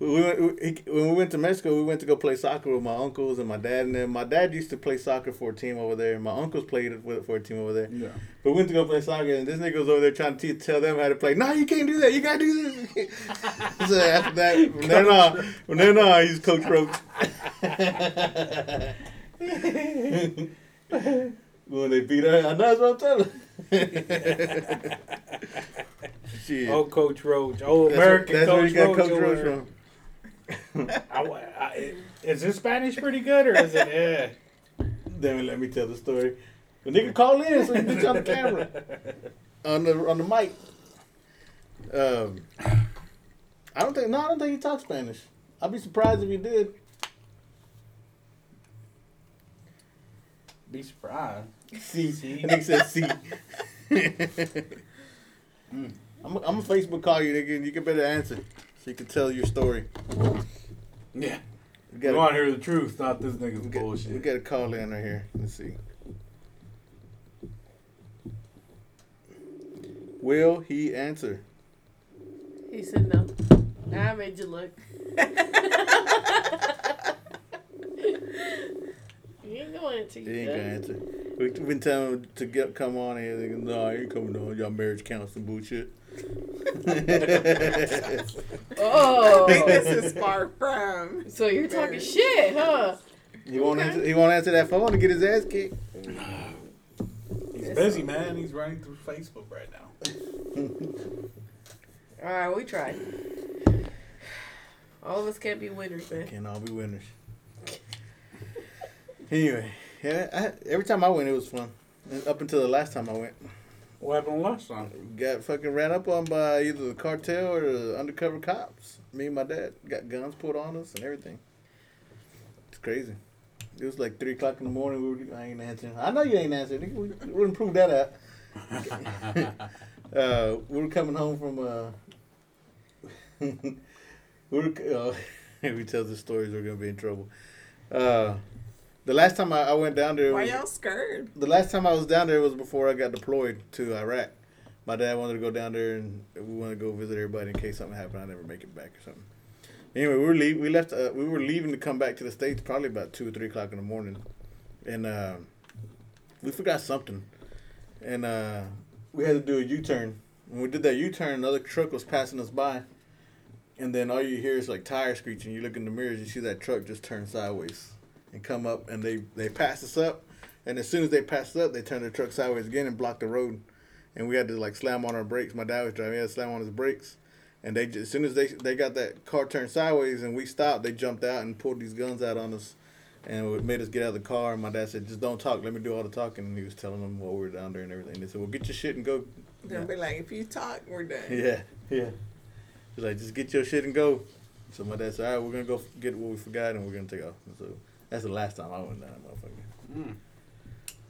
A: We went, we, he- when we went to Mexico, we went to go play soccer with my uncles and my dad. And then my dad used to play soccer for a team over there, and my uncles played it with- for a team over there.
C: Yeah.
A: But we went to go play soccer, and this nigga was over there trying to te- tell them how to play. No, you can't do that. You gotta do this. so after that, from then on, from then on, he's Coach Roach. when they beat her, I know that's what I'm telling. her. Shit.
C: Oh, Coach Roach. Oh,
A: That's where-
C: American
A: that's where
C: Coach
A: you got
C: Roach.
A: Coach
C: over
A: Roach
C: there.
A: from.
C: I wa- I- is his Spanish pretty good or is it? Eh?
A: Damn it, let me tell the story. The nigga call in so you bitch on the camera. On the on the mic. Um I don't think no, I don't think he talks Spanish. I'd be surprised if he did.
C: Be surprised.
A: See,
C: See?
A: nigga said see.
C: Hmm.
A: I'm, I'm a Facebook call you, nigga, and you can better answer so you can tell your story.
C: Yeah.
A: We
C: You
A: gotta,
C: want to hear the truth, not this nigga's
A: we got- we
C: bullshit.
A: got a call in right here. Let's see. Will he answer?
D: He said no. I made you look. you ain't going to
A: He ain't gonna answer. We- We've been telling him to get come on here. They go, no, he ain't coming on. Y'all marriage counseling bullshit.
E: I think
D: Oh,
E: this is far from.
D: so you're talking shit, huh?
A: He won't
D: Okay.
A: answer. He won't answer that phone and get his ass kicked.
C: He's busy, man. He's running through Facebook right now.
D: All right, we tried. All of us can't be winners, man.
A: Can't all be winners. Anyway, yeah. I, every time I went, it was fun. And up until the last time I went,
C: What happened last time?
A: got fucking ran up on by either the cartel or the undercover cops. Me and my dad got guns pulled on us and everything. It's crazy. It was like three o'clock in the morning. We were, I ain't answering. I know you ain't answering. nigga. We we wouldn't prove that out. uh, we were coming home from. Uh, we were. c- Uh, if we tell the stories, we're gonna be in trouble. Uh, the last time I, I went down there,
E: Why
A: was-
E: y'all scared?
A: the last time I was down there was before I got deployed to Iraq. My dad wanted to go down there and we wanted to go visit everybody in case something happened. I'd never make it back or something. Anyway, we were leave, we left. Uh, we were leaving to come back to the states probably about two or three o'clock in the morning, and uh, we forgot something, and uh, we had to do a U turn. When we did that U turn, another truck was passing us by, and then all you hear is like tires screeching. You look in the mirrors, you see that truck just turn sideways and come up, and they they pass us up, and as soon as they passed up, they turned their truck sideways again and blocked the road. And we had to like slam on our brakes. My dad was driving. He had to slam on his brakes. And they just, as soon as they they got that car turned sideways and we stopped, they jumped out and pulled these guns out on us, and it made us get out of the car. And my dad said, "Just don't talk. Let me do all the talking." And he was telling them what we were down there and everything. They said, "Well, get your shit and go."
E: They'll be like, if you talk, we're done.
A: Yeah, yeah. He's like, "Just get your shit and go." So my dad said, "All right, we're gonna go f- get what we forgot and we're gonna take off." And so that's the last time I went down, motherfucker.
C: Mm.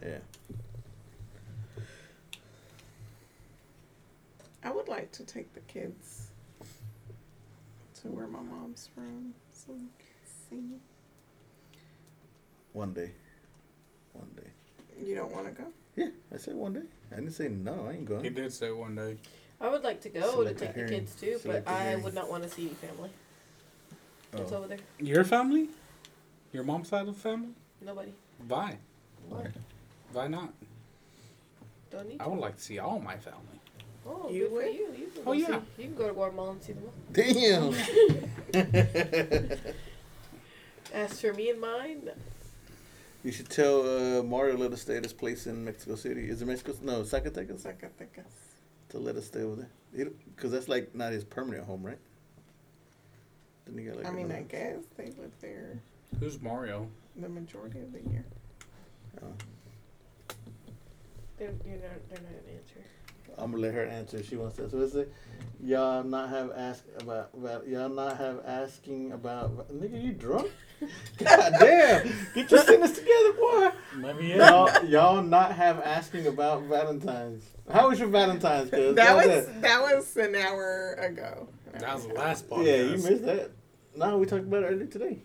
A: Yeah.
E: I would like to take the kids to where my mom's from. So see,
A: One day. One day.
E: you don't want to go.
A: Yeah, I said one day. I didn't say no. I ain't
C: He
A: going.
C: did say one day.
D: I would like to go
A: Selective
D: to take
A: hearing.
D: the kids too,
A: Selective
D: but I
A: hearing.
D: would not want to see your family. It's
A: Oh.
D: over there.
C: Your family? Your mom's side of the family?
D: Nobody.
C: Why?
D: Why?
C: Why not?
D: Don't
A: Oh.
D: need.
C: I would like to see all my family.
D: Oh,
E: You
D: good for
E: would?
D: you. You can
C: Oh,
D: go
C: yeah.
D: see- You can go to Guatemala and see them. all.
A: Damn.
D: As for me and mine,
A: you should tell uh, Mario let us stay at his place in Mexico City. Is it Mexico? No, Zacatecas.
E: Zacatecas.
A: To let us stay over there, because that's like not his permanent home, right? Then you got like.
E: I mean, I
A: another-
E: guess they live there
C: Who's Mario?
E: the majority of the year.
A: Oh.
D: they're, you're not, they're not gonna answer.
A: I'm gonna let her answer if she wants to. So it's like, y'all not have asked about, about y'all not have asking about. Nigga, you drunk? God damn! Get your sentence together, boy.
C: Maybe
A: y'all, y'all not have asking about Valentine's. How was your Valentine's, cuz?
E: that
A: How's
E: was that was an hour ago.
C: That was the last
A: that?
C: podcast.
A: Yeah, you missed that. No, we talked about it earlier today.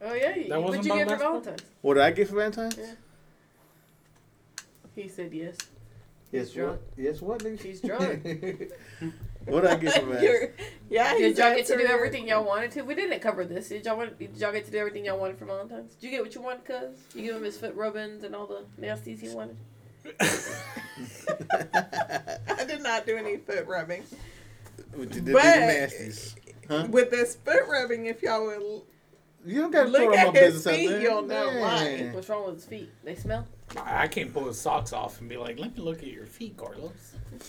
D: Oh yeah, you,
C: That
D: what'd
C: wasn't
D: you
C: my
D: get for
C: last one?
D: Valentine's?
A: What did I get for Valentine's?
D: Yeah. He said yes.
A: Yes,
D: He's drunk.
A: what? Yes, what, nigga?
D: He's drunk.
A: what did I get for Valentine's?
E: You're- yeah,
D: Did
E: he's
D: y'all get to do
E: answering.
D: everything y'all wanted to? We didn't cover this. Did y'all want? Did y'all get to do everything y'all wanted for Valentine's? Did you get what you wanted, cuz? You give him his foot rubbings and all the nasties he wanted.
E: I did not do any foot rubbing.
A: With the- the- the
E: But-
A: nasties. Huh?
E: With this foot rubbing, if y'all would,
A: You don't gotta
E: Look
A: throw all
E: at
A: my
E: his
A: business out
E: feet,
A: there.
E: you'll know
A: Man.
E: why.
D: What's wrong with his feet? They smell.
C: I I can't pull his socks off and be like, let me look at your feet, Carlos.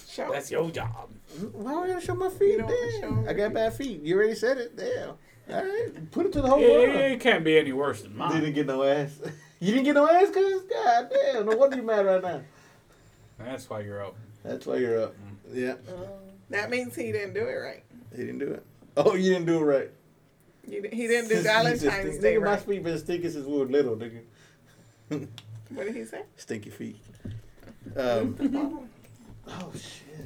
E: show
C: That's your job.
A: Why would I gotta show my feet?
E: You don't wanna show
A: Damn.
E: them.
A: I got bad feet. You already said it. Damn. All right. Put it to the whole
C: Yeah,
A: world.
C: yeah, it can't be any worse than
A: You didn't
C: mine.
A: get no ass. You didn't get no ass, cuz? God damn. No wonder you mad right now.
C: That's why you're up.
A: That's why you're up. Yeah.
D: Um,
E: that means he didn't do it right.
A: He didn't do it. Oh, you didn't do it right.
E: You, di- he didn't
A: Since
E: do
A: you just
E: Valentine's
A: think-
E: Day
A: nigga,
E: right.
A: My feet been stinking since we were little, nigga.
E: What did he say?
A: Stinky feet. Um, oh shit.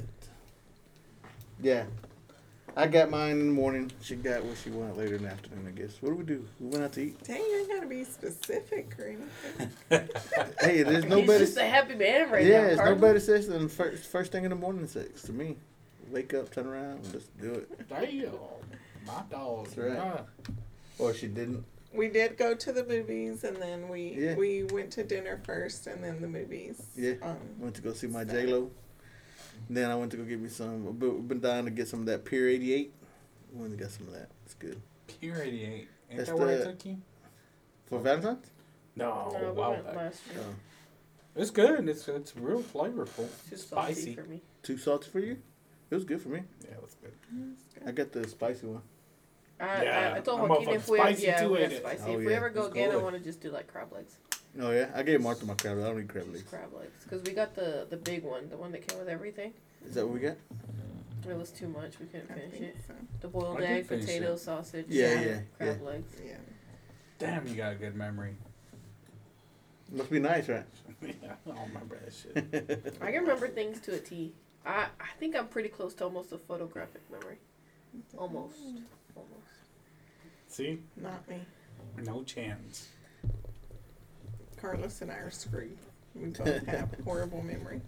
A: Yeah, I got mine in the morning. She got what she wanted later in the afternoon. I guess. What do we do? We went out to eat.
E: Dang, I gotta be specific or anything.
A: Hey, there's no
D: he's
A: better.
D: just a happy man right
A: yeah,
D: now.
A: it's no
D: Carlos.
A: better sex than first first thing in the morning sex to me. Wake up, turn around, and just do it.
C: Damn. My dog.
A: That's right.
C: Ah.
A: Or she didn't.
E: We did go to the movies and then we
A: Yeah.
E: we went to dinner first and then the movies.
A: Yeah.
E: Um,
A: Went to go see my J Lo. Then I went to go get me some. But been dying to get some of that Pure 88. Went and got some of that. It's good.
C: Pure 88. Ain't
A: That's
C: that where I
A: the-
C: took you?
A: For Valentine's?
C: No,
D: no, we
C: Oh, wow.
D: went last year.
A: Oh.
C: It's good. It's it's real flavorful.
D: Too salty
C: Spicy.
D: for me.
A: Too salty for you? It was good for me.
C: Yeah, it's good.
A: I got the spicy one.
D: I,
C: Yeah,
D: I, I told
C: that
D: Joaquin if
C: motherfucker's
D: we
C: spicy
D: yeah,
C: too,
D: we have
C: ain't it?
D: spicy.
A: Oh,
D: if we
A: yeah.
D: ever go
A: Let's go
D: again, I
A: with it.
D: want to just do like crab legs,
A: Oh yeah, I gave Martha my crab. legs. I don't eat crab legs.
D: just crab legs, because we got the the big one, the one that came with everything.
A: Is that what we got?
D: It was too much. We couldn't
E: I
D: finish
E: think
D: it.
E: so.
D: The boiled
C: I did
D: egg,
C: finish
D: potato,
C: it.
D: sausage.
A: Yeah,
D: and
A: yeah,
D: Crab legs.
E: Yeah.
C: Damn, you got a good memory.
A: Must be nice, right?
C: yeah, I don't remember that shit.
D: I can remember things to a T. I I think I'm pretty close to almost a photographic memory. Almost.
C: Mm.
D: Almost.
C: See,
E: Not me.
C: no chance.
E: Carlos and I are screwed. We both have horrible memory.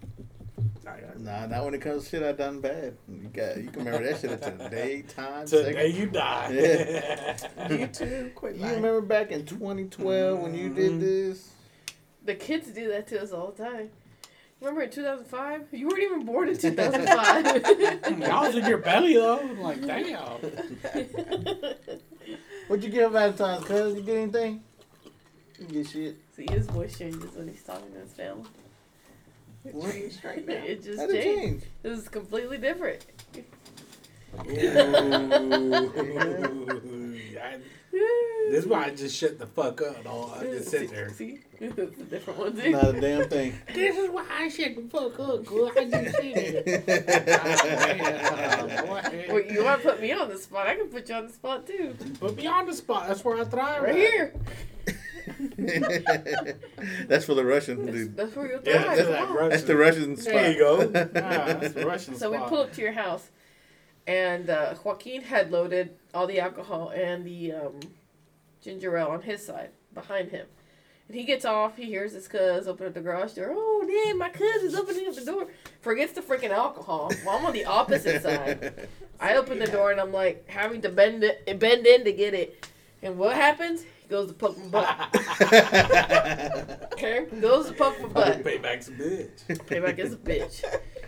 C: I got
A: Nah, not when it comes to shit I done bad. You got you can remember that shit at the day, time,
C: Today
A: second.
C: you die.
E: You too. Quit
A: You
E: lying.
A: remember back in 2012 when you did
C: Mhm.
A: this?
D: The kids do that to us all the time. Remember in 2005? You weren't even born in 2005.
C: I was in your belly though. I'm like, damn.
A: What'd you get for Valentine's, cuz? You get anything? You get shit.
D: See, his voice changes when he's talking to his family.
E: It
A: What?
E: changed right now.
D: It just
A: How'd it
D: changed.
A: change?
D: It was completely different.
C: Ooh. I- this is why I just shut the fuck up. Dog. I just sit there.
D: See? it's a different one, too.
A: Not a damn thing.
C: This is why I shut the fuck up. Girl. I just sit there.
D: Well, you want to put me on the spot? I can put you on the spot, too.
C: Put me on the spot. That's where I thrive.
D: Right
C: at.
D: here.
A: That's for the Russian
D: That's,
A: dude.
D: that's where you'll
C: Yeah,
D: thrive.
C: that's that
D: Come on.
C: Russian.
A: That's the Russian spot.
C: There you go. Ah, that's the Russian
D: So we
C: spot.
D: pull up to your house, and uh, Joaquin had loaded all the alcohol and the um, ginger ale on his side behind him. And he gets off. He hears his cuz open up the garage door. Oh, damn, my cousin's opening up the door. Forgets the freaking alcohol. Well, I'm on the opposite side. I open the door and I'm like having to bend it, bend in to get it. And what happens? He goes to poke my butt. Okay, goes to poke my butt.
C: Payback's a bitch.
D: Payback is a bitch.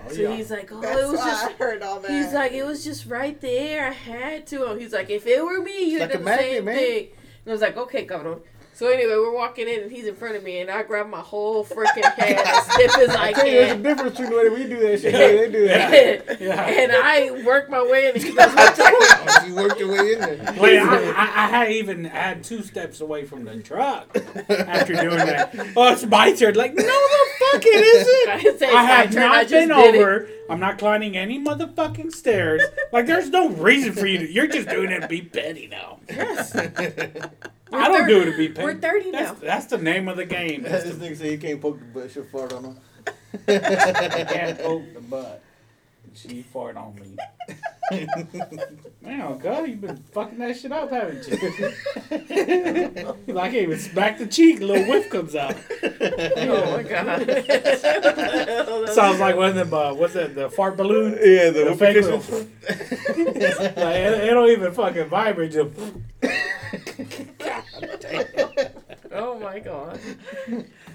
C: Oh,
D: So he's like, oh,
E: That's
D: it was
E: why
D: just
E: I heard all that.
D: He's like, it was just right there. I had to. Oh, He's like, if it were me, you'd
A: Like
D: have
A: a
D: done the
A: magnet,
D: same
A: man.
D: thing. And I was like, okay, cabrón. So anyway, we're walking in, and he's in front of me, and I grab my whole freaking head as stiff as I
A: Tell you, there's a
D: can.
A: difference between the way we do that shit and the way they do that.
C: yeah.
D: and I work my way in, and he goes, "What the-"
A: you Oh, worked your way in there.
C: Wait, I, I, I had even had two steps away from the truck after doing that. Oh, it's my turn. Like, no, the fuck it isn't.
D: I didn't say it's
C: I
D: my
C: have
D: turn,
C: not
D: I just
C: been
D: did it.
C: over. I'm not climbing any motherfucking stairs. Like, there's no reason for you to. You're just doing it to be petty now.
D: Yes.
C: I don't
D: thirty-
C: do it to be petty.
D: We're 30 now.
C: That's, that's the name of the game.
A: this
C: That's the
A: nigga said you can't poke the butt, she'll fart on him.
C: cat poked the butt. She farted on me. Man, God, you've been fucking that shit up, haven't you? like, I even smack the cheek, a little whiff comes out.
D: Oh my god.
C: Sounds like one of them, uh, what's that, the fart balloon?
A: Yeah,
C: The
A: whoopee
C: fake
A: cushion.
C: little- Like, it, it don't even fucking vibrate. Just,
D: Oh my god.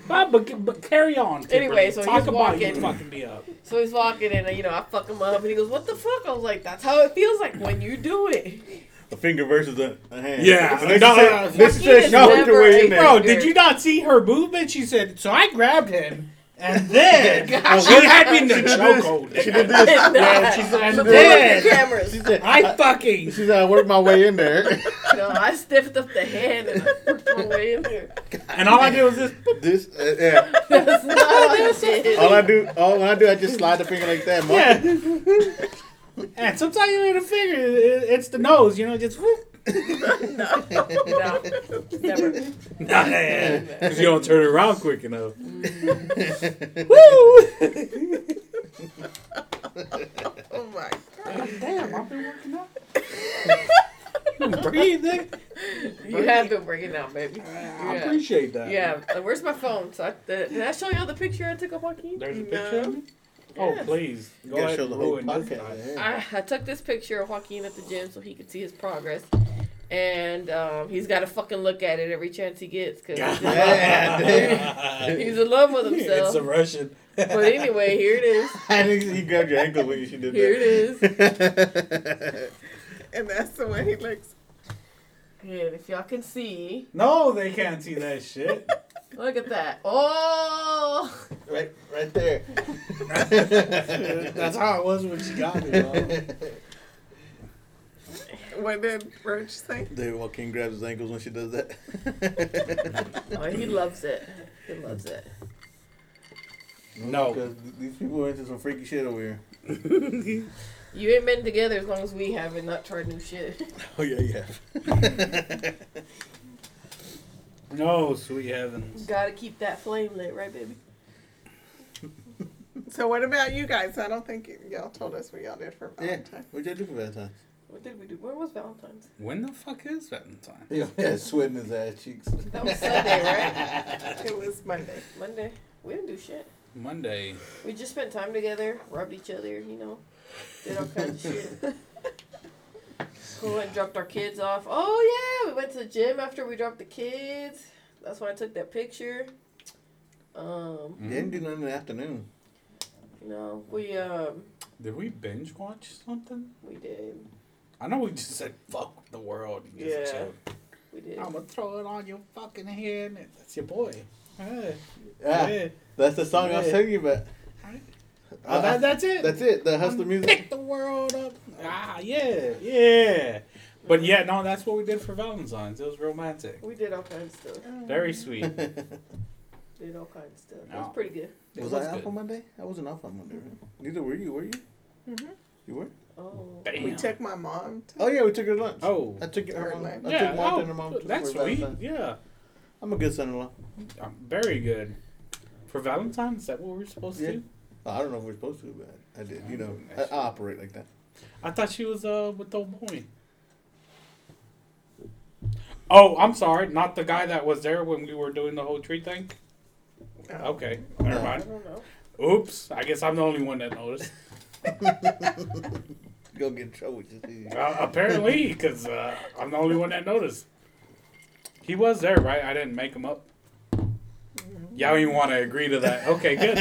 C: but, but, but carry on. Kimberly.
D: Anyway, so
C: Talk
D: he's
C: about
D: walking.
C: you fucking me up.
D: So he's walking in, and you know, I fuck him up, and he goes, "What the fuck?" I was like, "That's how it feels like when you do it."
A: A finger versus a, a hand.
C: Yeah.
A: And they
C: No,
A: said-
C: no,
A: they said
D: is
A: she worked her
D: never
A: way
D: a
A: in there.
C: Bro, did you not see her movement? She said, so I grabbed him, and then Oh,
D: Gosh.
C: she had me in the
A: She did this. She
C: chokehold.
A: did this.
D: Yeah,
A: she said,
D: The
A: "I'm
D: yeah.
A: dead."
D: cameras.
A: She said,
C: I fucking
A: she said, I worked my way in there.
D: No, I stiffed up the hand and I worked my way in there.
C: and all I did was this.
A: this, uh, yeah.
D: That's not what I did.
A: All I do, all when I do, I just slide the finger like that.
C: Yeah.
A: Yeah.
C: and sometimes you ain't a finger. it- It's the nose, you know, just whoop.
D: No, never.
C: Nah, because you don't turn around quick enough. Woo!
E: oh my god.
C: Damn, I've been working out. Breathe, nigga.
D: You have been breaking out, baby.
C: I
D: Yeah.
C: appreciate that.
D: Yeah, uh, where's my phone? So I, did, did I show y'all the picture I took of Joaquin?
C: There's a
E: No.
C: picture of me? Oh,
D: Yes.
C: please.
A: You
C: Go
A: gotta
C: ahead
A: show
C: and
A: the whole
C: ruin this guy.
A: podcast. yeah.
D: I, I took this picture of Joaquin at the gym so he could see his progress. And um, he's got to fucking look at it every chance he gets because
A: Yeah,
D: he's in love with
C: It's
D: himself.
C: a Russian.
D: But anyway, here it is.
A: I think you grabbed your ankle when you should did
D: Here it is.
A: that.
E: And that's the way he looks.
D: And if y'all can see,
C: No, they can't see that shit.
D: look at that. Oh,
A: Right, right there.
C: That's how it was when she got me. Bro.
E: What did Roach say?
A: David Joaquin grabs his ankles when she does that.
D: oh he loves it. He loves it.
C: No.
A: Because th- these people are into some freaky shit over here.
D: You ain't been together as long as we have and not tried new shit.
A: Oh, yeah, yeah.
C: No, sweet heavens.
D: Gotta keep that flame lit, right, baby?
E: So what about you guys? I don't think y'all told us what y'all did for
A: yeah.
E: Valentine's.
A: What'd y'all do for Valentine's?
D: What did we do? Where was Valentine's?
C: When the fuck is Valentine?
A: Yeah, yeah sweating his ass cheeks.
D: That was Sunday, right?
E: It was Monday.
D: Monday. We didn't do shit.
C: Monday.
D: We just spent time together, rubbed each other, you know, did all kinds of shit. we went and dropped our kids off. Oh yeah, we went to the gym after we dropped the kids. That's when I took that picture.
A: They
D: Um,
C: Mm-hmm.
A: didn't do nothing in the afternoon.
D: you know, we um,
C: Did we binge watch something?
D: we did,
C: I know we just said fuck the world. and
D: Yeah.
C: Just chill.
D: we did.
C: I'm gonna throw it on your fucking head. and That's your boy. Hey,
A: Ah,
C: hey.
A: that's the song I was
C: Yeah.
A: telling you about.
C: Oh, that, that's it.
A: Uh, That's it. The
E: Mm-hmm.
A: hustler music.
C: Pick the world up. Ah, yeah, yeah. But yeah, no, that's what we did for Valentine's. It was romantic.
D: We did all kinds of stuff.
E: Oh.
C: Very sweet. It
D: Did all kinds of stuff. It
C: No.
D: was pretty good.
A: was,
C: was
A: I
C: good.
A: out on Monday? I wasn't off on Monday. Right? Neither were you. Were you?
E: Mhm.
A: You were.
D: Oh,
C: Bam.
E: We took my mom. To,
A: Oh yeah, we took her to lunch.
C: Oh.
A: I took her.
E: Her
A: Mom, I
E: lunch.
C: yeah,
A: took Martha
C: oh,
A: and her mom. to-
C: that's
A: for
C: sweet.
A: Valentine's.
C: Yeah,
A: I'm a good son-in-law.
C: Um, very good. For Valentine's, is that what we're supposed
A: Yeah.
C: to? do?
A: Uh, I don't know if we're supposed to, but I did. You know, I, I operate like that.
C: I thought she was uh with the old boy. Oh, I'm sorry, not the guy that was there when we were doing the whole tree thing.
E: uh,
C: Okay, never
A: No.
D: I
C: mind.
D: don't know.
C: Oops, I guess I'm the only one that noticed.
A: Go get in trouble. Just easy.
C: Uh, apparently, because uh, I'm the only one that noticed. He was there, right? I didn't make him up. Y'all don't even want to agree to that. Okay, good.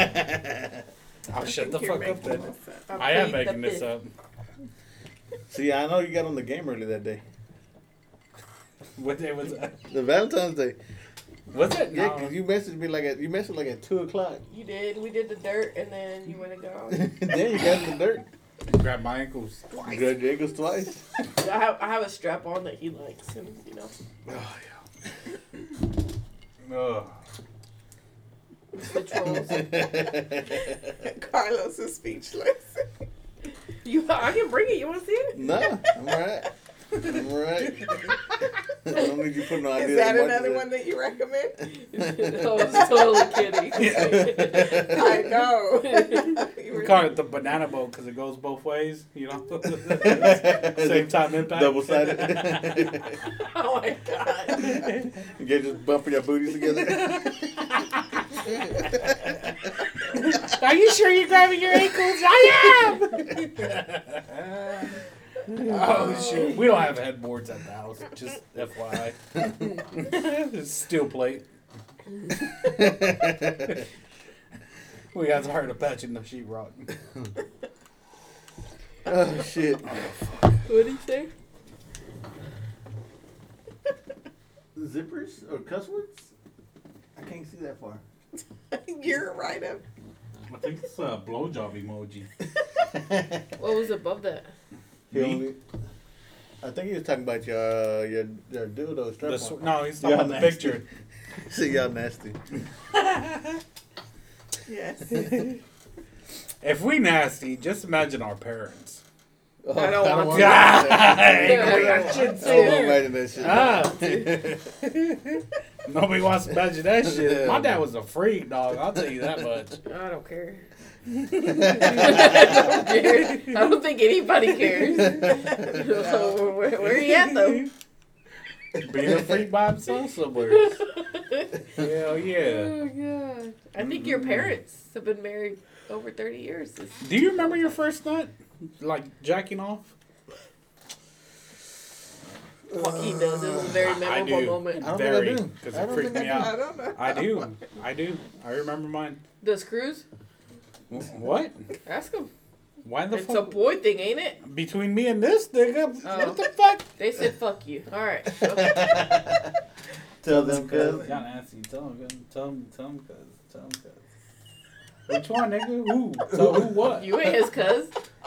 C: I'll shut the
E: You're
C: fuck up
E: making
C: then.
E: this up.
C: I am
D: plead the
C: making this
D: fifth.
C: up.
A: See, I know you got on the game early that day.
C: What day was it?
A: The Valentine's Day.
C: Was it?
A: Yeah, 'cause
C: No.
A: you messaged me like at you messaged like at two o'clock.
D: You did. We did the dirt, and then you went and got on.
A: then you got in the dirt.
C: Grab my ankles.
A: You grabbed your ankles twice.
D: I have, I have a strap on that he likes, and you know,
C: Oh, yeah. Ugh.
D: it's the trolls.
E: Carlos is speechless.
D: you, I can bring it. You want to see it?
A: no, I'm alright. I'm alright. I don't need you putting no idea.
E: Is that
A: Mark
E: another
A: said-
E: one that you recommend?
D: no, I was totally kidding.
E: I know. You
C: We
E: were-
C: call it the banana boat because it goes both ways, you know? Same time impact.
A: Double sided.
D: oh my god.
A: you guys just bumping your booties together.
C: Are you sure you're grabbing your ankles? I am! Uh, oh, shit. We don't have headboards at the house, just FYI. It's Steel plate. we got tired of patching the sheetrock.
A: oh shit.
D: What did he say?
A: Zippers or cuss words? I can't see that far.
E: You're right up.
C: I think it's a blowjob emoji.
D: What was above that?
A: He
C: Me?
A: only- I think he was talking about your uh, your your dildo strap.
C: The
A: on.
C: sw- no, he's
A: Yeah,
C: not on the
A: nasty.
C: picture.
A: See y'all nasty.
E: Yes.
C: If we nasty, just imagine our parents.
A: Oh,
D: I don't want
A: wanna
D: to.
A: imagine that.
C: That
D: Oh,
C: shit
A: I don't want to
C: too.
A: imagine that shit.
C: Ah. Nobody wants to imagine that shit. My dad was a freak, dog. I'll tell you that much.
D: I don't care. I don't care. I don't think anybody cares. So, where, where he at though?
C: Being a freak by himself somewhere. Hell yeah.
D: Oh god. I think your parents have been married over thirty years. It's-
C: Do you remember your first nut? Like jacking off?
D: Joaquin does. It was a very
C: Uh, I- I
D: memorable
C: do.
A: I
D: moment.
A: don't
C: Very,
A: think I do.
C: because
A: I
C: it
A: don't
C: freaked
A: think
C: me
E: I
C: out.
E: don't know.
C: I do. I do. I remember mine.
D: The screws?
C: Wh- What?
D: Ask him.
C: Why the
D: It's a
C: fuck?
D: boy thing, ain't it?
C: Between me and this nigga,
D: Oh.
C: what the fuck?
D: They said fuck you. All right.
A: Tell them, cuz.
C: John Anthony, tell him, tell him, tell him, cuz, tell him, cuz. Which one, nigga? Who? So who? What?
D: You ain't his cuz.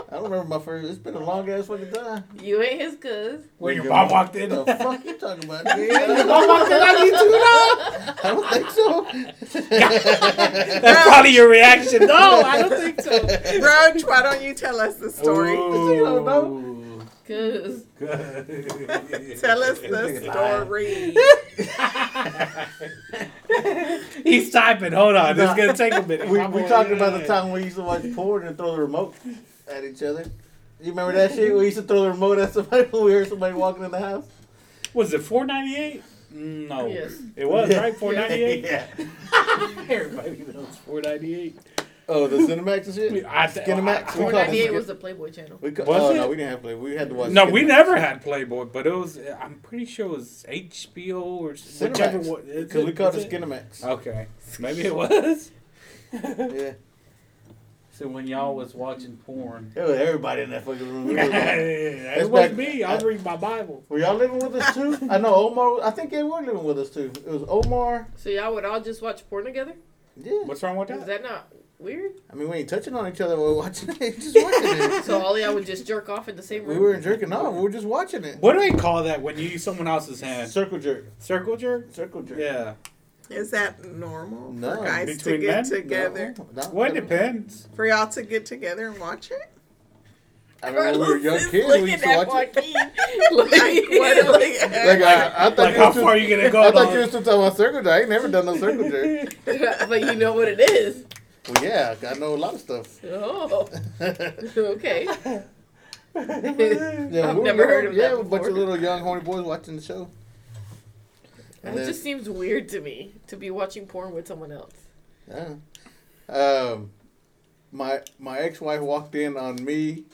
A: I don't remember my first. It's been a long ass fucking time.
D: You ain't his cuz.
C: When your mom walked in.
A: The fuck you talking about?
C: Your
A: nigga?
C: mom walked in on you too, dog?
A: I don't think so.
C: That's probably your reaction. No, I don't think so.
E: Roach, why don't you tell us the story?
A: don't know.
C: Ooh.
D: Cuz.
C: Good.
E: Tell us the story.
C: He's typing. Hold on. It's
A: Nah.
C: gonna take a minute.
A: We
C: My
A: we
C: boy-
A: talking about the time we used to watch porn and throw the remote at each other. You remember that shit? We used to throw the remote at somebody when we heard somebody walking in the house.
C: Was it four ninety eight? Mm, No.
D: Yes.
C: It was right four ninety eight.
A: yeah.
C: Everybody knows four ninety eight.
A: Oh, the Cinemax and shit.
C: I th-
A: Skinamax?
C: I-
A: We
C: I-
A: call it
D: 498 was the Playboy channel.
A: We co-
C: Was
A: oh
C: it?
A: no, we didn't have Playboy. We had to watch.
C: No, we
A: Cinemax.
C: never had Playboy, but it was. I'm pretty sure it was HBO or s- whichever
A: Cinemax.
C: one. is
A: Cause we
C: it-
A: called
C: is
A: it
C: it?
A: Skinemax.
C: Okay, maybe it was.
A: Yeah.
C: so when y'all was watching porn,
A: It was everybody in that fucking room. We was like-
C: it was
A: back-
C: me. I was reading my Bible.
A: Were y'all living with us too? I know Omar. I think they were living with us too. It was Omar.
D: So y'all would all just watch porn together?
A: Yeah.
C: What's wrong with
D: Is
C: that?
D: that not weird?
A: I mean, we ain't touching on each other. We're watching it. Just watching it.
D: So all y'all would just jerk off in the same
A: We
D: room?
A: weren't jerking off. We were just watching it.
C: What do they call that when you use someone else's hand?
A: Circle jerk.
C: Circle jerk.
A: Circle jerk.
C: Yeah.
E: Is that normal
A: No,
E: for guys to
C: between
E: get
C: men?
E: together?
A: No, no,
C: Well, it
A: no.
C: depends.
E: For y'all to get together and watch it?
A: I mean, when we were young
D: Carlos is
A: kids, we
D: looking
A: used to
D: at
A: watch it.
D: Joaquin.
E: Like, what, like,
A: Like, I, I thought
C: Like
A: you
C: how
A: was
C: far
A: still,
C: you gonna go?
A: I thought
C: dog?
A: you were still talking about circle jerk. I ain't never done no circle jerk.
D: but you know what it is.
A: well, yeah, I know a lot of stuff.
D: Oh, okay.
A: Yeah,
D: I've
A: we were
D: never heard
A: young-
D: of
A: Yeah,
D: that
A: a bunch of
D: before.
A: little young horny boys watching the show. And
D: It
A: then-
D: just seems weird to me to be watching porn with someone else.
A: Yeah. Um, my my ex wife walked in on me.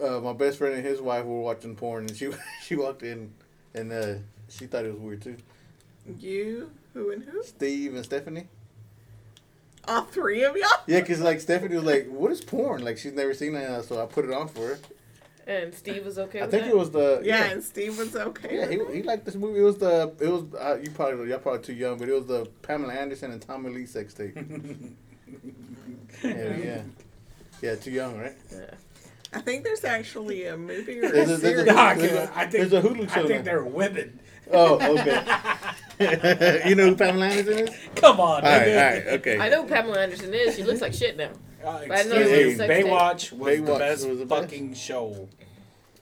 A: Uh, my best friend and his wife were watching porn, and she she walked in, and uh, she thought it was weird too.
E: you, who, and who?
A: Steve and Stephanie.
E: All three of y'all?
A: Yeah, cause like Stephanie was like, "What is porn?" Like she's never seen it, so I put it on for her.
D: And Steve was okay
A: I
D: with
A: think
D: that?
A: it was the
E: Yeah, and Steve was okay.
A: Yeah, he, he liked this movie. It was the it was uh, you probably y'all probably too young, but it was the Pamela Anderson and Tommy Lee sex tape. yeah, yeah, yeah, too young, right?
E: I think there's actually a movie or
A: There's
E: a
A: a- there's a-
E: series.
C: Nah, 'cause I think
A: There's a Hulu
C: I
A: show
C: think
A: now.
C: they're women.
A: Oh, okay. you know who Pamela Anderson is?
C: Come on.
A: All right, all right,
C: nigga.
A: okay.
D: I know who Pamela Anderson is. She looks like shit now.
C: Uh,
D: But I know
C: excuse
A: it was
C: me,
A: a
D: sex tape.
C: Baywatch was the
A: Baywatch
C: best
A: was the best.
C: fucking show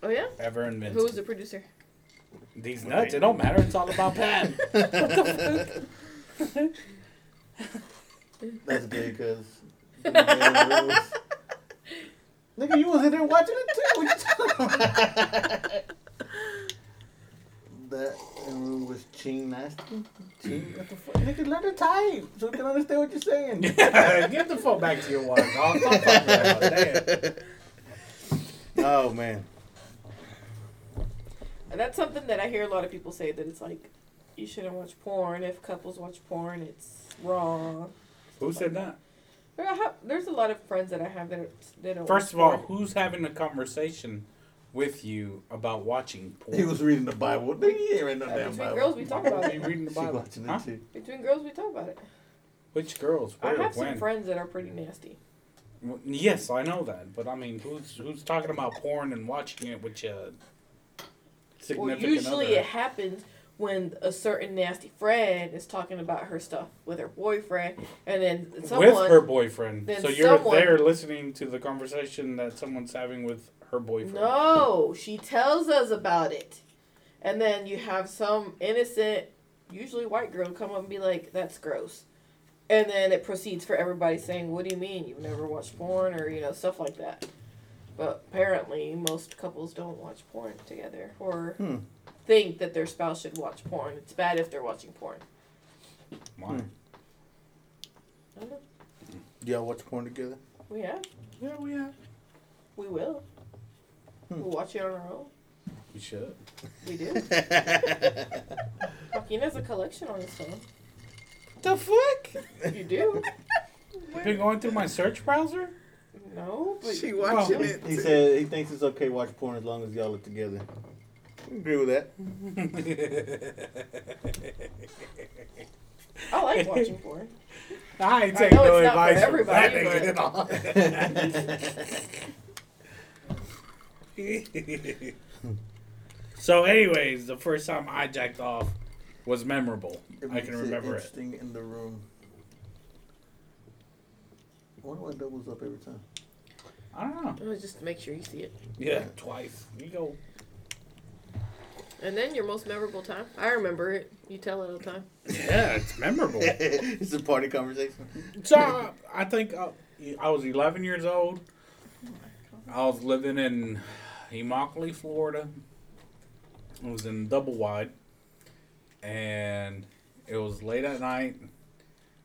D: Oh yeah.
C: ever
D: Who was
C: invented.
D: the producer?
C: These nuts, it don't matter. It's all about Pam.
A: That's gay, cause. Nigga, you was in there watching it too. What you talking about? That um, was Ching Nasty. Ching, what the fuck? Nigga, learn to type so we can understand what you're saying.
C: Get the fuck back to your wife. dog. Stop talking about that. Damn.
A: oh man.
D: And that's something that I hear a lot of people say that it's like you shouldn't watch porn. If couples watch porn, it's wrong.
C: Who said that?
D: There I have, there's a lot of friends that I have that they don't.
C: First of
D: watch
C: all,
D: porn.
C: who's having a conversation with you about watching porn?
A: He was reading the Bible. Nigga, you ain't read no
D: Uh,
A: damn
D: between
A: Bible.
D: girls, we talk about
C: You
D: it.
C: reading the
A: She
C: Bible?
A: watching it
C: Huh?
A: too.
D: Between girls, we talk about it.
C: Which girls? Where?
D: I have some
C: when?
D: friends that are pretty nasty.
C: Well, Yes, I know that, but I mean, who's who's talking about porn and watching it with your
D: Well,
C: significant
D: usually
C: other?
D: it happens when a certain nasty friend is talking about her stuff with her boyfriend, and then someone.
C: with her boyfriend.
D: then
C: So you're
D: someone-
C: there listening to the conversation that someone's having with her boyfriend.
D: No, she tells us about it. And then you have some innocent, usually white girl, come up and be like, that's gross. And then it proceeds for everybody saying, what do you mean? You've never watched porn or, you know, stuff like that. But apparently, most couples don't watch porn together or
A: Hmm.
D: think that their spouse should watch porn. It's bad if they're watching porn.
C: Why?
D: I
A: Hmm.
D: don't know.
A: Y'all watch porn together?
D: We have.
C: Yeah, we have.
D: We will.
A: Hmm.
D: We'll watch it on our own.
C: We should.
D: We do.
A: the
D: Joaquin has a collection on his phone.
A: fuck?
D: You do.
C: I've been going through my search browser.
D: No, but
E: She watching
C: Well,
E: it.
A: Oh, He said he thinks it's okay to watch porn as long as y'all are together. I agree with that.
D: I like watching porn.
C: I ain't
D: I
C: taking
D: know
C: no
D: it's not for
C: advice from
D: everybody,
C: that nigga at all. so, anyways, the first time I jacked off was memorable. I
A: makes
C: can remember it.
A: interesting in the room. I wonder why it doubles up every time.
C: I don't know.
D: Oh, just to make sure you see it.
C: Yeah, twice. You go.
D: And then your most memorable time. I remember it. You tell it all the time.
C: Yeah, it's memorable.
A: it's a party conversation.
C: so I- I think I, I was 11 years old. I was living in Immokalee, Florida. It was in double wide, and it was late at night.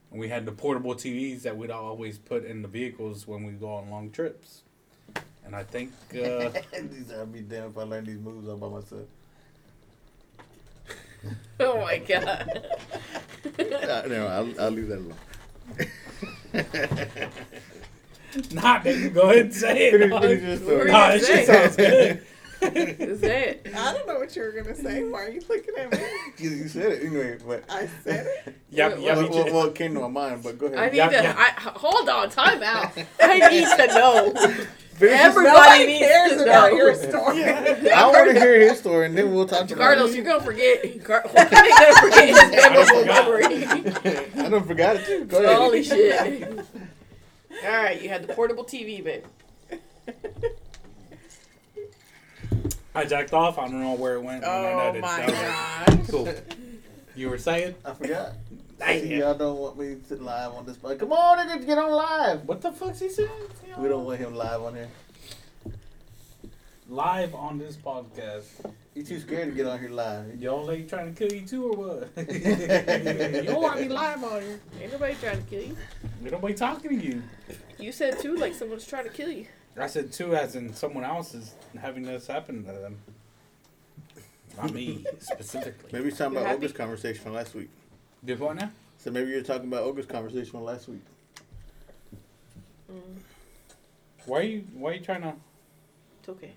C: And we had the portable TVs that we'd always put in the vehicles when we go on long trips. And I think uh,
A: These- I'd be damned if I learned these moves all by myself.
D: Oh my god.
A: Uh, no, I'll, I'll leave that alone.
C: not that you go ahead and say it.
A: Finish-
C: dog.
A: finish your
D: We're
A: story.
C: Nah,
D: gonna
C: that shit
D: say.
C: sounds good.
D: Is it?
E: I don't know what you were gonna say. Why are you looking at me?
A: You, you said it anyway, but
E: I said it.
C: Yep,
D: Well,
C: yep.
A: well, well, well, it came to my mind. But go
D: I
A: ahead.
D: need
C: Yeah,
D: to.
C: yeah.
D: I, hold on. Time out. I need to know.
A: Finish your
D: Everybody needs
E: cares
D: to
E: about
D: know.
E: your story.
A: I want to hear his story, and then we'll talk about
D: Carlos,
A: it.
D: you're gonna forget. Car- Jorge gonna forget his memorable memory.
A: I don't forgot it too. Go ahead.
D: Holy shit! All right, you had the portable TV, babe.
C: I jacked off. I don't know where it went. I know
E: Oh
C: that-
E: my
C: that was it.
E: gosh.
C: Cool. You were saying?
A: I forgot.
C: Dang
A: See,
C: it.
A: y'all don't want me to live on this. But come on, nigga, get on live.
C: What the fuck's he saying?
A: We don't want him live on here.
C: live on this podcast.
A: You too scared to get on here live.
C: Y'all ain't trying to kill you too or what? you don't want me live on here.
D: Ain't nobody trying to kill you.
C: Ain't nobody talking to you.
D: You said too, like someone's trying to kill you.
C: I said two as in someone else is having this happen to them. Not me specifically.
A: Maybe he's talking
D: You
A: about
D: happy?
A: Ogre's conversation from last week.
C: Did what now?
A: So maybe you're talking about Ogre's conversation from last week.
C: Why are you why are you trying to
D: It's okay.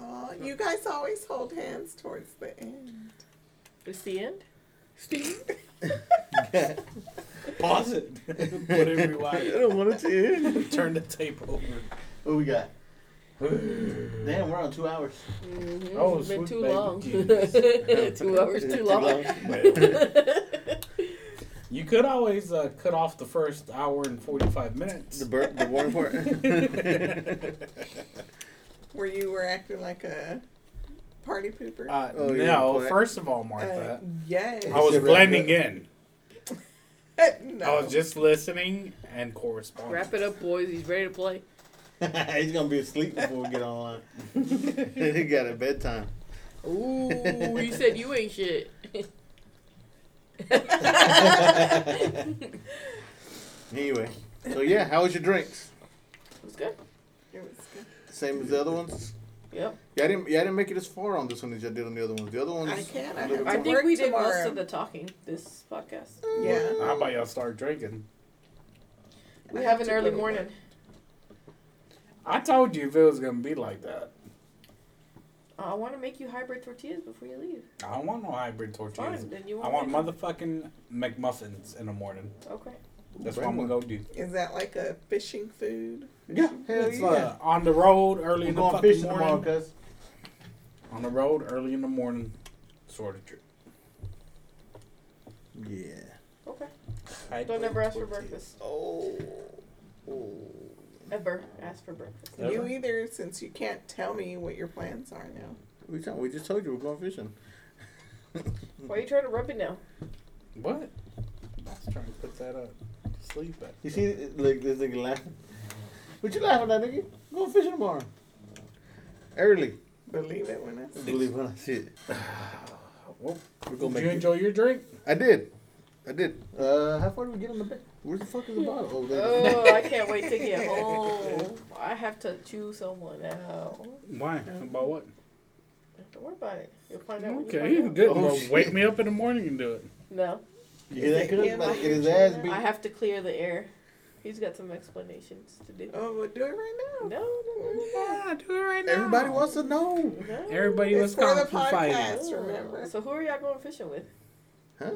E: Oh, you guys always hold hands towards the end.
D: It's the end.
C: pause it? Put it rewind.
A: don't want it to end.
C: Turn the tape over.
A: What we got? Damn, we're on two hours.
D: Mm-hmm.
C: Oh,
D: it's been
C: sweet
D: too
C: baby
D: long.
C: Jesus.
D: two hours too long.
C: You could always uh, cut off the first hour and forty five minutes.
A: The burp, the boring part.
E: Where you were acting like a party pooper.
C: Uh,
A: Oh, yeah,
C: no,
A: but-
C: first of all,
E: Uh,
C: Martha,
E: yes.
C: I was
A: Except
C: blending
A: for-
C: in.
E: no.
C: I was just listening and corresponding.
D: Wrap it up, boys. He's ready to play.
A: He's gonna be asleep before we get online. he got a bedtime.
D: Ooh, you said you ain't shit.
A: Anyway, so yeah, how was your drinks?
D: It's good.
E: It was good.
A: Same as the other ones.
D: Yep.
A: Yeah, I didn't. Yeah, I didn't make it as far on this one as I did on the other ones. The other ones.
E: I can't. I
A: a little
E: have
D: I
E: to
A: bit-
D: think
E: work
D: we did
E: tomorrow.
D: most of the talking this podcast.
E: Yeah.
C: How about y'all start drinking?
D: We
E: I
D: have
E: have
D: an
E: to
D: early
E: go to
D: morning.
C: I told you if it was gonna be like that.
D: Uh, I want to make you hybrid tortillas before you leave.
C: I don't want no hybrid tortillas.
D: Fine, then you
C: I
D: want.
C: want
D: it.
C: motherfucking McMuffins in the morning.
D: Okay.
C: That's what I'm gonna go do.
E: Is that like a fishing food?
A: Yeah, hell
C: It's
A: yeah.
C: uh, on the road early
A: We're
C: in the
A: going
C: fucking
A: fishing tomorrow,
C: morning.
A: cuz.
C: On the road early in the morning, sort of trip.
A: Yeah.
D: Okay. Don't ever ask for breakfast.
A: Oh.
D: Ever ask for breakfast.
E: You
C: Okay.
E: either, since you can't tell me what your plans are now.
A: We, talking, we just told you we're going fishing.
D: Why are you trying to rub it now?
C: What? I was trying to put that up. Sleep at.
A: You see, like this nigga laughing. What you laughing at, nigga? We're going fishing tomorrow. Early.
E: Believe it when I say
A: Believe when I see it.
C: Well,
A: We're gonna
C: did
A: make
C: you
A: it.
C: enjoy your drink?
A: I did. I did. Uh, how far did we get on the bed? Where the fuck is the bottle? Oh, there. it is.
D: Oh, I can't wait to get home. I have to chew someone out.
C: Why? About what?
D: Don't worry about it. You'll find out. when you
C: Okay,
D: find out.
C: good.
A: Oh,
C: well,
A: shit.
C: wake me up in the morning and do it.
D: No,
A: You hear that?
E: Is it
A: Good.
E: him
A: Like,
E: or
A: it is
E: your
A: ass
E: children?
A: beat.
D: I have to clear the air. He's got some explanations to do.
E: Oh, we'll do it right now.
D: No, no, no,
C: Yeah, do it right now.
A: Everybody wants to know.
D: no, no.
C: Everybody was
E: It's for the
C: kung fu fighting.
E: podcast, remember?
D: So who are y'all going fishing with?
A: Huh?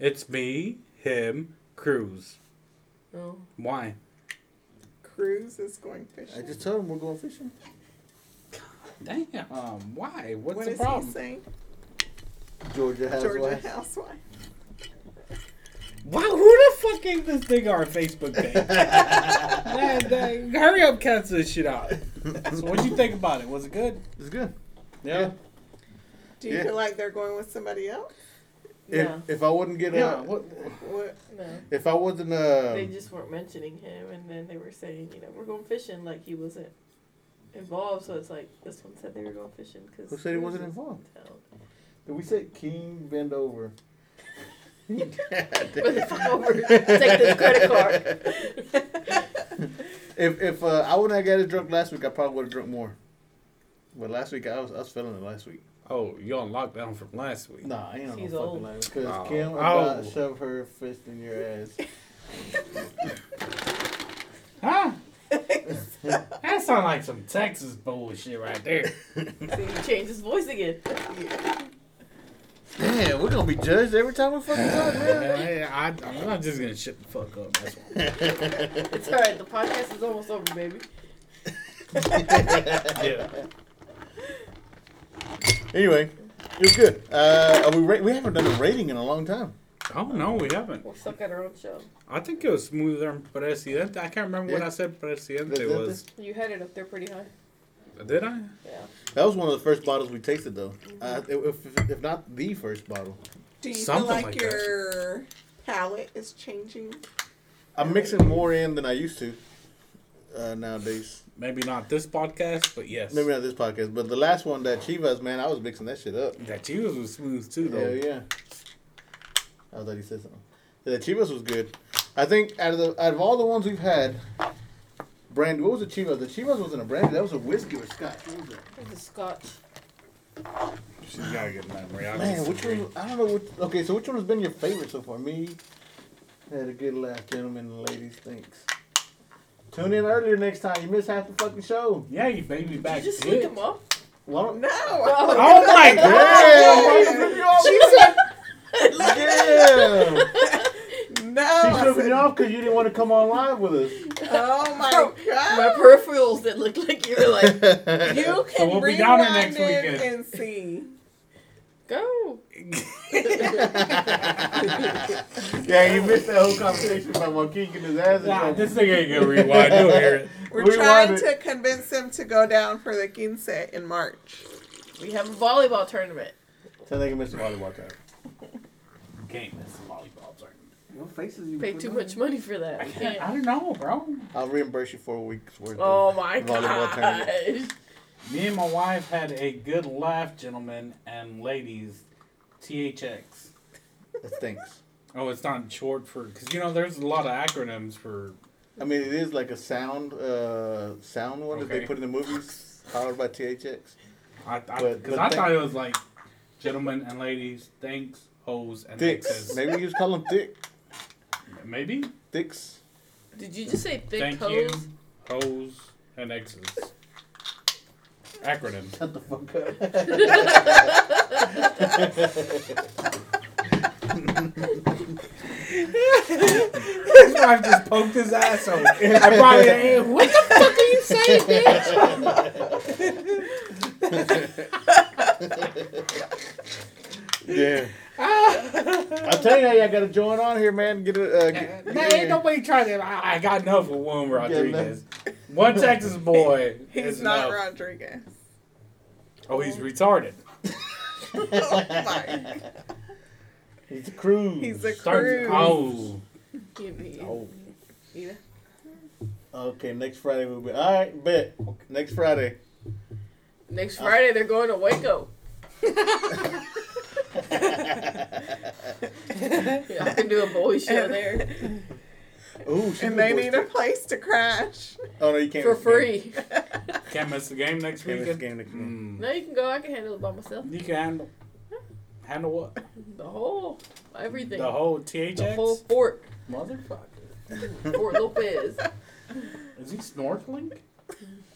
C: It's me, him, Cruz.
D: Oh.
C: Why?
E: Cruz is going
A: I
E: fishing.
A: just told him we're going fishing.
C: Damn. Um, why? What's
E: What
C: the
E: is he
C: problem?
E: saying?
A: Georgia
E: Georgia
A: housewife.
E: housewife.
C: Why? Who the fuck gave this thing our Facebook page? Man, dang, hurry up, cancel this shit out. So what you think about it? Was it good?
A: It's good.
C: Yeah.
E: Do you
A: Yeah.
E: feel like they're going with somebody else?
A: If,
D: No,
A: if I wouldn't get
C: Yeah.
A: a,
C: What?
E: What?
D: no.
A: if I wasn't uh,
D: They just weren't mentioning him, and then they were saying, you know, we're going fishing, like he wasn't involved. So it's like this one said they were going fishing because
A: Who said he wasn't involved? we said King bend over.
D: Take this credit card.
A: If if uh, I wouldn't have got it drunk last week, I probably would have drunk more. But last week I was I was feeling it last week.
C: Oh, you on lockdown from last week?
A: Nah, I ain't on no
D: He's
A: fucking
D: old.
A: last because
C: Oh.
A: Kim
C: Oh.
A: about shove her fist in your ass.
C: Huh? that sound like some Texas bullshit right there.
D: See, he changed his voice again.
A: Damn, we're gonna be judged every time we fucking talk, man.
C: Yeah, I, I'm not just gonna shut the fuck up. That's why.
D: It's all right. The podcast is almost over, baby.
C: Yeah.
A: Anyway, it was good. Uh, are we ra- we haven't done a rating in a long time.
C: I don't know. We haven't.
D: We're stuck at our own show.
C: I think it was smoother than Presidente. I can't remember what
A: Yeah.
C: I said Presidente
A: Presidente.
C: was.
D: You had it up there pretty high.
C: Did I?
D: Yeah.
A: That was one of the first bottles we tasted, though. Uh, if, if- if not the first bottle,
E: Do you
C: Something
E: feel like,
C: like that.
E: your palate is changing?
A: I'm mixing more in than I used to uh, nowadays.
C: Maybe not this podcast, but yes.
A: Maybe not this podcast, but the last one that Chivas, man, I was mixing that shit up.
C: That yours was smooth too, though.
A: Hell yeah. I thought he said something. Yeah, Chivas was good. I think out of the out of all the ones we've had, brandy. What was the Chivas? The Chivas wasn't a brandy. That was a whiskey or scotch. What was that?
D: It's a scotch.
C: She's got a good memory. I
A: Man, which
C: disagree.
A: one? I don't know. What, okay, so which one has been your favorite so far? Me had a good laugh, gentlemen and ladies. Thanks. Tune in earlier next time. You missed half the fucking show.
C: Yeah, you baby
D: Did you
C: back.
D: just sneak
C: dick.
D: him off?
A: Why don't?
E: No.
C: Oh my god!
A: She said, "Yeah." She
E: No.
A: shook it off because you didn't want to come on live with us.
E: Oh
D: My
E: my god.
D: peripherals that look like you were like,
E: You can
C: we'll be down
E: rewind
C: there next
E: it
C: weekend.
E: and see.
D: go.
A: yeah, you missed that whole conversation about Joaquin getting his ass.
C: Nah,
A: in
C: this thing ain't gonna rewind. You'll hear it.
E: We're
A: We
E: trying
A: want
E: to convince him to go down for the quince in March.
D: We have a volleyball tournament.
A: So they can miss the volleyball time.
C: You can't miss the volleyball tournament.
A: What faces you
D: Pay too much money for that. We
C: I
D: can't.
C: don't know, bro.
A: I'll reimburse you for a week's worth.
D: Oh my
A: Volleyball
D: gosh.
C: Me and my wife had a good laugh, gentlemen and ladies. THX.
A: Of, that stinks.
C: Oh, it's not short for because you know there's a lot of acronyms for.
A: I mean, it is like a sound, uh, sound one that
C: Okay.
A: they put in the movies, powered by THX.
C: I because I,
A: But-
C: 'cause
A: but
C: I
A: thank-
C: thought it was like gentlemen and ladies, thanks, hoes and
A: Dicks.
C: exes.
A: Maybe you just call them thick.
C: Maybe.
A: Dicks.
D: Did you just say thick
C: Thank
D: hose?
C: you, hoes and exes. Acronyms.
A: Shut the fuck up.
C: His wife just poked his asshole. I probably what the fuck are you saying, bitch?
A: Yeah.
C: Ah,
A: I'll tell you how y'all gotta join on here, man. Get it. Uh, get,
C: Man, ain't nobody trying to. I, I got enough of Juan Rodriguez.
A: enough.
C: One Texas boy.
E: He's
C: is
E: not
C: enough.
E: Rodriguez.
C: Oh, he's retarded.
E: Oh my.
A: He's a cruise.
E: He's a
C: Starts,
E: Cruz.
C: oh,
D: Give me-
C: oh,
D: Yeah.
A: Okay, next Friday we'll be. All right, bet. Next Friday.
D: Next Friday they're going to Waco. Yeah, I can do a boy show there
A: Ooh, she was
E: And they
A: boys
E: need
A: too.
E: a place to crash.
A: Oh no, you can't
D: for
A: miss the game.
D: free.
C: can't miss the game next
A: Can't miss the
C: weekend.
A: game next weekend.
C: Mm.
D: No, you can go. I can handle it by myself.
C: You can handle handle what?
D: The whole everything.
C: The whole THX.
D: The whole fort.
C: Motherfucker.
D: Fort Lopez.
C: Is he snorkeling?
A: I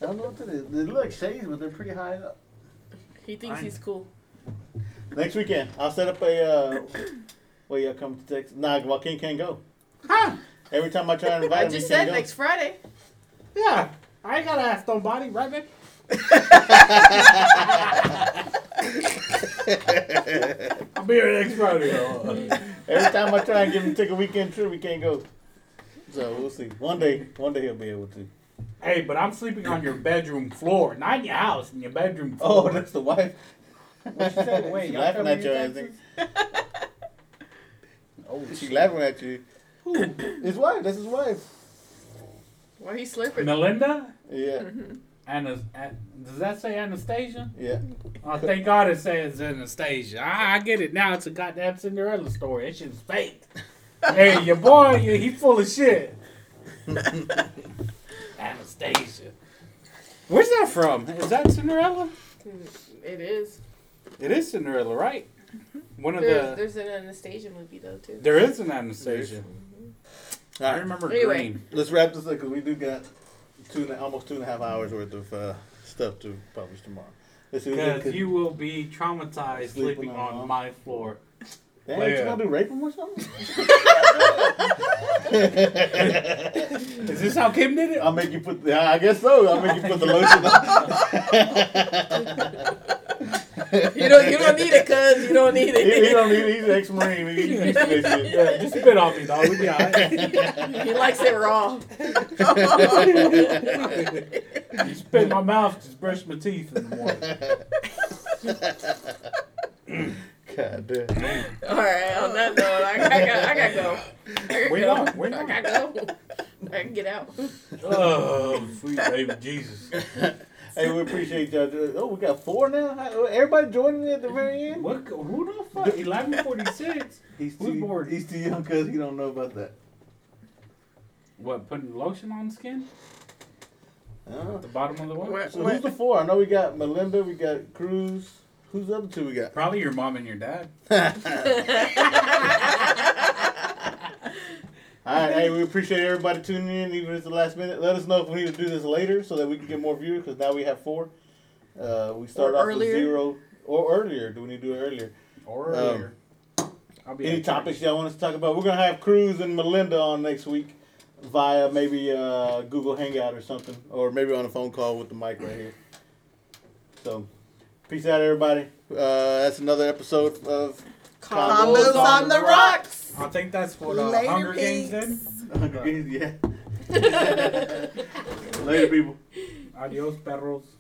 A: don't know what that is. They look like shades, but they're pretty high up.
D: He thinks
C: Fine.
D: he's cool.
A: Next weekend, I'll set up a. Uh, well, y'all come to Texas. Nah, Joaquin can't go. Every time I try to invite
D: I
A: him,
D: just
A: he can't
D: said
A: go.
D: next Friday.
C: Yeah. I ain't gotta ask nobody, right, man? I'll be here next Friday.
A: Every time I try and get him to take a weekend trip, he can't go. So we'll see. One day, one day he'll be able to.
C: Hey, but I'm sleeping on your bedroom floor, not in your house, in your bedroom
A: Oh,
C: floor.
A: that's the wife.
C: What you say? Wait,
A: She
C: y'all
A: laughing
C: coming
A: at you,
C: to
A: I
C: Texas?
A: think.
C: Oh,
A: She laughing at you. His wife. That's his wife.
D: Why he slurping?
C: Melinda?
A: Yeah,
D: Mm-hmm.
C: Anas- An- does that say Anastasia?
A: yeah.
C: Oh, thank God it says Anastasia. I, I get it now. It's a goddamn Cinderella story. That shit's fake. hey, your boy, yeah, he full of shit. Anastasia. Where's that from? Is that Cinderella?
D: It is.
C: It is Cinderella, right? One of
D: Mm-hmm. There's,
C: the.
D: there's an Anastasia movie though too.
C: There is an Anastasia.
A: All
C: I
A: right,
C: remember
D: Anyway.
C: green.
A: let's wrap this up because we do got two and a, almost two and a half hours worth of uh, stuff to publish tomorrow. Let's see what we can-
C: Because you will be traumatized
A: Sleeping
C: sleeping
A: on
C: on
A: mom.
C: my floor.
A: Damn,
C: Play
A: you
C: a-
A: gonna do rape him or something?
C: Is this how Kim did it?
A: I'll make you put. The, I guess so. I'll make you put the lotion on.
D: You don't. You don't need it, cuz you don't need
A: He, he
D: it.
A: don't need. He's an ex-marine. He- He's used to this shit.
C: Yeah, just spit on me, dog. We be alright.
D: he likes it raw.
C: You spit in my mouth, just brush my teeth in the morning.
A: God damn.
D: All right. On that note, I, I, got, I gotta go. I gotta
C: Wait
D: go.
C: on, wait
D: I
C: on.
D: gotta go. I can get out.
C: Oh, sweet baby Jesus.
A: Hey, we appreciate y'all. doing- Oh, we got four now. How- Everybody joining at the very end.
C: What? Who the fuck? Eleven forty-six.
A: He's
C: Who's
A: too.
C: bored?
A: He's too young because he don't know about that.
C: What? Putting lotion on skin?
A: Uh,
C: At the bottom of the what?
E: What,
A: so who's
E: what,
A: the four? I know we got Melinda. We got Cruz. Who's the other two we got?
C: Probably your mom and your dad.
A: All right, hey, we appreciate everybody tuning in, even at the last minute. Let us know if we need to do this later so that we can get more viewers, because now we have four. Uh, we start
D: Or
A: off
D: earlier.
A: with zero or earlier. Do we need to do it earlier?
C: Or
A: Um,
C: earlier. I'll be
A: Any
C: at church.
A: topics y'all want us to talk about? We're gonna have Cruz and Melinda on next week via maybe uh, Google Hangout or something, or maybe on a phone call with the mic right here. So, peace out, everybody. Uh, that's another episode of
E: combos on the rocks.
C: I think that's what uh,
E: Later,
C: Hunger Games did.
E: peeps.
A: Hunger Games. Yeah. Later, people.
C: Adios, perros.